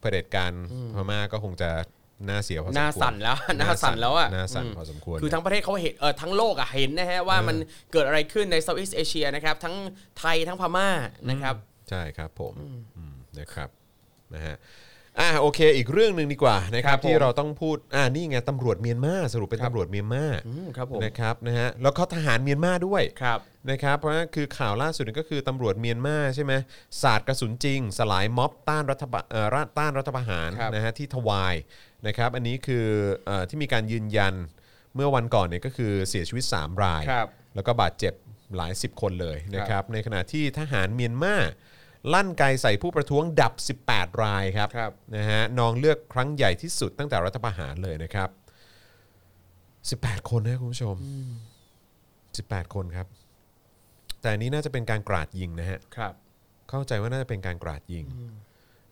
เผด็จการพม่าก็คงจะน่าเสียพอสมควร หน้าสั่นแล้ว (laughs) หน้าสั่นแล้วอ่ะ หน้าสั่น ม พอสมควร คือทั้งประเทศเขาเห็นเออทั้งโลกอ่ะเห็นนะฮะว่า เออ มันเกิดอะไรขึ้นในเซาท์อีสเอเชียนะครับ ทั้งไทยทั้งพม่านะครับ ใช่ครับผมอืมนะครับนะฮะอ่ะโอเค อีกเรื่องหนึ่งดีกว่านะครับ ครับผม ที่เราต้องพูดอ่านี่ไงตำรวจเมียนมาสรุปเป็นตำรวจเมียนมา อืมครับผม นะครับนะฮะแล้วก็ทหารเมียนมาด้วย ครับ นะครับเพราะว่าคือข่าวล่าสุดนี่ก็คือตำรวจเมียนมาใช่ไหมสาดกระสุนจริง สลายม็อบต้านรัฐบาเอ่อราต้านรัฐประหาร ครับ นะฮะที่ทวายนะครับอันนี้คือเอ่อที่มีการยืนยันเมื่อวันก่อนเนี่ยก็คือเสียชีวิต 3 ราย ครับ แล้วก็บาดเจ็บหลาย 10 คนเลยนะค ครั รับบ ในขณะที่ทหารเมียนมาลั่นไกใส่ผู้ประท้วงดับ 18 รายครับ ครับ นะฮะนองเลือกครั้งใหญ่ที่สุดตั้งแต่รัฐประหารเลยนะครับ 18 คนนะคุณผู้ชม 18 คนครับ แต่อันนี้น่าจะเป็นการกราดยิงนะฮะ ครับ เข้าใจว่าน่าจะเป็นการกราดยิง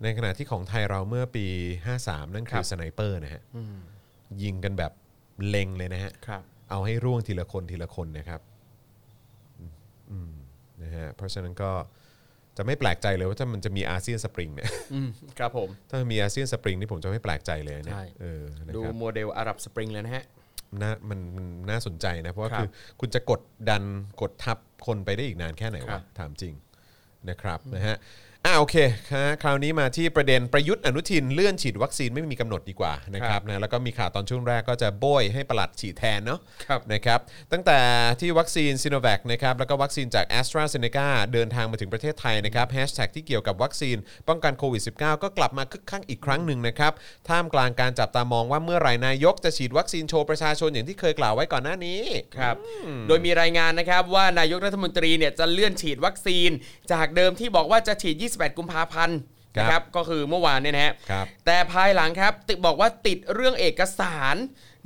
ในขณะที่ของไทยเราเมื่อปี 53 นั่นคื ครั อบ สไนเปอร์นะฮะยิงกันแบบเล็งเลยนะฮะ ครับ เอาให้ร่วงทีละคนทีละคนนะครับอืมอืมนะฮะ เพราะฉะนั้นก็จะไม่แปลกใจเลยว่าถ้ามันจะมีอาเซียนสปริงเนี่ย (laughs) อืมครับผม ถ้ามันมีอาเซียนสปริงนี่ผมจะไม่แปลกใจเลยนะ ใช่ เออนะ ดู ครับ โมเดลอาหรับสปริงแล้วนะฮะ น่ามันมันน่าสนใจนะ เพราะว่า ครับ คือคุณจะกดดันกดทับคนไปได้อีกนานแค่ไหน ครั วะ บ ถามจริงนะครับนะฮะอ่าโอเคค่ะคราวนี้มาที่ประเด็นประยุทธ์อนุทินเลื่อนฉีดวัคซีนไม่มีกำหนดดีกว่านะครับนะแล้วก็มีข่าวตอนช่วงแรกก็จะโบยให้ประหลัดฉีดแทนเนาะ ครับ นะครับตั้งแต่ที่วัคซีนซิโนแวคนะครับแล้วก็วัคซีนจาก a s t r a z เซ e c a เดินทางมาถึงประเทศไทยนะครับแฮชแท็กที่เกี่ยวกับวัคซีนป้องกันโควิด -19 ก็กลับมาคึกคักอีกครั้งหนึ่งนะครับท่ามกลางการจับตามองว่าเมื่อไหร่นายกจะฉีดวัคซีนโชว์ประชาชนอย่างที่เคยกล่าวไว้ก่อนหน้านี้ ครับ โดยมีรายงานนะครับว่านายกรัฐมนตรีเนี่ยจะเลื่อนฉีดวัคซีน จากเดิมที่บอกว่าจะฉีด 28 กุมภาพันธ์นะค ครั รั บบ ก็คือเมื่อวานเนี่ยนะฮะ ครับ แต่ภายหลังครับติดบอกว่าติดเรื่องเอกสาร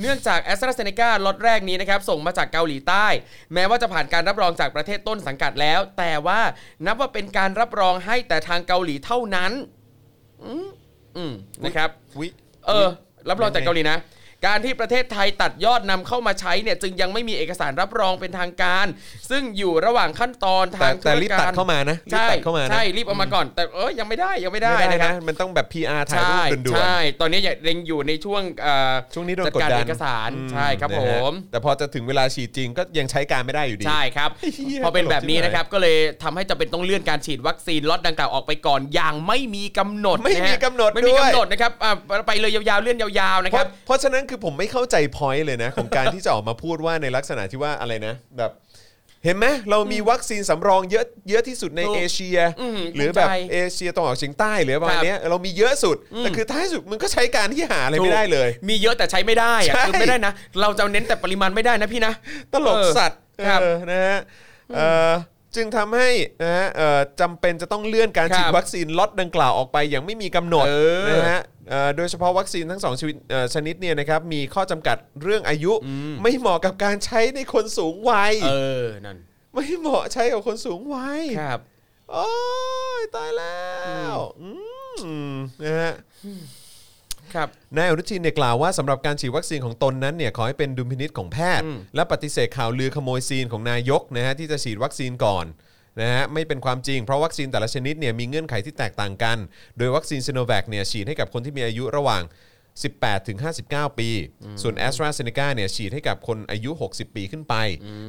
เนื่องจากแอสตราเซเนกาล็อตแรกนี้นะครับ ส่งมาจากเกาหลีใต้ แม้ว่าจะผ่านการรับรองจากประเทศต้นสังกัดแล้ว แต่ว่านับว่าเป็นการรับรองให้แต่ทางเกาหลีเท่านั้น อืมอืมนะครับ วิ เออ รับรองจากเกาหลีนะ การที่ประเทศไทยตัดยอดนำเข้ามาใช้เนี่ย จึงยังไม่มีเอกสารรับรองเป็นทางการ ซึ่งอยู่ระหว่างขั้นตอน แต่ ทางธุ แต่ ร รีบ การ ตัดเข้ามานะรีบ ใช่ ตัดเข้ามานะ ใช่รีบเอามาก่อน แต่เอ้ยยังไม่ได้ยังไม่ได้ ไม่ได้ นะครับ นะมันต้องแบบ PR ถ่าย ใช่ รูปด่วน ใช่ตอนนี้ยังอยู่ในช่วงเอ่อ ๆช่วงนี้โดน จัด กด การ ดัน เอกสาร อืม ใช่ครับ นะ ผ ฮะ ม แต่พอจะถึงเวลาฉีดจริงก็ยังใช้การไม่ได้อยู่ดี ใช่ครับ เหี้ย พอเป็น ตลก แบบนี้ ที่ไหน นะครับก็เลยทำให้จำเป็นต้องเลื่อนการฉีดวัคซีนล็อตดังกล่าวออกไปก่อนอย่างไม่มีกำหนด ไม่ นะ มี ฮะ กำหนด ไม่มี ด้วยกำหนดนะครับอ่ะไปเลยยาวๆเลื่อนยาวๆนะ เพ ครับ ราะเพราะฉะนั้นคือผมไม่เข้าใจ point เลยนะ ของการที่จะออกมาพูดว่าในลักษณะที่ว่าอะไรนะ แบบ เห็นไหมเรามีวัคซีนสำรองเยอะเยอะที่สุดใน ถูก เอเชีย อืม หรือแบบ เข้าใจ เอเชียตะวันออกเฉียงใต้หรือประมาณเนี้ยเรามีเยอะสุด แต่คือท้ายสุดมันก็ใช้การที่หาอะไร ถูก ไม่ได้เลย มีเยอะแต่ใช้ไม่ได้อะ ใช่ คือไม่ได้นะ เราจะเน้นแต่ปริมาณไม่ได้นะพี่นะ ตลกสัตว์ เออครับ เออนะฮะเอ่อจึงทำให้นะฮะเอ่อจำเป็นจะต้องเลื่อนการฉีด ครับ วัคซีนล็อตดังกล่าวออกไปอย่างไม่มีกำหนด เออ นะฮะเอ่อโดยเฉพาะวัคซีนทั้งสองชนิดเอ่อชนิดเนี่ยนะครับมีข้อจำกัดเรื่องอายุไม่เหมาะกับการใช้ในคนสูงวัย เออ นั่น ไม่เหมาะใช้กับคนสูงวัย ครับ โอ้ยตายแล้วอืมนะฮะ ครับ นายอนุทินเนี่ยกล่าวว่าสำหรับการฉีดวัคซีนของตนนั้นเนี่ยขอให้เป็นดุลพินิษของแพทย์ และปฏิเสธข่าวลือขโมยซีนของนายกนะฮะที่จะฉีดวัคซีนก่อนนะฮะไม่เป็นความจริงเพราะวัคซีนแต่ละชนิดเนี่ยมีเงื่อนไขที่แตกต่างกัน โดยวัคซีนซ i โนแวคเนี่ยฉีดให้กับคนที่มีอายุระหว่าง 18ถึง59 ปี ส่วน a s t r a z เซ e c a เนี่ยฉีดให้กับคนอายุ 60 ปีขึ้นไป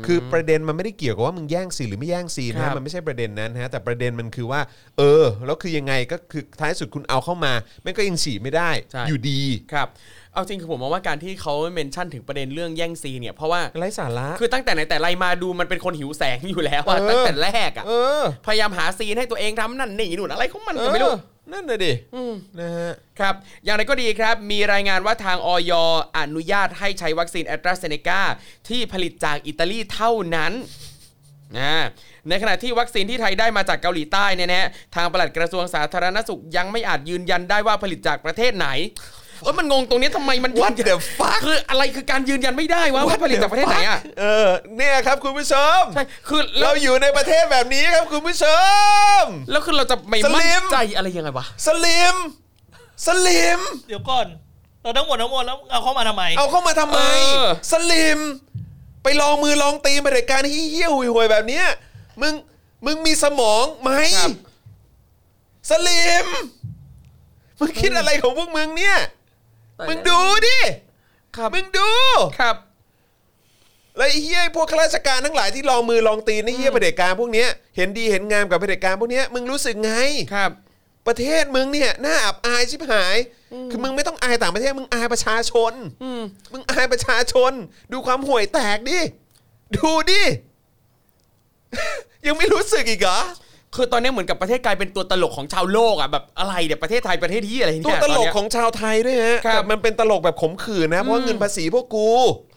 คือประเด็นมันไม่ได้เกี่ยวกับว่ามึงแย่งซีนหรือไม่แย่งซีนนะ ครั ฮะ บ มันไม่ใช่ประเด็นนั้นนะฮะแต่ประเด็นมันคือว่า เออแล้วคือยังไงก็คือท้ายสุดคุณเอาเข้ามาแม่งก็ยังฉีดไม่ได้ ใช่ อยู่ดี ครับ เอาจริงคือผมมองว่าการที่เขาเมนชั่นถึงประเด็นเรื่องแย่งซีนเนี่ย เพราะว่า ไร้สาระ คือตั้งแต่ไหนแต่ไรมาดูมันเป็นคนหิวแสงอยู่แล้วอะ เออ ตั้งแต่แรกอะ เออ พยายามหาซีนให้ตัวเองทำนั่นนี่นู่นอะไรของมัน เอ ก็ อ ไม่รู้ นั่นเลยดินะฮะ ครับ อย่างไรก็ดีครับ มีรายงานว่าทางออยอนุญาตให้ใช้วัคซีนแอตราเซเนกาที่ผลิตจากอิตาลีเท่านั้นนะในขณะที่วัคซีนที่ไทยได้มาจากเกาหลีใต้เนี่ยนะฮะทางปลัดกระทรวงสาธารณสุขยังไม่อาจยืนยันได้ว่าผลิตจากประเทศไหนเอ้ยมันงงตรงนี้ทำไมมัน What the fuck คืออะไรคือการยืนยันไม่ได้วะว่าผลิตจากประเทศไหนอ่ะ เออเนี่ยครับคุณผู้ชม ใช่คือแล้ เรา ว อยู่ในประเทศแบบนี้ครับคุณผู้ชม แล้วคือเราจะไม่มั่ สลิ น ม ใจอะไรยังไงวะ สลิม สลิม เดี๋ยวก่อน เราทั้งหมดทั้งมวลแล้วเอาเข้ามาทำไม เอาเข้ามาทำไม เออ สลิม ไปลองมือลองตีนเผด็จการที่เหี้ยห่วยๆแบบเนี้ยมึงมึงมีสมองไหม ครับ สลิมมึงคิดอะไรของพวกมึงเนี่ย มึงดูดิ ครับ มึงดู ครับ แล้วไอ้เฮียพวกข้าราชการทั้งหลายที่ลองมือลองตีนไอ้เฮียเผด็จการพวกเนี้ยเห็นดีเห็นงามกับเผด็จการพวกเนี้ยมึงรู้สึกไง ครับ ประเทศมึงเนี่ยน่าอับอายชิบหาย คือมึงไม่ต้องอายต่างประเทศมึงอายประชาชนมึงอายประชาชน ดูความห่วยแตกดิ ดูดิ (laughs) ยังไม่รู้สึกอีกเหรอ คือตอนนี้เหมือนกับประเทศกลายเป็นตัวตลกของชาวโลกอ่ะแบบอะไรเนี่ยประเทศไทยประเทศที่อะไรเนี่ย ตัวตลก เนี้ย ของชาวไทยด้วยฮะ ครับ แต่มันเป็นตลกแบบขมขื่นนะ เพราะว่า อืม เงินภาษีพวกกู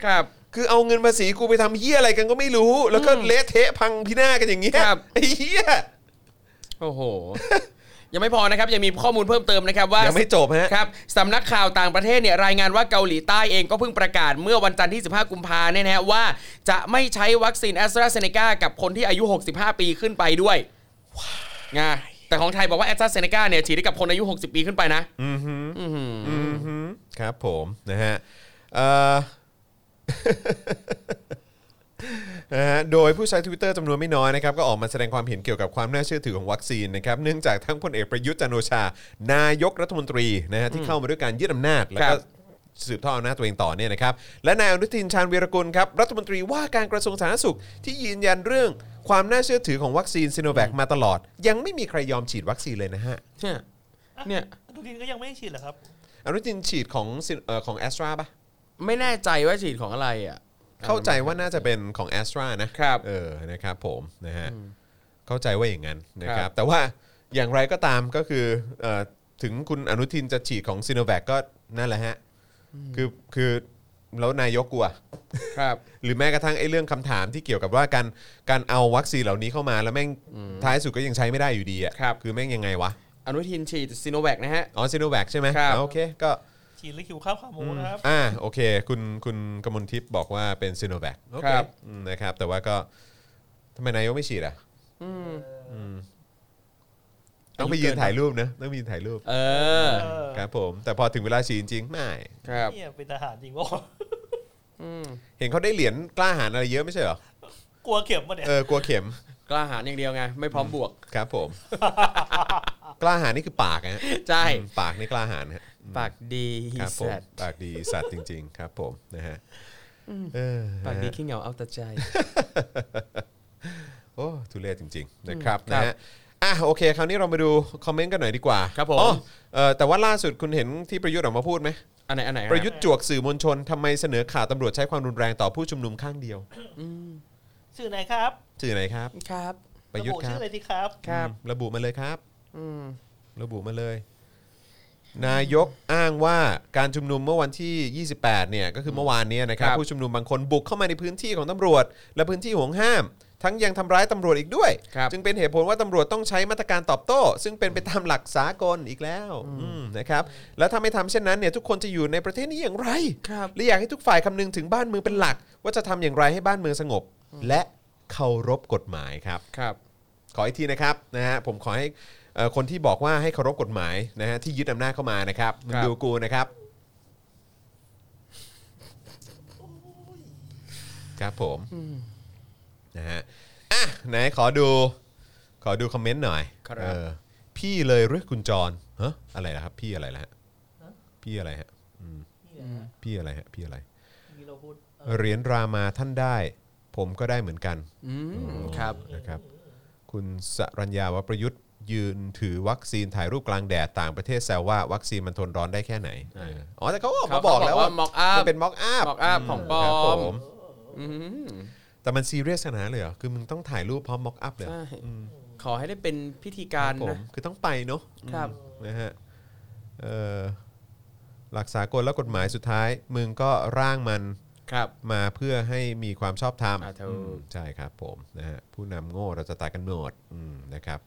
ครับ คือเอาเงินภาษีกูไปทำเฮี้ยอะไรกันก็ไม่รู้ แล้วก็ อืม เละเทะพังพินาศกันอย่างเงี้ย ครับ ไอ้เฮี้ย โอ้โห ยังไม่พอนะครับ ยังมีข้อมูลเพิ่มเติมนะครับว่า ยังไม่จบฮะ ครับสำนักข่าวต่างประเทศเนี่ยรายงานว่าเกาหลีใต้เองก็เพิ่งประกาศเมื่อวันจันทร์ที่ 15 กุมภาเนี่ยนะฮะว่า จะไม่ใช้วัคซีนแอสตราเซเนกากับคนที่อายุ 65 ปีขึ้นไปด้วยงาแต่ของไทยบอกว่าแอสตราเซเนกาเนี่ยฉีดให้กับคนอายุ 60 ปีขึ้นไปนะ อือหือ อื้อหืออ อือหือครับผมนะฮะเอ่อ (laughs) นะฮะโดยผู้ใช้ Twitter จำนวนไม่น้อยนะครับ ก็ออกมาแสดงความเห็นเกี่ยวกับความน่าเชื่อถือของวัคซีนนะครับ เนื่องจากทั้งพลเอกประยุทธ์จันทร์โอชา นายกรัฐมนตรีนะฮะที่เข้ามาด้วยการยึดอำนาจ แล้ว ค ก็ รับ สืบทอดอำนาจตัวเองต่อเนี่ยนะครับ และนายอนุทินชาญวีรกุลครับ รัฐมนตรีว่าการกระทรวงสาธารณสุขที่ยืนยันเรื่องความน่าเชื่อถือของวัคซีนซิโนแวคมาตลอด ยังไม่มีใครยอมฉีดวัคซีนเลยนะฮะ เนี่ยเนี่ย อนุทินก็ยังไม่ได้ฉีดเหรอครับ อนุทินฉีดของ Sin- เอ่อของแอสตราปะ ไม่แน่ใจว่าฉีดของอะไรอ่ะ เข้าใจว่าน่าจะเป็นของ a s t r a นะครับ เออนะครับผมนะฮะเข้าใจว่าอย่างนั้นนะค ค รั รับ บ แต่ว่าอย่างไรก็ตามก็คือเอ่อถึงคุณอนุทินจะฉีดของซีโนแว c ก็นั่นแหละฮะ คือคือแล้วนายกกลัว ครับ หรือแม้กระทั่งไอ้เรื่องคำถามที่เกี่ยวกับว่าการการเอาวัคซีนเหล่านี้เข้ามาแล้วแม่งท้ายสุดก็ยังใช้ไม่ได้อยู่ดี ครั อะ่ะ บ คือแม่งยังไงวะ อนุทินฉีดซีโนแวคนะฮะ อ๋อซีโนแว c ใช่ไหม ครับ อ่าโอเคก็ ฉีดแล้วหิวข้าวขาหมูนะครับ อ่าโอเค คุณคุณกมลทิพย์บอกว่าเป็นซีโนแวคโอเค ครับ อืมนะครับ แต่ว่าก็ทำไมนายกไม่ฉีดอ่ะต้องไปยืนถ่ายรูปนะต้องไปยืนถ่ายรูป เออ เออ ครับผมแต่พอถึงเวลาฉีดจริงๆไม่ ครับ เนี่ยเป็นทหารจริงวะ เห็นเขาได้เหรียญกล้าหาญอะไรเยอะไม่ใช่เหรอก ลัวเข็มมาเนี่ย เออกลัวเข็ม กล้าหาญอย่างเดียวไง ไม่พร้อมบวก ครับผม กล้าหาญนี่คือปากนะฮะ ใช่ อืมปากนี่กล้าหาญนะฮะ ปากดี ครับผม สัตว์ ปากดีสัตว์จริง ๆ ครับ ผมนะฮะเออ ปาก นะ ดี ฮะ ขี้เหงาเอาแต่ใจ โอ้ทุเรศจริง ๆ นะครับ คนะรับ ฮะอ่ะโอเค คราวนี้เรามาดูคอมเมนต์กันหน่อยดีกว่า ครับผม อ๋อเอ่อแต่ว่าล่าสุดคุณเห็นที่ประยุทธ์ออกมาพูดไหม อันไหนอันไหนฮ ประยุทธ์จวกสื่อมวลชนทำไมเสนอข่าวตำรวจใช้ความรุนแรงต่อผู้ชุมนุมข้างเดียว ชื่อไหนครับ ชื่อไหนครับ ครับ ประยุท บุ ธ์ค ชื่ รั อบ อะไรดีครับ ครับ อืมระบุมาเลยครับ อืม ระบุมาเลย นายกอ้างว่าการชุมนุมเมื่อวันที่ 28 เนี่ย ก็คือเมื่อวานเนี้นะครับ ครับ ผู้ชุมนุมบางคนบุกเข้ามาในพื้นที่ของตำรวจ และพื้นที่ห่วงห้าม ทั้งยังทำร้ายตำรวจอีกด้วย ครับ จึงเป็นเหตุผลว่าตำรวจต้องใช้มาตรการตอบโต้ ซึ่งเป็นไปตามหลักสากลอีกแล้วอืมนะครับแล้วถ้าไม่ทำเช่นนั้นเนี่ยทุกคนจะอยู่ในประเทศนี้อย่างไร ครับ และอยากให้ทุกฝ่ายคำนึงถึงบ้านเมืองเป็นหลัก ว่าจะทำอย่างไรให้บ้านเมืองสงบ และเคารพกฎหมายครับ ครับ ขออีกทีนะครับนะฮะผมขอให้เอ่อคนที่บอกว่าให้เคารพกฎหมายนะฮะที่ยึดอำนาจเข้ามานะครับมึง ครับ ดูกูนะครับ ครับผมนะฮะอ่ะไหนขอดู ขอดูคอมเมนต์หน่อย ครับ เออพี่เลยหรือคุณจรฮะอะไรนะครับ พี่อะไรละฮะพี่อะไรฮะอืมพี่อะไรฮะพี่อะไร นี่เราพูด เหรียญรามาท่านได้ ผมก็ได้เหมือนกัน อืมครับ นะครับคุณสรัญญาว่าประยุทธ์ยืนถือวัคซีนถ่ายรูปกลางแดดต่างประเทศแซวว่าวัคซีนมันทนร้อนได้แค่ไหนเอออ๋อแต่เขาก็ออกมา เขาก็ บอกแล้ว บอก ว่า ว่า ม็ mock up มันเป็นม็อกอัพ mock up ของปลอม อืม แต่มันซีเรียสขนาดนั้นเลยเหรอ คือมึงต้องถ่ายรูปพร้อมม็อกอัพเลยเหรอ ใช่ขอให้ได้เป็นพิธีการ ผม นะ คือต้องไปเนาะ ครับ นะฮะเอ่อหลักสากลและกฎหมายสุดท้าย มึงก็ร่างมัน ครับ มาเพื่อให้มีความชอบธรรม อ่าถูก อืมใช่ครับผมนะฮะผู้นำโง่เราจะตายกันหมดอืมนะครับ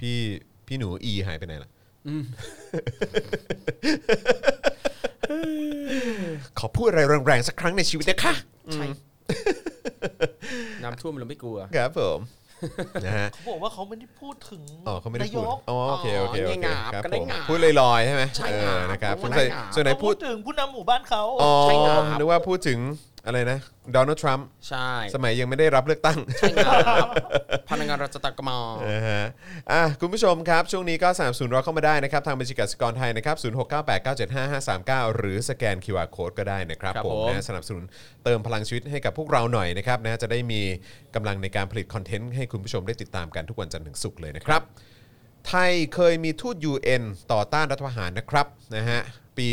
พี่พี่หนูอีหายไปไหนล่ะ (laughs) ขอพูดอะไรแรงๆสักครั้งในชีวิตนะคะ ใช่น้ำท่วมเราไม่กลัว ครับผมนะฮะ เขาบอกว่าเขาไม่ได้พูดถึง อ๋อเขาไม่ได้ นาย พูด ก อ๋อโอเคโอเคโอ อ๋เคอไงหงาบ ครับ ก็ได้ ผม หงาบ พูดลอยๆใช่ไหม ใช่ เอ หงา อบ นะครับ พู ส่ว ด นใหญ่ส่วนว่าได้หงาบไหน เขา พู พู ด ดถึงผู้นำหมู่บ้านเขา อ๋อ ใช่หงาบ นึกว่าพูดถึง อะไรนะโดนัลด์ทรัมป์ ใช่ สมัยยังไม่ได้รับเลือกตั้ง ใช่งานครับพนักงานรัฐตกม นะฮะอ่ะคุณผู้ชมครับ ช่วงนี้ก็สามศูนย์เราเข้ามาได้นะครับ ทางบัญชีกสิกรไทยนะครับศูนย์หกเก้าแปดเก้าเจ็ดห้าห้าสามเก้าหรือสแกน QR Code ก็ได้นะครับ ครับ ผม ผม นะสนับสนุนเติมพลังชีวิตให้กับพวกเราหน่อยนะครับนะจะได้มีกำลังในการผลิตคอนเทนต์ให้คุณผู้ชมได้ติดตามกันทุกวันจันทร์ถึงศุกร์เลยนะครับ ไทยเคยมีทูต UN ต่อต้านรัฐประหารนะครับนะฮะปี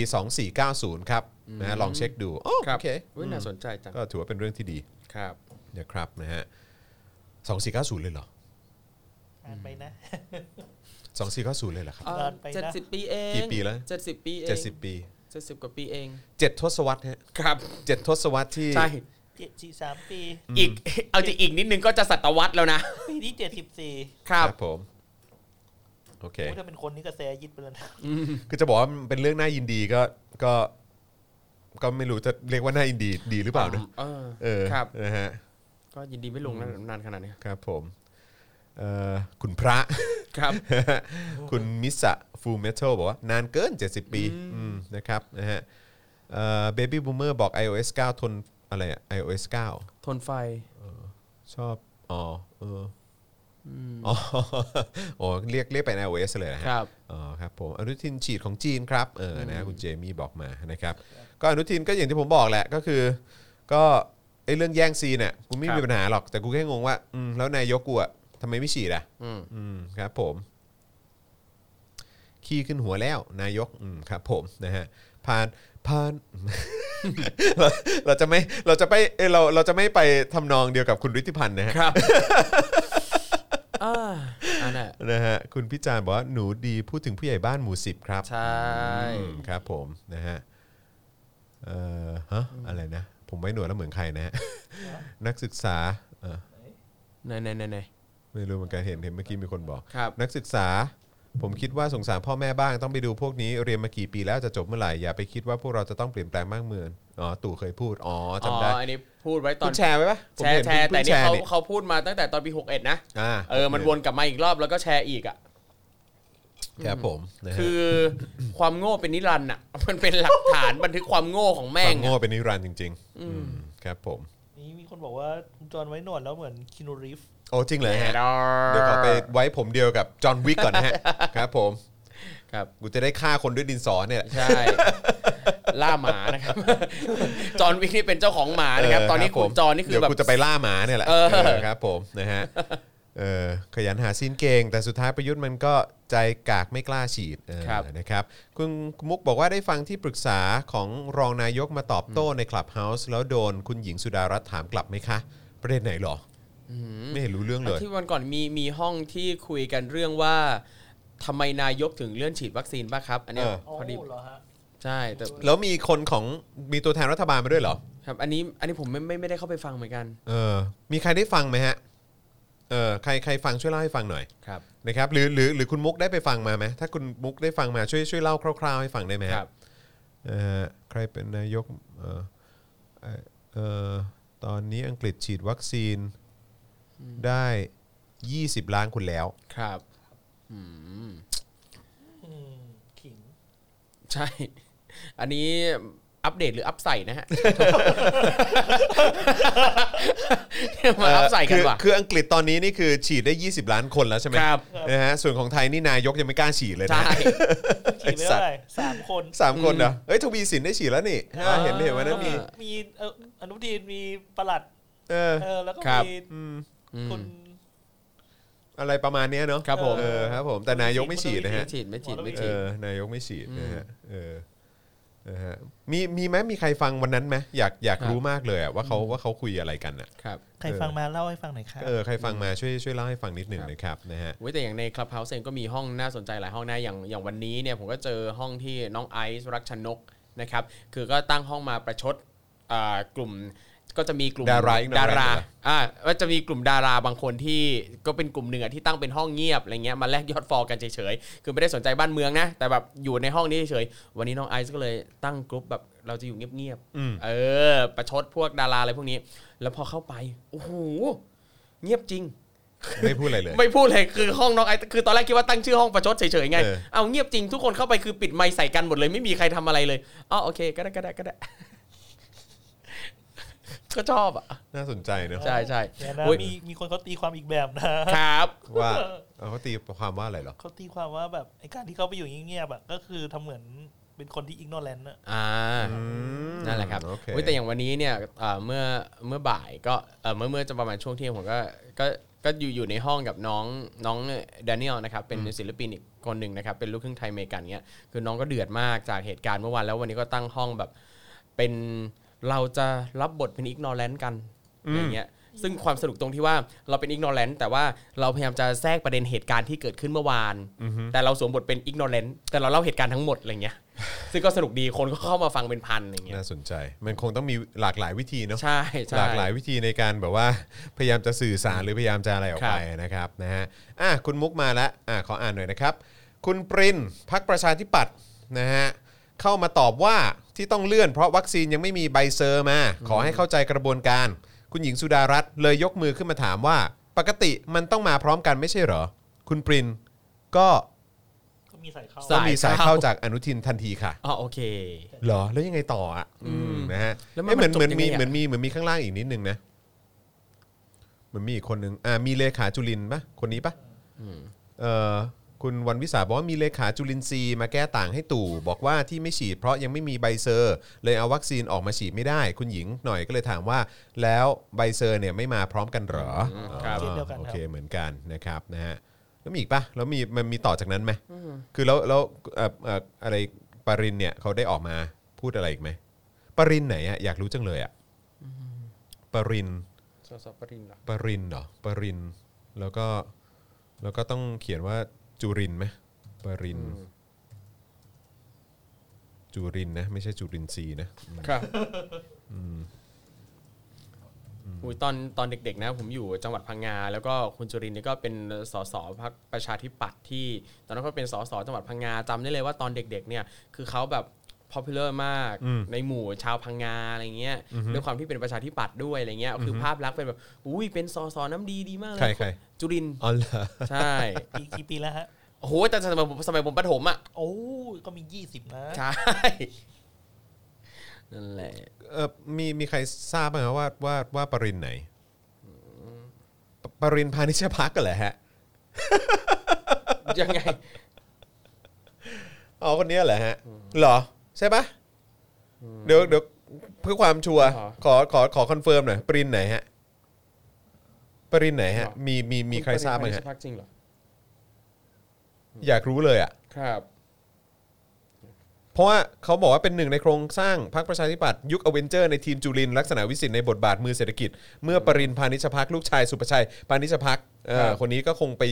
2490 ครับนะลองเช็คดูโอ ครับ โอเค อุ้ยน่าสนใจจัง ก็ถือว่าเป็นเรื่องที่ดี ครับ นะครับนะฮะ2490 เลยเหรอ อ่านไปนะ 2490 เลยเหรอครับ เอ่อ เจ็ดสิบ 70 ปีเอง กี่ปีแล้ว เจ็ดสิบปีเอง 70 ปี เจ็ดสิบกว่าปีเอง เจ็ดทศวรรษฮะ ครับ เจ็ดทศวรรษที่ ใช่ เจ็ดสี่สามปี อีกเอาจริงอีกนิดนึงก็จะศตวรรษแล้วนะ ปีที่เจ็ดสิบสี่ ครับ ผม โอเค ถ้าเป็นคนนี้กระแสยิดไปแล้วนะ คือจะบอกว่ามันเป็นเรื่องน่ายินดีก็ก็ ก็ไม่รู้จะเรียกว่าน่ายินดีดีหรือเปล่านะ เออ เออ ครับ นะฮะ ก็ยินดีไม่ลงนะนานขนาดเนี้ย ครับผมเอ่อคุณพระ (laughs) ครับ คุณมิสะฟูเมทัลบอกว่า นานเกิน 70 ปีอืมนะครับนะฮะเบบี้บูมเมอร์บอก iOS 9 ทนอะไรอะ iOS 9 ทนไฟ ชอบ อ๋อ เออออ๋อ (laughs) โอ้เรียกเรียกเป็น iOS เลยนะฮะ ครับ อ๋อครับผม อนุทินฉีดของจีนครับ เออ นะฮะคุณเจมี่บอกมา นะครับ ก็อนุทินก็อย่างที่ผมบอกแหละ ก็คือ ก็ไอ้เรื่องแย่งซีนเนี่ยกูไม่มีปัญหาหรอก แต่กูแค่งงว่า อืม แล้วนายกกูอะทำไมไม่ฉีดอะ อืม อืม ครับผม ขี้ขึ้นหัวแล้ว นายก อืม ครับผม นะฮะ ผ่าน ผ่าน เราเราจะไม่ เราจะไปเอ้ยเรา เราจะไม่ไปทำนองเดียวกับคุณฤทธิพันธ์นะฮะ ครับอ่าอันน่ะ นะฮะคุณพิจารณ์บอกว่าหนูดีพูดถึงผู้ใหญ่บ้านหมู่สิบครับ ใช่ อืมครับผมนะฮะเอ่อฮะอะไรนะ ผมไว้หนวดแล้วเหมือนใครนะ (laughs) ฮะ นักศึกษาเอ่อ ไหนไหนไหนไหน ไม่รู้เหมือนกันเห็นเห็นเมื่อกี้มีคนบอก ครับ นักศึกษา ผมคิดว่าสงสารพ่อแม่บ้างต้องไปดูพวกนี้เรียนมากี่ปีแล้วจะจบเมื่อไหร่อย่าไปคิดว่าพวกเราจะต้องเปลี่ยนแปลงมากเมือนอ๋อตู่เคยพูดอ๋อ อ๋อ จำได้ อันนี้พูดไว้ตอ คุ น ณแชร์ไว้ปะผม แชร์ เห็น แชร์ คุณ แต่เนี่ยเขา คุณแชร์ เขาพูดมาตั้งแต่ตอนปี61นะ อ่า เออมันวนกลับมาอีกรอบแล้วก็แชร์อีกอ่ะ ครับผมนะฮะ คือความโง่เป็นนิรันดร์อ่ะ มันเป็นหลักฐานบันทึกความโง่ของแม่ ควาง มโง่ อะ เป็นนิรันดร์จริง ๆ อืมครับผม นี่มีคนบอกว่าคุณจอห์นไว้หนวดแล้วเหมือนคินูรีฟ โอ้จริงเหรอฮะ แน่นน เดี๋ยวขอไปไว้ผมเดียวกับจอห์นวิกก่อนนะฮะ ครับผม ครับ กูจะได้ฆ่าคนด้วยดินสอเนี่ยแหละ ใช่ ล่าหมานะครับ (laughs) จอห์นวิกนี่เป็นเจ้าของหมานะครับ เ ตอนนี้ รับ คุ ผม ณจอห์นนี่คือ เดี๋ยว แบบ กูจะไปล่าหมาเนี่ยแหละ เออ เออครับผมนะฮะเออขยันหาซีนเก่ง แต่สุดท้ายประยุทธ์มันก็ใจกากไม่กล้าฉีดเออนะครับคุณมุกบอกว่าได้ฟังที่ปรึกษาของรองนายกมาตอบโต้ในคลับเฮาส์แล้วโดนคุณหญิงสุดารัตน์ถามกลับไหมคะ ประเด็นไหนหรออไม่เห็นรู้เรื่องเลย ที่วันก่อนมีมีห้องที่คุยกันเรื่องว่าทำไมนายกถึงเลื่อนฉีดวัคซีนบ้างครับ อันเนี้ย เออ พอดี เหรอฮะ ใช่แต่ แล้วมีคนของมีตัวแทนรัฐบาลมาด้วยเหรอ ครับอันนี้อันนี้ผมไม่ไม่ไม่ได้เข้าไปฟังเหมือนกัน เออมีใครได้ฟังไหมฮะ เออใครใครฟังช่วยเล่าให้ฟังหน่อย ครับ นะครับหรือหรือหรือคุณมุกได้ไปฟังมาไหมถ้าคุณมุกได้ฟังมาช่วยช่วยเล่าคร่าวๆให้ฟังได้ไหมฮะ ครับ เออใครเป็นนายกเออเอ่อเออตอนนี้อังกฤษฉีดวัคซีนได้ 20 ล้านคนแล้ว ครับอืม อืมขิง ใช่ อันนี้อัปเดตหรืออัพใส่นะฮะ (laughs) มาอัพใส่กัน คือ ว่ะ คืออังกฤษตอนนี้นี่คือฉีดได้ 20 ล้านคนแล้วใช่ไหม ครับ นะฮะส่วนของไทยนี่นายกยังไม่กล้าฉีดเลยนะ ใช่ ฉีดไปเท่าไหร่สามคน สามคนเหรอเอ้ยทวีสินได้ฉีดแล้วนี่ฮะ อ่า เห็นเห็นว่านั้นมี มีมีเอออนุทินมีประหลัด เออ เออ แล้วก็ ครับ มี อืม อืม คุณ อะไรประมาณเนี้ยเนาะ ครับผม เออครับผมแต่นายกไม่ฉีดนะ ไม่ ฮะ ฉีดไม่ฉีดไม่ เอ ฉีด อนายกไม่ฉีดนะฮะ อืม เออนะฮะมีมีไหมมีใครฟังวันนั้นไหมอยากอยาก ครับ รู้มากเลยอะว่าเขาว่าเขาคุยอะไรกันอ่ะ ครับ ใครฟังมาเล่าให้ฟังหน่อยครับ เออใครฟังมาช่วยช่วยเล่าให้ฟังนิดหนึ่ง คนะครัรับบนะฮะ เว้ยแต่อย่างในคลับเฮาส์เองก็มีห้องน่าสนใจหลายห้องนะอย่างอย่างวันนี้เนี่ยผมก็เจอห้องที่น้องไอซ์รักชนกนะครับ คือก็ตั้งห้องมาประชดอ่ากลุ่มก็จะมีกลุ่ม ดาราอีกหน่อย ดารา เหอ อ่าว่าจะมีกลุ่มดาราบางคนที่ก็เป็นกลุ่มหนึ่งอะที่ตั้งเป็นห้องเงียบอะไรเงี้ยมาแลกยอดฟอลกันเฉยๆคือไม่ได้สนใจบ้านเมืองนะ แต่แบบอยู่ในห้องนี้เฉยๆวันนี้น้องไอซ์ก็เลยตั้งกลุ่มแบบเราจะอยู่เงียบ อืม ๆเออ ประชดพวกดาราอะไรพวกนี้ แล้วพอเข้าไปโอ้โหเงียบจริง ไม่พูดอะไรเลย ไม่พูดเลยคือห้องน้องไอซ์คือตอนแรกคิดว่าตั้งชื่อห้องประชดเฉยๆไง เออ เอาเงียบจริงทุกคนเข้าไปคือปิดไมค์ใส่กันหมดเลยไม่มีใครทำอะไรเลยอ๋อโอเคก็ได้ก็ได้ก็ได้ (laughs) ก็ชอบอ่ะ น่าสนใจเนอะ ใช่ใช่ เนี่ยนะ โอ้ย มีมีคนเขาตีความอีกแบบนะครับ ว่าเอาเขาตีความว่าอะไรเหรอ เขาตีความว่าแบบไอ้การที่เขาไปอยู่เงียบๆอะก็คือทำเหมือนเป็นคนที่อิกโนแลนต์อะ อ่า นั่นแหละครับ โอเค โอ้ยแต่อย่างวันนี้เนี่ยเอ่อเมื่อเมื่อบ่ายก็เอ่อเมื่อเมื่อจะประมาณช่วงเที่ยงผมก็ก็ก็อยู่อยู่ในห้องกับน้องน้องแดเนียลนะครับเป็นศิลปินอีกคนหนึ่งนะครับเป็นลูกครึ่งไทยอเมริกันเงี้ยคือน้องก็เดือดมากจากเหตุการณ์เมื่อวานแล้ววันนี้ก็ตั้งห้องแบบเป็นเราจะรับบทเป็นอิกโนแลนต์กันอย่างเงี้ยซึ่งความสนุกตรงที่ว่าเราเป็นอิกโนแลนต์แต่ว่าเราพยายามจะแทรกประเด็นเหตุการณ์ที่เกิดขึ้นเมื่อวาน แต่เราสวมบทเป็นอิกโนแลนต์แต่เราเล่าเหตุการณ์ทั้งหมดอะไรเงี้ยซึ่งก็สนุกดีคนก็เข้ามาฟังเป็นพันอย่างเงี้ย น่าสนใจ มันคงต้องมีหลากหลายวิธีเนอะ ใช่ใช่ หลากหลายวิธีในการแบบว่า พยายามจะสื่อสารหรือพยายามจะอะไรออกไป ครับ นะครับนะฮะอ่ะคุณมุกมาแล้วอ่ะขออ่านหน่อยนะครับ คุณปรินพักประชาธิปัตย์นะฮะเข้ามาตอบว่าที่ต้องเลื่อนเพราะวัคซีนยังไม่มีใบเซอร์มา ขอให้เข้าใจกระบวนการ คุณหญิงสุดารัตน์เลยยกมือขึ้นมาถามว่า ปกติมันต้องมาพร้อมกันไม่ใช่เหรอ คุณปรินก็ ก็มีสายเข้า ส ก็มีสายเข้าจากอนุทินทันทีค่ะ อ๋อโอเค เหรอ แล้วยังไงต่ออ่ะอืมนะฮะ แล้วมัเอ้นยเหมือนเหมันจบมือน ยังไง มี อะ เหมือนมีเหมือนมีข้างล่างอีกนิดนึงนะเหมือนมีอีกคนนึงอ่ามีเลขาจุลินปะคนนี้ปะเออคุณวันวิสาบอกว่ามีเลขาจุลินทรีย์มาแก้ต่างให้ตู่ บอกว่าที่ไม่ฉีดเพราะยังไม่มีใบเซอร์ เลยเอาวัคซีนออกมาฉีดไม่ได้ คุณหญิงหน่อยก็เลยถามว่า แล้วใบเซอร์เนี่ยไม่มาพร้อมกันเหรอ ครับ อ๋อโอเคเหมือนกันนะครับนะฮะแล้วมีอีกปะแล้วมีมันมีต่อจากนั้นไหมคือแล้วแล้วเอ่อเอ่ออะไรปรินเนี่ยเขาได้ออกมาพูดอะไรอีกไหม ปรินไหนอะอยากรู้จังเลยอะปริน สสปรินทร์เหรอ ปรินเหรอปรินแล้วก็แล้วก็ต้องเขียนว่าจุรินทร์ไหมปรินจุรินทร์นะไม่ใช่จุรินทรีย์นะครับ อุ้ยตอนตอนเด็กๆนะผมอยู่จังหวัดพังงา แล้วก็คุณจุรินทร์เนี่ยก็เป็นสสพรรคประชาธิปัตย์ที่ ตอนนั้นก็เป็นสสจังหวัดพังงาจำได้เลยว่าตอนเด็ก ๆ เนี่ยคือเขาแบบพอพิเลอร์มากในหมู่ชาวพังงาอะไรเงี้ยด้วยความที่เป็นประชาธิปัตย์ด้วยอะไรเงี้ยคือภาพลักษณ์เป็นแบบอุ้ยเป็นสสน้ำดีดีมากเลย ใครใคร จุรินทร์ อ๋อเหรอ ใช่ กี่กี่ปีแล้วฮะ โอ้โหแต่สมัยผมสมัยผมประถมอ่ะ โอ้ยก็มียี่สิบนะ ใช่นั่นแหละ เออมีมีใครทราบไหมว่าว่าว่าปรินไหนปปรินพานิชพักกันเหรอฮะ ยังไง อ๋อคนเนี้ยเหรอฮะเหรอใช่ปะเดี๋ยวเดี๋ยวเพื่อความชัวร์ หรอ ขอขอขอคอนเฟิร์มหน่อยปรินไหนฮะปรินไหนฮะ หรอ มีมีมีใครทราบไหม ณปะเด็ฮะนพักจริงเหรอ อยากรู้เลยอ่ะ ครับ เพราะว่าเขาบอกว่าเป็นหนึ่งในโครงสร้างพรรคประชาธิปัตย์ยุคอเวนเจอร์ในทีมจุลินทร์ลักษณะวิสิทธิ์ในบทบาทมือเศรษฐกิจ เมื่อปรินทร์พานิชพักลูกชายสุประชัยพานิชพักเอ่อ ครับ คนนี้ก็คงไป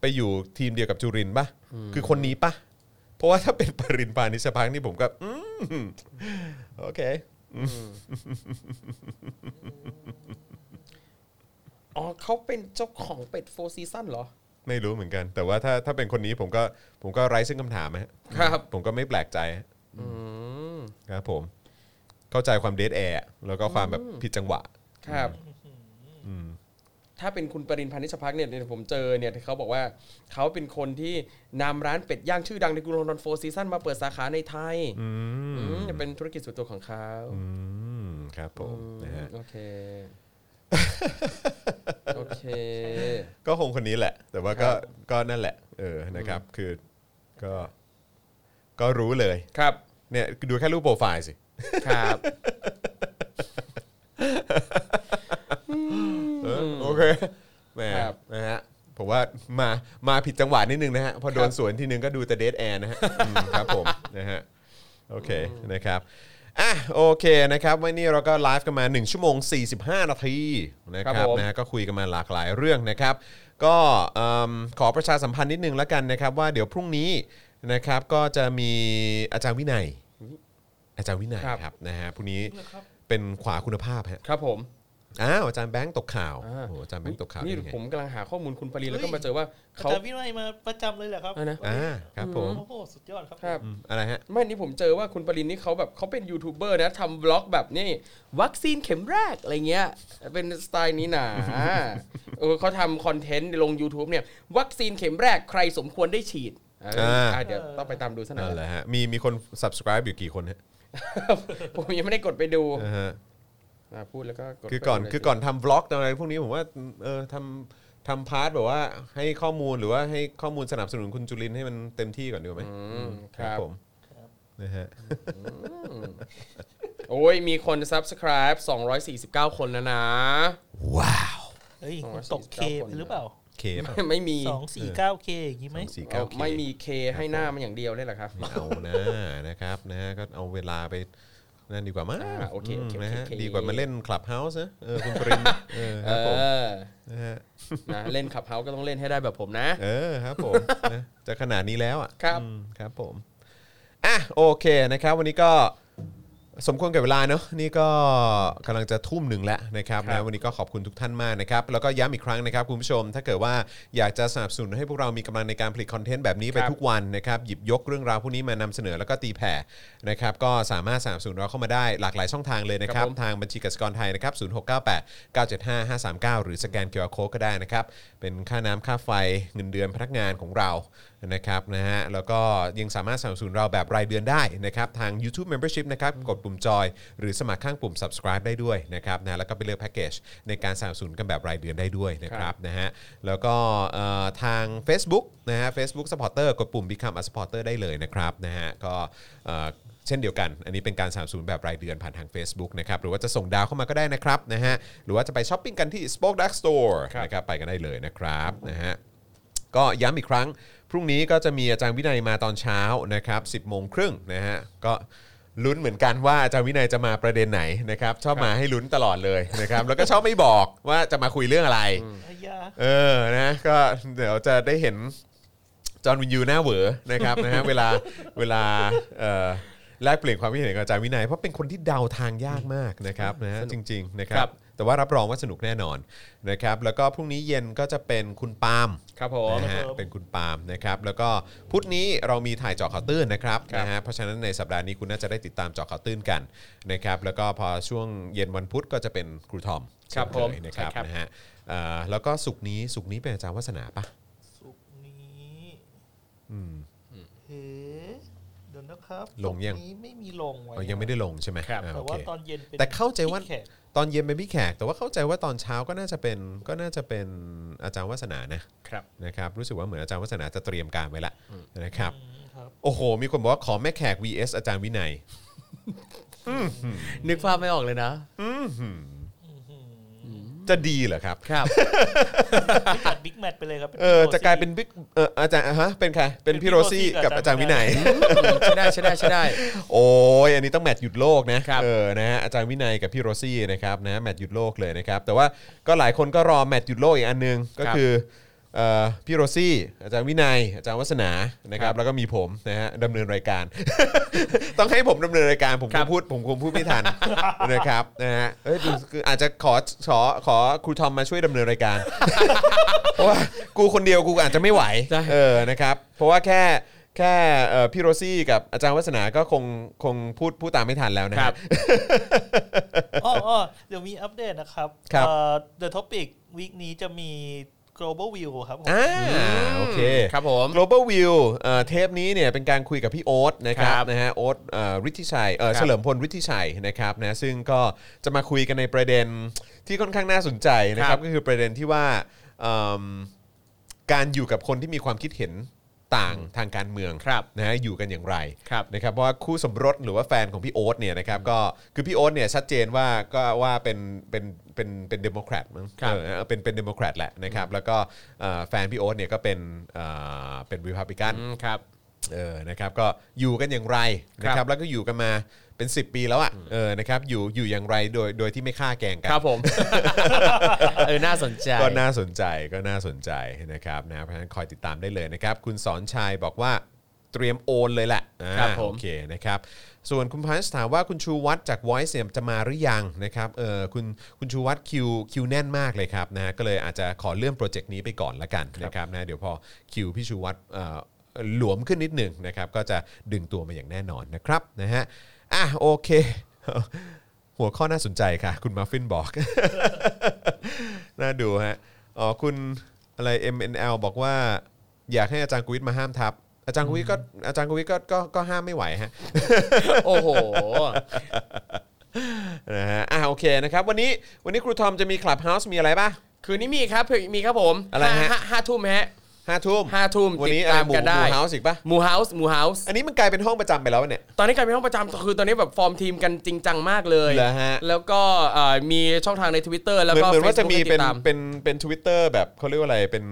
ไปอยู่ทีมเดียวกับจุรินทร์ปะคือคนนี้ปะเพราะว่าถ้าเป็นปรินทร์พานิชพักนี่ผมก็อืมโอเค อ๋อเขาเป็นเจ้าของเป็ดโฟซีซั่นเหรอ ไม่รู้เหมือนกัน แต่ว่าถ้าถ้าเป็นคนนี้ผมก็ผมก็ไร้ซึ่งคำถามฮะ ครับ ผมก็ไม่แปลกใจฮะ อืม ครับผมเข้าใจความเดทแอร์แล้วก็ความแบบผิดจังหวะ ครับ ถ้าเป็นคุณปรินพานิชพักเนี่ยเดี๋ยวผมเจอเนี่ยเขาบอกว่าเขาเป็นคนที่นำร้านเป็ดย่างชื่อดังในกรุงลอนดอนโฟซีซั่นมาเปิดสาขาในไทยอืมเป็นธุรกิจส่วนตัวของเขา อืมครับผมนะฮะ โอเค โอเค ก็คงคนนี้แหละ แต่ว่าก็ ครับ ก็นั่นแหละ เออนะครับ คือก็ก็รู้เลย ครับ เนี่ยดูแค่รูปโปรไฟล์สิ ครับ เออโอเคแหม ครับ นะฮะผมว่ามามาผิดจังหวะนิดนึงนะฮะ พอโดน ครับ สวนทีนึงก็ดูแต่เดทแอร์นะฮะอืมครับผม (laughs) นะฮะ โอเคนะครับอ่ะโอเคนะครับวันนี้เราก็ไลฟ์กันมา 1 ชั่วโมง 45 นาทีนะครับ ครับผม นะฮะก็คุยกันมาหลากหลายเรื่องนะครับ ก็เอิ่มขอประชาสัมพันธ์นิดนึงแล้วกันนะครับ ว่าเดี๋ยวพรุ่งนี้นะครับก็จะมีอาจารย์วินัย อาจารย์วินัยครับนะฮะพรุ่งนี้เป็นขวาคุณภาพฮะ ครับผม อ้าวอาจารย์แบงค์ตกข่าว อ่า โอ้โหอาจารย์แบงค์ตกข่าว นี่ ได้ไง ผมกำลังหาข้อมูลคุณปรินแล้วก็มาเจอว่า อา เขา จารย์วินัยมาประจำเลยเหรอครับ อ่ะนะ อ่าครับผม โอ้โหสุดยอดครับ ครับ อืมอะไรฮะ ไม่นี่ผมเจอว่าคุณปรินนี่เขาแบบเขาเป็นยูทูบเบอร์นะทำบล็อกแบบนี่ วัคซีนเข็มแรกอะไรเงี้ย เป็นสไตล์นี้ (laughs) หนา เออเขาทำคอนเทนต์ลง YouTube เนี่ย วัคซีนเข็มแรกใครสมควรได้ฉีดเออ อ่า อ่ะเดี๋ยวต้องไปตามดูซะหน่อ นั่นยแหละ (laughs) ฮะมีมีคน subscribe อยู่กี่คนฮะ ผมยังไม่ได้กดไปดู อ่าฮะ อ่าพูดแล้วก็ด คือก่อน ไปเลย คือก่อนทำบล็อกอะไรพวกนี้ผมว่าเออทำทำพาร์ทแบบว่าให้ข้อมูลหรือว่าให้ข้อมูลสนับสนุนคุณจุลินทร์ให้มันเต็มที่ก่อนดีกว่าไหม อืมครับ ผมนะฮะ โอ้ยมีคน subscribe 249 คนแล้วนะ (laughs) ว้าว เฮ้ย อ๋อ คุณตกเค 49 ไปหรือเปล่า เคป่ะ ไม่มี สองสี่เก้าเคอย่างนี้ไหม สี่ เอ่ เก้า อไม่มีเคให้หน้ามันอย่างเดียวเลยเหรอครับ เอานะนะครับนะฮะก็เอาเวลาไปนั่นดีกว่ามั้ง อ่าโอเคโอเคโอเค นะฮะ โอเค ดีกว่ามาเล่นคลับเฮาส์นะเออคุณป (laughs) รินนะเออครับผม เออ นะฮะ นะเล่นขับเฮาก็ต้องเล่นให้ได้แบบผมนะ เออครับผม (laughs) นะจะขนาดนี้แล้วอ่ะ ครับ อืมครับผมอ่ะโอเคนะครับ วันนี้ก็ สมควรกับเวลาเนอะนี่ก็กำลังจะทุ่มหนึ่งแล้วนะครับ ครับ นะวันนี้ก็ขอบคุณทุกท่านมากนะครับแล้วก็ย้ำอีกครั้งนะครับคุณผู้ชม ถ้าเกิดว่าอยากจะสนับสนุนให้พวกเรามีกำลังในการผลิตคอนเทนต์แบบนี้ไป ครับ ทุกวันนะครับหยิบยกเรื่องราวพวกนี้มานำเสนอแล้วก็ตีแผ่นะครับก็สามารถสนับสนุนเราเข้ามาได้หลากหลายช่องทางเลยนะค ครั รับบ ผม ทางบัญชีกสิกรไทยนะครับศูนย์หกเก้าแปดเก้าเจ็ดห้าห้าสามเก้าหรือสแกนเคอร์โคก็ได้นะครับเป็นค่าน้ำค่าไฟเงินเดือนพนักงานของเรานะครับนะฮะแล้วก็ยังสามารถสนับสนุนเราแบบรายเดือนได้นะครับทาง YouTube Membership นะครับกดปุ่มจอย หรือสมัครข้างปุ่ม subscribe ได้ด้วยนะครับนะแล้วก็ไปเลือกแพ็กเกจในการสนับสนุนกันแบบรายเดือนได้ด้วยนะครับนะฮะแล้วก็เอ่อทาง a c e b o o k นะฮะ Facebook Supporter กดปุ่ม Become a Supporter ได้เลยนะครับนะฮะก็เอ่อเช่นเดียวกัน อันนี้เป็นการสนับสนุนแบบรายเดือนผ่านทาง Facebook นะครับหรือว่าจะส่งดาวเข้ามาก็ได้นะครับนะฮะหรือว่าจะไปช้อปปิ้งกันที่ Spoke Dark Store ครับ นะครับไปกันได้เลยนะครับนะฮะ ก็ย้ำอีกครั้ง พรุ่งนี้ก็จะมีอาจารย์วินัยมาตอนเช้านะครับ 10โมงครึ่งนะฮะก็ลุ้นเหมือนกันว่าอาจารย์วินัยจะมาประเด็นไหนนะครับชอบมาให้ลุ้นตลอดเลยนะครับแล้วก็ชอบไม่บอกว่าจะมาคุยเรื่องอะไร อายา เออ นะ ก็เดี๋ยวจะได้เห็นจอห์นวินยูหน้าเหวอนะครับนะฮะ เวลา เวลาเอ่อแลกเปลี่ยนความคิดเห็นกับอาจารย์วินัย เพราะเป็นคนที่เดาทางยากมากนะครับนะฮะจริง ๆ นะค ค รั รับ บ แต่ว่ารับรองว่าสนุกแน่นอนนะครับ แล้วก็พรุ่งนี้เย็นก็จะเป็นคุณปาล์ม ครับผม นะฮะ ครับ เป็นคุณปาล์มนะครับแล้วก็พุธนี้เรามีถ่ายเจาะข่าวตื้นนะครับ ครับ นะฮะเพราะฉะนั้นในสัปดาห์นี้คุณน่าจะได้ติดตามเจาะข่าวตื้นกันนะครับแล้วก็พอช่วงเย็นวันพุธก็จะเป็นครูทอม ครับ เช่นเค ผ ย ม นะครับ ใช่ครับ นะฮะเอ่อแล้วก็สุกร์นี้สุกร์นี้เป็นอาจารย์วัฒนาปะ สุกร์นี้เฮ้เดี๋ยวนะครับ ลงยัง ศุกร์นี้ไม่มีลงไว้ อ๋อยังไม่ได้ลงใช่ไหม ครับ อ่า แต่ โอ ว่า เค ตอนเย็นเป็น แต่เข้าใจว่า พี่แขก ตอนเย็นเป็นพี่แขก แต่ว่าเข้าใจว่าตอนเช้าก็น่าจะเป็นก็น่าจะเป็นอาจารย์วัฒนานะครับ นะครับรู้สึกว่าเหมือนอาจารย์วัฒนาจะเตรียมการไว้ละนะครับ อืมครับ โอ้โห มีคนบอกว่าขอแม่แขก vs อาจารย์วินัย นึกภาพไม่ออกเลยนะ จะดีเหรอครับ ครับ จัดบิ๊กแมตช์ไปเลยครับป็น เออ พี่โรซี่ จะกลายเป็นบิ๊กเอออาจารย์ฮะเป็นใครเป็นพี่โรซี่ เป็นพี่โรซี่ กับอาจารย์วินัย ใช่ได้ใช่ได้ใช่ได้ โอ้ยอันนี้ต้องแมตช์หยุดโลกนะครับ เออนะฮะอาจารย์วินัยกับพี่โรซี่นะครับนะแมตช์หยุดโลกเลยนะครับ แต่ว่าก็หลายคนก็รอแมตช์หยุดโลกอีกอันหนึงก็ ครับ คือเอ่อพี่โรซี่ อาจารย์วินัย อาจารย์วัฒนานะค ครั รับบ แล้วก็มีผมนะฮะดำเนินรายการ (laughs) ต้องให้ผมดำเนินรายการผม ค ค รั ง บ พูดผมคงพูดไม่ทัน (laughs) นะครับนะฮะเอ้ยดูคืออาจจะขอขอขอครูทอมมาช่วยดำเนินรายการ เพราะว่ากูคนเดียวกูอาจจะไม่ไหว ใช่ เออนะครับเพราะว่าแค่แค่เอ่อพี่โรซี่กับอาจารย์วัฒนาก็คงคงพูดพูดตามไม่ทันแล้วนะ ค ค รั รับ บ อ๋ออ้อเดี๋ยวมีอัปเดตนะครับ ครับ เอ่อ The Topic วีคนี้จะมี global view ครับผม อ่าโอเค ครับผม global view เอ่อเทปนี้เนี่ยเป็นการคุยกับพี่โอ๊ตนะครับ ครับ นะฮะโอ๊ตเอ่อฤทธิชัยเอ่อ ครับ เฉลิมพลฤทธิชัยนะครับนะซึ่งก็จะมาคุยกันในประเด็นที่ค่อนข้างน่าสนใจนะค ครั รับบ ก็คือประเด็นที่ว่าเอิ่มการอยู่กับคนที่มีความคิดเห็นต่างทางการเมือง ครับ นะฮะอยู่กันอย่างไร ครับ นะครับเพราะว่าคู่สมรสหรือว่าแฟนของพี่โอ๊ตเนี่ยนะครับก็คือพี่โอ๊ตเนี่ยชัดเจนว่าก็ว่าเป็นเป็นเป็นเป็นเดโมแครตมั้ง ครับ เออเป็นเป็นเดโมแครตแหละนะครับแล้วก็เอ่อแฟนพี่โอ๊ตเนี่ยก็เป็นเอ่อเป็นริพับลิกัน อืมครับ เออนะครับก็อยู่กันอย่างไรนะค ครั รับบ แล้วก็อยู่กันมาเป็น 10 ปีแล้วอ่ะเออนะครับอยู่อยู่อย่างไรโดยโดยที่ไม่ฆ่าแกล้งกัน ครับผม เออ น่าสนใจ ก็น่าสนใจก็น่าสนใจนะครับนะเพราะฉะนั้นคอยติดตามได้เลยนะครับ คุณสอนชัยบอกว่าเตรียมโอนเลยแหละอ่า ครับผม โอเคนะครับ ส่วนคุณพันธ์ถามว่าคุณชูวัตรจาก Voice เนี่ยจะมาหรือยังนะครับเออคุณคุณชูวัตรคิวคิวแน่นมากเลยครับนะก็เลยอาจจะขอเลื่อนโปรเจกต์นี้ไปก่อนละกันนะครับนะเดี๋ยวพอคิวพี่ชูวัตรเอ่อหลวมขึ้นนิดหนึ่งนะครับ ก็จะดึงตัวมาอย่างแน่นอนนะครับนะฮะอ่ะโอเค (laughs) หัวข้อน่าสนใจค่ะ คุณมัฟฟินบอก (laughs) น่าดูฮะ อ๋อ คุณอะไร MNL บอกว่า อยากให้อาจารย์กุวิทย์มาห้ามทับ อาจารย์กุวิทย์ก็อาจารย์กุวิทย์ก็ก็ก็ห้ามไม่ไหวฮะ โอ้โห นะฮะอ่ะโอเคนะครับวันนี้วันนี้ครูทอมจะมีคลับเฮาส์มีอะไรป่ะ คืนนี้มีครับมีครับผม อะไรฮะ ห้าห้าทุ่มฮะ ห้าทุ่ม ห้าทุ่ม วันนี้ ติด อะไร ตาม หมู กัน ห ได้ มูเฮาส์อีกป่ะ หมูเฮาส์หมูเฮาส์ อันนี้มันกลายเป็นห้องประจำไปแล้วเนี่ย ตอนนี้กลายเป็นห้องประจำคือตอนนี้แบบฟอร์มทีมกันจริงจังมากเลย เหรอฮะ แล้วก็เอ่อมีช่องทางใน Twitter แล้ว เหมือนเหมือก็นว่าจะ Facebook มี ให้ เป็ ติ น ดตาม เป็นเป็นทวิตเตอร์แบบเขาเรียกว่าอะไรเป็น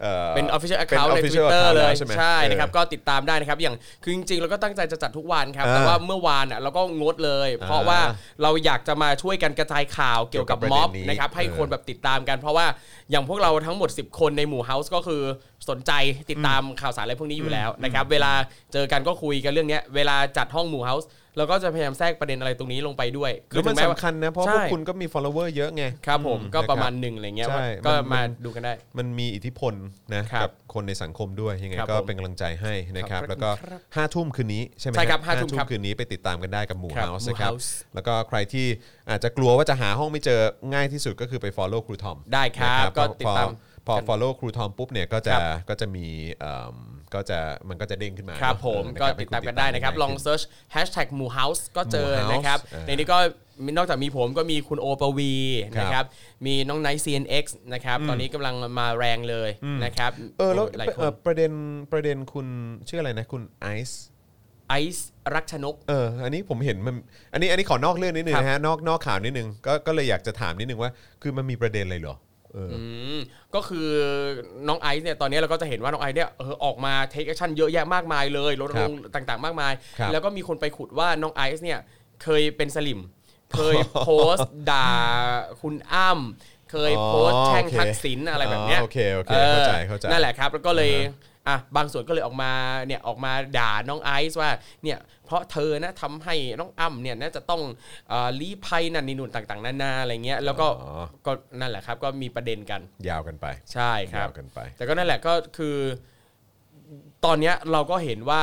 เอ่อ เป็น official ป็ account ใน official Twitter account เลย ใช่ไหม ใช่นะครับ เออ ก็ติดตามได้นะครับอย่างคือจริงๆเราก็ตั้งใจจะจัดทุกวันครับ อ่า แต่ว่าเมื่อวานอ่ะเราก็งดเลย เพราะว่าเราอยากจะมาช่วยกันกระจายข่าวเกี่ยวกับ เกี่ยวกับ ม็อบ ประเด็นนี้ นะครับให้ เออ คนแบบติดตามกัน เพราะว่าอย่างพวกเราทั้งหมด 10 คนในหมู่เฮาส์ก็คือสนใจติดตามข่าวสารอะไรพวกนี้อยู่แล้วนะครับเวลาเจอกันก็คุยกันเรื่องเนี้ยเวลาจัดห้องหมู่เฮาส์เราก็จะพยายามแทรกประเด็นอะไรตรงนี้ลงไปด้วย คือมัน ถึงแว่า สำคัญนะเพราะพวก ใช่ คุณก็มี follower เยอะไง ครับผม อื ก็ประมาณ นคบ หนึ่งอะไรเงี้ย ใช่ ก็ มัน มา มัน ดูกันได้ มันมีอิทธิพลนะครับกัคนในสังคมด้วยยังไง ครับ ก็ ผม เป็นกำลังใจให้นะครับ ขอบพระคุณ แล้วก็ ครับ ห้าทุ่มคืนนี้ใช่ไหม ใช่ครับ ห้า ห้าทุ่ ทุ่ ม ม ครับ คืนนี้ไปติดตามกันได้กับหมู่ ครับ เฮาส์ หมู่ นะครับ House แล้วก็ใครที่อาจจะกลัวว่าจะหาห้องไม่เจอง่ายที่สุดก็คือไป follow ครูทอม ได้ครับ นะ ก็ติดตาม พอพอ follow ครูทอมปุ๊บเนี่ยก็จะก็จะมีเอิ่มก็จะมันก็จะเด้งขึ้นมา ครับผม เออนะ ก็ ครับ ติดตาม ให้ กั คุ น ณ ได้นะครับ ลอง ง่ายขึ้ เซิร์ช hashtag หมู่เฮาส์ก็เจอ หมู่ House นะครับ เออ ในนี้ก็มีนอกจากมีผมก็มีคุณโอปวี ครับ นะครับ มีน้องไนท์ CNX นะครับ ตอนนี้กำลังมาแรงเลยนะครับ เออแล้ว หลายค เอ่อน ประเด็นประเด็นคุณชื่ออะไรนะคุณไอซ์ ไอซ์รักชนก เออ อันนี้ผมเห็นมัน อันนี้ อันนี้ขอนอกเรื่องนิดนึงนะฮะ นอก นอกข่าวนิดนึง ก็ ก็เลยอยากจะถามนิดนึงว่า คือมันมีประเด็นอะไรเหรอ เออ อืมก็คือน้องไอซ์เนี่ยตอนนี้เราก็จะเห็นว่าน้องไอซ์เนี่ยเออออกมาเทคแอคชั่นเยอะแยะมากมายเลยลดลงค์ต่างๆ มากมาย ครับ แล้วก็มีคนไปขุดว่าน้องไอซ์เนี่ยเคยเป็นสลิ (laughs) ม เคยโพสต์ด่าคุณอ้ำเคยโพสต์แช่ง อ๋อโอเค ทักษิณอะไรแบบเนี้ย อ๋อโอเคโอเคเข้าใจเข้าใจ นั่นแหละครับ แล้วก็เลย อ่าฮะ อ่ะบางส่วนก็เลยออกมาเนี่ยออกมาด่าน้องไอซ์ว่าเนี่ยเพราะเธอนะทำให้น้องอ้ำเนี่ยน่าจะต้องเอ่อลี้ภัยนั่นนี่นู่นต่างๆนานาอะไรเงี้ยแล้วก็ก็นั่นแหละครับก็มีประเด็นกัน ยาวกันไป ใช่ครับ ยาวกันไป แต่ก็นั่นแหละก็คือ ตอนเนี้ยเราก็เห็นว่า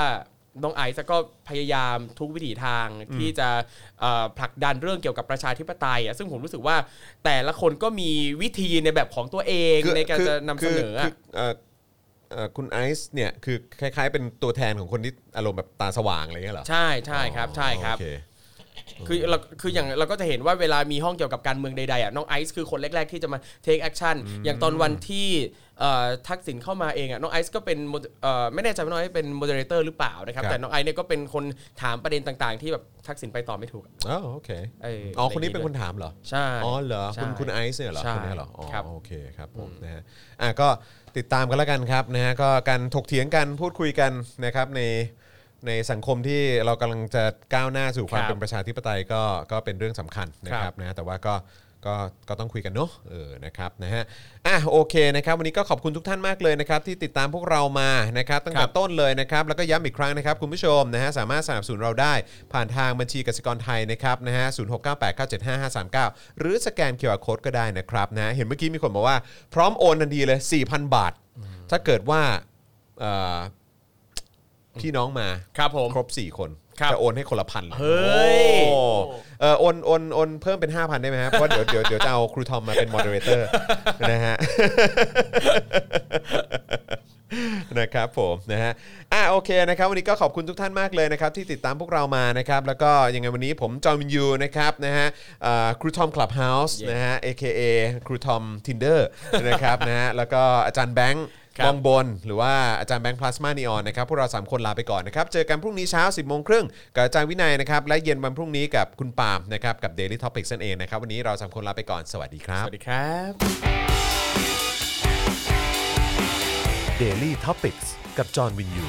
น้องไอซ์ก็พยายามทุกวิถีทางที่จะเอ่อผลักดันเรื่องเกี่ยวกับประชาธิปไตยอะซึ่งผมรู้สึกว่าแต่ละคนก็มีวิธีในแบบของตัวเองในการจะนำเสนอ คืคือะเอ่อเอ่อคุณไอซ์ เนี่ย คือ คล้าย ๆ เป็นตัวแทนของคนที่อารมณ์แบบตาสว่างอะไรอย่างเงี้ยเหรอ ใช่ใช่ครับใช่ครับ โอเ คือเราคืออย่างเราก็จะเห็นว่าเวลามีห้องเกี่ยวกับการเมืองใดๆอ่ะน้องไอซ์คือคนแรก ๆ ที่จะมาเทคแอคชั่นอย่างตอนวันที่เอ่อทักษิณเข้ามาเองอ่ะน้องไอซ์ก็เป็น mod- เอ่อไม่แน่ใจว่าน้องไอซ์เป็นโมเดเลเตอร์หรือเปล่านะครับ ครับ แต่น้องไอซ์เนี่ยก็เป็นคนถามประเด็นต่างๆ ที่แบบทักษิณไปต่อไม่ถูก อ๋อโอเค เอออ๋ อ๋อ คนนี้เป็นคนถามเหรอ ใช่ อ๋อเหรอ คุณ ใช่ คุณไอซ์เนี่ยเหรอ ใช่ คนนี้เหรอ อ๋อ ครับ โอเคครับผมนะฮะ อ่ะก็ติดตามกันแล้วกันครับนะฮะ ก็การถกเถียงกันพูดคุยกันนะครับในในสังคมที่เรากำลังจะก้าวหน้าสู่ความ ครับ เป็นประชาธิปไตยก็ก็เป็นเรื่องสำคัญนะค ครั รับบ นะฮะแต่ว่าก็ก็ก็ต้องคุยกันเนาะเออนะครับนะฮะอ่ะโอเคนะครับวันนี้ก็ขอบคุณทุกท่านมากเลยนะครับที่ติดตามพวกเรามานะครับตั้งแต่ ครับ ต้นเลยนะครับแล้วก็ย้ำอีกครั้งนะครับคุณผู้ชมนะฮะสามารถสนับสนุนเราได้ผ่านทางบัญชีกสิกรไทยนะครับนะฮะศูนย์หกเก้หรือสแกนเคอร์โคดก็ได้นะครับนะฮะเห็นเมื่อกี้มีคนบอกว่าพร้อมโอนทันทีเลย 4,000 บาท ถ้าเกิดว่าเอ่อพี่น้องมา ครับผม ครบ 4 คน ครับ จะโอนให้คนละพันเลย เฮ้ย โอ้เออโอนโอนโอนเพิ่มเป็น 5,000 ได้ไหมฮะเพราะเดี๋ยวเดี๋ยวเดี๋ยวจะเอาครูทอมมาเป็นมอดเรเตอร์นะฮะ นะครับผมนะฮะอ่ะโอเคนะครับวันนี้ก็ขอบคุณทุกท่านมากเลยนะครับที่ติดตามพวกเรามานะครับแล้วก็ยังไงวันนี้ผมจอมินยูนะครับนะฮะเอ่อครูทอมคลับเฮาส์ Yeah. นะฮะ AKA ครูทอม Tinder นะครับนะ (laughs) ฮะแล้วก็อาจารย์แบงค์ ครับ มองบน หรือว่าอาจารย์แบงค์พลาสมานีออนนะครับพวกเรา 3 คนลาไปก่อนนะครับ เจอกันพรุ่งนี้เช้า 10บโมงครึ่งกับอาจารย์วินัยนะครับและเย็นวันพรุ่งนี้กับคุณปาล์มนะครับกับ Daily Topics นั่นเองนะครับวันนี้เราสามคนลาไปก่อนสวัสดีครับ สวัสดีครับ Daily t o p i c กกับจอห์นวินยู